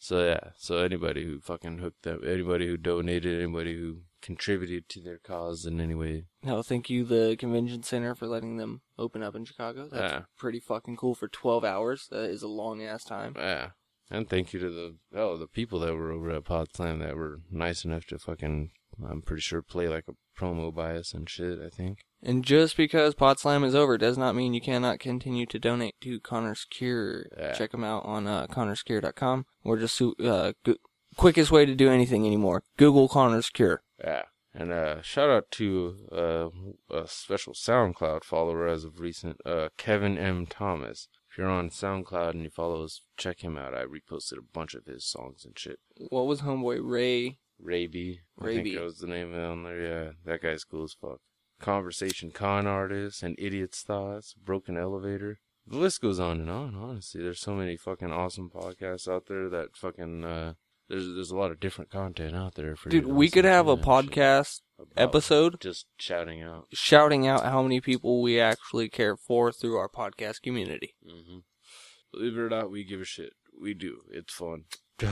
Speaker 3: So yeah, so anybody who fucking hooked up, anybody who donated, anybody who contributed to their cause in any way,
Speaker 1: Hell, thank you, the convention center, for letting them open up in Chicago. That's
Speaker 3: Yeah.
Speaker 1: pretty fucking cool for 12 hours. That is a long ass time.
Speaker 3: Yeah. And thank you to the oh the people that were over at Podslam that were nice enough to fucking I'm pretty sure play like a promo bias and shit, I think.
Speaker 1: And just because Pod Slam is over does not mean you cannot continue to donate to Connor's Cure.
Speaker 3: Yeah.
Speaker 1: Check him out on uh, connorscure.com or just su- uh, go- quickest way to do anything anymore. Google Connor's Cure.
Speaker 3: Yeah. And uh shout out to uh a special SoundCloud follower as of recent, uh Kevin M. Thomas. If you're on SoundCloud and you follow us, check him out. I reposted a bunch of his songs and shit.
Speaker 1: What was homeboy Ray?
Speaker 3: Ray B. I
Speaker 1: Ray
Speaker 3: think
Speaker 1: B.
Speaker 3: that was the name on there. Yeah, that guy's cool as fuck. Conversation con artist and idiot's thoughts, broken elevator. The list goes on and on. Honestly, there's so many fucking awesome podcasts out there that fucking uh, there's there's a lot of different content out there for you
Speaker 1: Dude,
Speaker 3: to
Speaker 1: we
Speaker 3: listen
Speaker 1: could
Speaker 3: to
Speaker 1: have a
Speaker 3: and shit.
Speaker 1: podcast
Speaker 3: About
Speaker 1: episode
Speaker 3: just shouting out.
Speaker 1: shouting out how many people we actually care for through our podcast community.
Speaker 3: Mm-hmm. Believe it or not, we give a shit. We do. It's fun.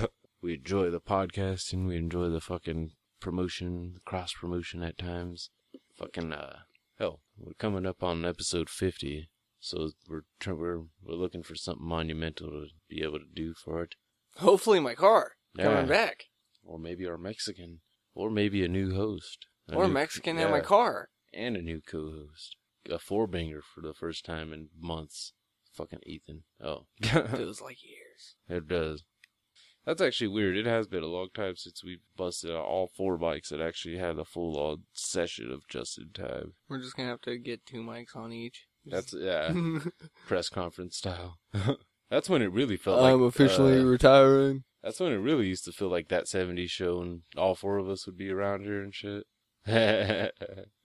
Speaker 3: we enjoy the podcast and we enjoy the fucking promotion, the cross promotion at times. Fucking uh, hell, we're coming up on episode fifty, so we're tr- we're we're looking for something monumental to be able to do for it,
Speaker 1: Hopefully, my car
Speaker 3: Yeah.
Speaker 1: coming back,
Speaker 3: or maybe our Mexican, or maybe a new host, a
Speaker 1: or
Speaker 3: new-
Speaker 1: Mexican in my
Speaker 3: yeah,
Speaker 1: car.
Speaker 3: and a new co-host, a four banger for the first time in months. Fucking Ethan. Oh.
Speaker 1: It was like years.
Speaker 3: It does. That's actually weird. It has been a long time since we've busted out all four bikes and actually had a full on session of just in time.
Speaker 1: We're just gonna have to get two mics on each.
Speaker 3: That's yeah, press conference style. that's when it really felt
Speaker 1: Um,
Speaker 3: like uh,
Speaker 1: retiring.
Speaker 3: that's when it really used to feel like that '70s show, and all four of us would be around here and shit.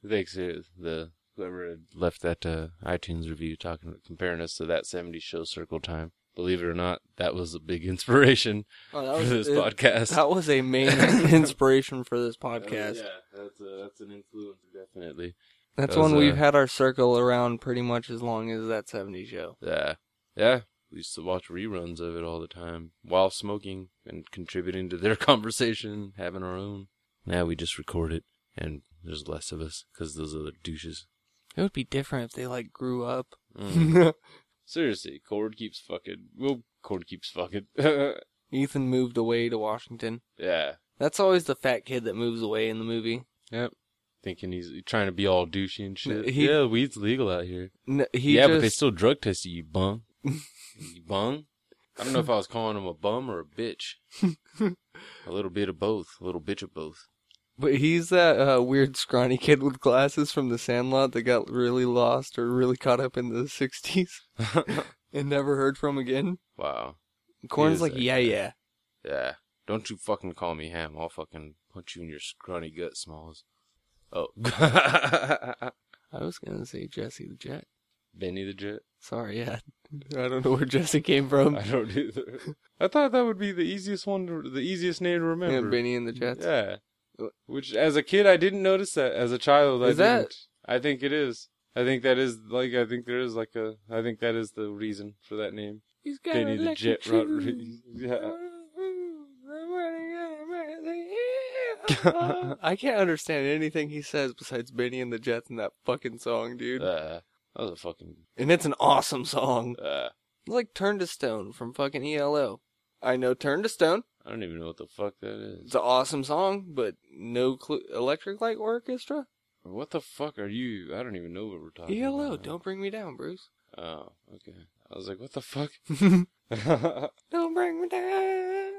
Speaker 3: Thanks to the whoever had left that uh, iTunes review talking comparing us to that '70s show Circle Time. Believe it or not, that was a big inspiration
Speaker 1: Oh, that
Speaker 3: for
Speaker 1: was
Speaker 3: this
Speaker 1: it-
Speaker 3: podcast. Oh,
Speaker 1: That was a main inspiration for this podcast.
Speaker 3: yeah, that's a, that's an influence definitely.
Speaker 1: That's
Speaker 3: That was,
Speaker 1: when we've
Speaker 3: uh,
Speaker 1: had our circle around pretty much as long as that 70 show.
Speaker 3: Yeah, yeah. We used to watch reruns of it all the time while smoking and contributing to their conversation, having our own. Now we just record it, and there's less of us because those other douches.
Speaker 1: It would be different if they like grew up.
Speaker 3: Mm. Seriously, Cord keeps fucking. Well, Cord keeps fucking.
Speaker 1: Ethan moved away to Washington.
Speaker 3: yeah,
Speaker 1: That's always the fat kid that moves away in the movie.
Speaker 3: thinking he's trying to be all douchey and shit.
Speaker 1: He-
Speaker 3: yeah, weed's legal out here.
Speaker 1: N- he
Speaker 3: yeah,
Speaker 1: just,
Speaker 3: but they still drug tested you, bum. you bum? I don't know if I was calling him a bum or a bitch. a little bit of both. A little bitch of both.
Speaker 1: but he's that uh, weird scrawny kid with glasses from The Sandlot that got really lost or really caught up in the 60s and never heard from again.
Speaker 3: wow.
Speaker 1: Corn's
Speaker 3: is
Speaker 1: like,
Speaker 3: that
Speaker 1: yeah,
Speaker 3: guy.
Speaker 1: yeah.
Speaker 3: Yeah. Don't you fucking call me ham. I'll fucking punch you in your scrawny gut, Smalls. Oh.
Speaker 1: I was gonna say Jesse the Jet.
Speaker 3: Benny the Jet?
Speaker 1: Sorry, yeah. I don't know where Jesse came from.
Speaker 3: I don't either. I thought that would be the easiest one, to, the easiest name to
Speaker 1: Yeah,
Speaker 3: remember.
Speaker 1: Benny and the Jets.
Speaker 3: Yeah. Which, as a kid, I didn't notice that. As a child, I
Speaker 1: Is that-
Speaker 3: didn't. I think it is. I think that is like. I think there is like a. I think that is the reason for that name.
Speaker 1: He's got
Speaker 3: Benny the
Speaker 1: electric
Speaker 3: Jet Rodriguez. Yeah.
Speaker 1: Uh, shoes. I can't understand anything he says besides Benny and the Jets in that fucking song, dude.
Speaker 3: Uh, that was a fucking.
Speaker 1: And it's an awesome song.
Speaker 3: Uh,
Speaker 1: It's like Turn to Stone from fucking ELO. I know Turn to Stone.
Speaker 3: I don't even know what the fuck that is.
Speaker 1: It's an awesome song, but no clue. Electric Light Orchestra?
Speaker 3: What the fuck are you? I don't even know what we're talking about.
Speaker 1: ELO, E don't bring me down, Bruce.
Speaker 3: Oh, okay. I was like, what the fuck?
Speaker 1: don't bring me down.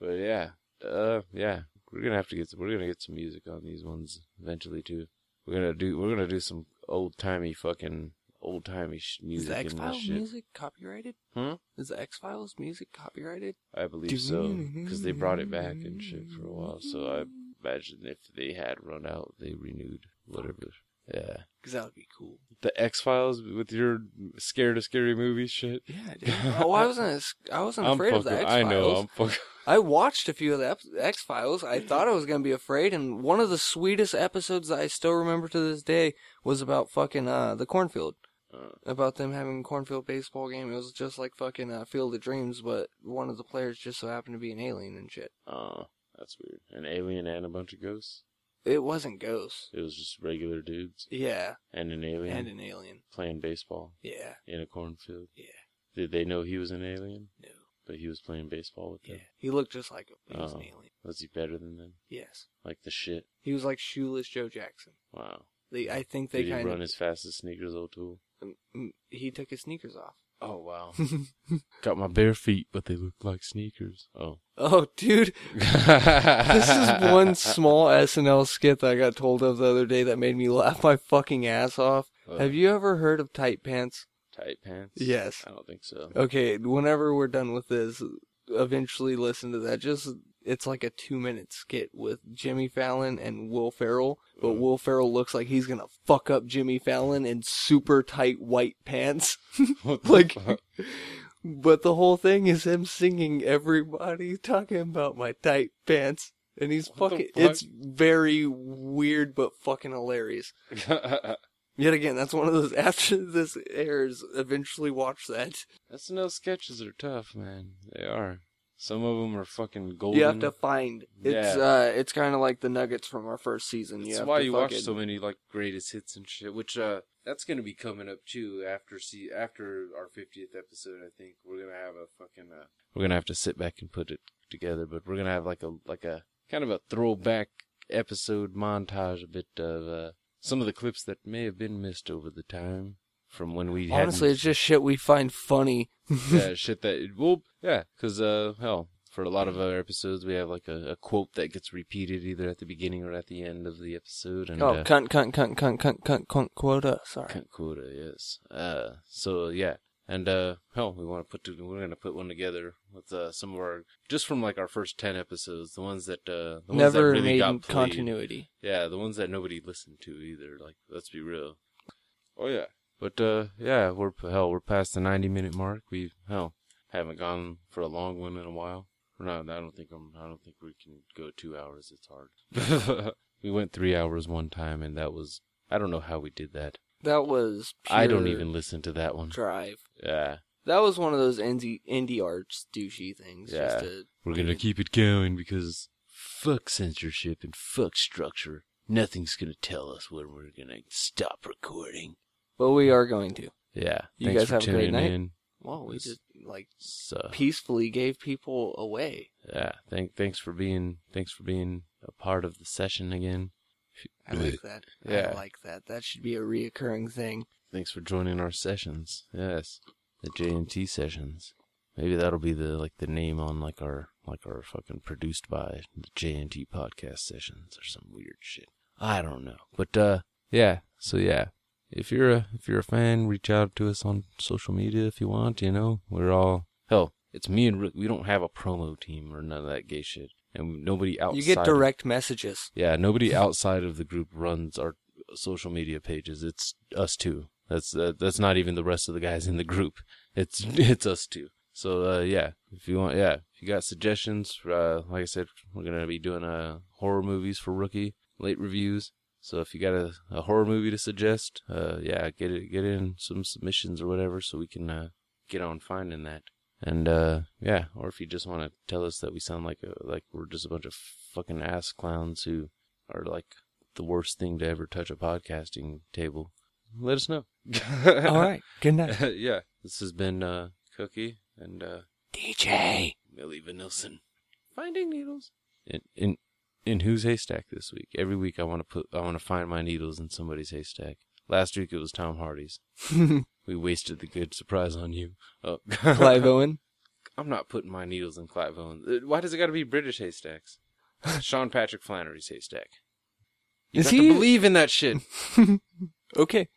Speaker 3: But yeah, uh, yeah, we're gonna have to get we're gonna get some music on these ones eventually too. We're gonna do we're gonna do some old timey fucking old timey sh-
Speaker 1: Is
Speaker 3: music
Speaker 1: the X
Speaker 3: and this
Speaker 1: Files
Speaker 3: shit.
Speaker 1: music copyrighted?
Speaker 3: Huh?
Speaker 1: Is the X Files music copyrighted?
Speaker 3: I believe so because they brought it back and shit for a while. So I imagine if they had run out, they renewed whatever. Yeah,
Speaker 1: Because that would be cool.
Speaker 3: the X Files with your scared of scary movie shit.
Speaker 1: Yeah, dude. oh, I wasn't. as- I wasn't
Speaker 3: I'm
Speaker 1: afraid
Speaker 3: fucking.
Speaker 1: of the X
Speaker 3: I
Speaker 1: Files.
Speaker 3: know. I'm fucking.
Speaker 1: I watched a few of the X Files. I thought I was gonna be afraid, and one of the sweetest episodes that I still remember to this day was about fucking uh the cornfield.
Speaker 3: Uh.
Speaker 1: About them having a cornfield baseball game. It was just like fucking uh, Field of Dreams, but one of the players just so happened to be an alien and shit.
Speaker 3: Oh, that's weird. An alien and a bunch of ghosts.
Speaker 1: It wasn't ghosts.
Speaker 3: It was just regular dudes
Speaker 1: Yeah,
Speaker 3: and an alien.
Speaker 1: and an alien.
Speaker 3: playing baseball
Speaker 1: Yeah,
Speaker 3: in a cornfield.
Speaker 1: Yeah.
Speaker 3: Did they know he was an alien?
Speaker 1: no,
Speaker 3: But he was playing baseball with
Speaker 1: yeah.
Speaker 3: them.
Speaker 1: He looked just like him. He was an
Speaker 3: Oh.
Speaker 1: alien.
Speaker 3: Was he better than them?
Speaker 1: Yes,
Speaker 3: Like the shit.
Speaker 1: he was like shoeless Joe Jackson.
Speaker 3: Wow.
Speaker 1: They, I think they
Speaker 3: Did he
Speaker 1: kind
Speaker 3: run
Speaker 1: of
Speaker 3: as fast as sneakers O'Toole?
Speaker 1: Mm, mm, he took his sneakers off.
Speaker 3: Oh wow. Got my bare feet, but they look like sneakers. Oh.
Speaker 1: oh, dude, this is one small SNL skit that I got told of the other day that made me laugh my fucking ass off.
Speaker 3: Uh.
Speaker 1: Have you ever heard of tight pants?
Speaker 3: tight pants?
Speaker 1: Yes.
Speaker 3: I don't think so.
Speaker 1: Okay, whenever we're done with this, eventually listen to that. Just it's like a two minute skit with Jimmy Fallon and Will Ferrell, but
Speaker 3: Mm-hmm.
Speaker 1: Will Ferrell looks like he's gonna fuck up Jimmy Fallon in super tight white pants.
Speaker 3: What the
Speaker 1: like,
Speaker 3: fuck?
Speaker 1: but the whole thing is him singing everybody talking about my tight pants. And he's
Speaker 3: What the
Speaker 1: fucking,
Speaker 3: fuck?
Speaker 1: it's very weird but fucking hilarious. Yet again, that's one of those, after this airs, eventually watch that.
Speaker 3: SNL sketches are tough, man. They are. Some of them are fucking golden.
Speaker 1: You have to find. It's
Speaker 3: Yeah.
Speaker 1: uh, it's kind of like the Nuggets from our first season. You
Speaker 3: That's
Speaker 1: have
Speaker 3: why
Speaker 1: to
Speaker 3: you watch
Speaker 1: fucking-
Speaker 3: so many like greatest hits and shit, which uh that's gonna be coming up too after see after our fiftieth episode. I think we're gonna have a fucking uh, we're gonna have to sit back and put it together, but we're gonna have like a like a kind of a throwback episode montage, a bit of uh, some of the clips that may have been missed over the time from when we hadn't-
Speaker 1: Honestly, it's just shit we find funny.
Speaker 3: yeah, shit that well, yeah, because uh, hell, for a lot of our episodes, we have like a, a quote that gets repeated either at the beginning or at the end of the episode, and
Speaker 1: oh,
Speaker 3: uh,
Speaker 1: cunt, cunt, cunt, cunt, cunt, cunt, cunt, quota. Sorry.
Speaker 3: cunt quota, yes. Uh, so yeah, and uh, hell, we want to put to, we're gonna put one together with uh, some of our just from like our first ten episodes, the ones that uh, the ones that
Speaker 1: Never
Speaker 3: really
Speaker 1: made
Speaker 3: got played.
Speaker 1: continuity.
Speaker 3: Yeah, the ones that nobody listened to either. Like, let's be real. Oh yeah. But uh, yeah, we're hell, we're past the ninety minute mark. We hell haven't gone for a long one in a while. We're not. I don't think I'm. I don't think we can go two hours. It's hard. we went three hours one time, and that was. I don't know how we did that.
Speaker 1: That was. Pure
Speaker 3: I don't even listen to that one.
Speaker 1: drive.
Speaker 3: Yeah,
Speaker 1: That was one of those indie indie arts douchey things.
Speaker 3: Yeah.
Speaker 1: Just to,
Speaker 3: we're gonna keep it going because fuck censorship and fuck structure. Nothing's gonna tell us when we're gonna stop recording.
Speaker 1: but we are going to.
Speaker 3: Yeah.
Speaker 1: You
Speaker 3: Thanks
Speaker 1: guys
Speaker 3: for
Speaker 1: have a great
Speaker 3: tuning
Speaker 1: night.
Speaker 3: in.
Speaker 1: Whoa, we
Speaker 3: It's-
Speaker 1: just like
Speaker 3: So,
Speaker 1: peacefully gave people away.
Speaker 3: yeah. Thank thanks for being thanks for being a part of the session again.
Speaker 1: I like that.
Speaker 3: Yeah.
Speaker 1: I like that. That should be a reoccurring thing.
Speaker 3: Thanks for joining our sessions. Yes. The J and T sessions. Maybe that'll be the like the name on like our like our fucking produced by the J and T podcast sessions or some weird shit. I don't know. But uh yeah. So yeah. If you're a if you're a fan, reach out to us on social media if you want, you know. We're all hell, it's me and Rick. We don't have a promo team or none of that gay shit. And nobody outside
Speaker 1: You get
Speaker 3: of-
Speaker 1: direct messages.
Speaker 3: Yeah, nobody outside of the group runs our social media pages. It's us two. That's uh, that's not even the rest of the guys in the group. It's it's us two. So uh, yeah, if you want, yeah, if you got suggestions, uh, like I said, we're gonna be doing uh, horror movies for rookie late reviews. So if you got a, a horror movie to suggest, uh, yeah, get it get in some submissions or whatever, so we can uh, get on finding that. And uh yeah, or if you just want to tell us that we sound like a, like we're just a bunch of fucking ass clowns who are like the worst thing to ever touch a podcasting table, let us know.
Speaker 1: All right. Good night.
Speaker 3: yeah. This has been uh Cookie and uh
Speaker 1: DJ.
Speaker 3: Millie Vanilson. Finding needles. In in in whose haystack this week? Every week I want to put I want to find my needles in somebody's haystack. Last week it was Tom Hardy's. We wasted the good surprise on you. Oh.
Speaker 1: Clive Owen.
Speaker 3: I'm not putting my needles in Clive Owen. Uh, Why does it got to be British haystacks? Sean Patrick Flannery's haystack. You
Speaker 1: Is
Speaker 3: have
Speaker 1: he-
Speaker 3: to believe in that shit.
Speaker 1: Okay.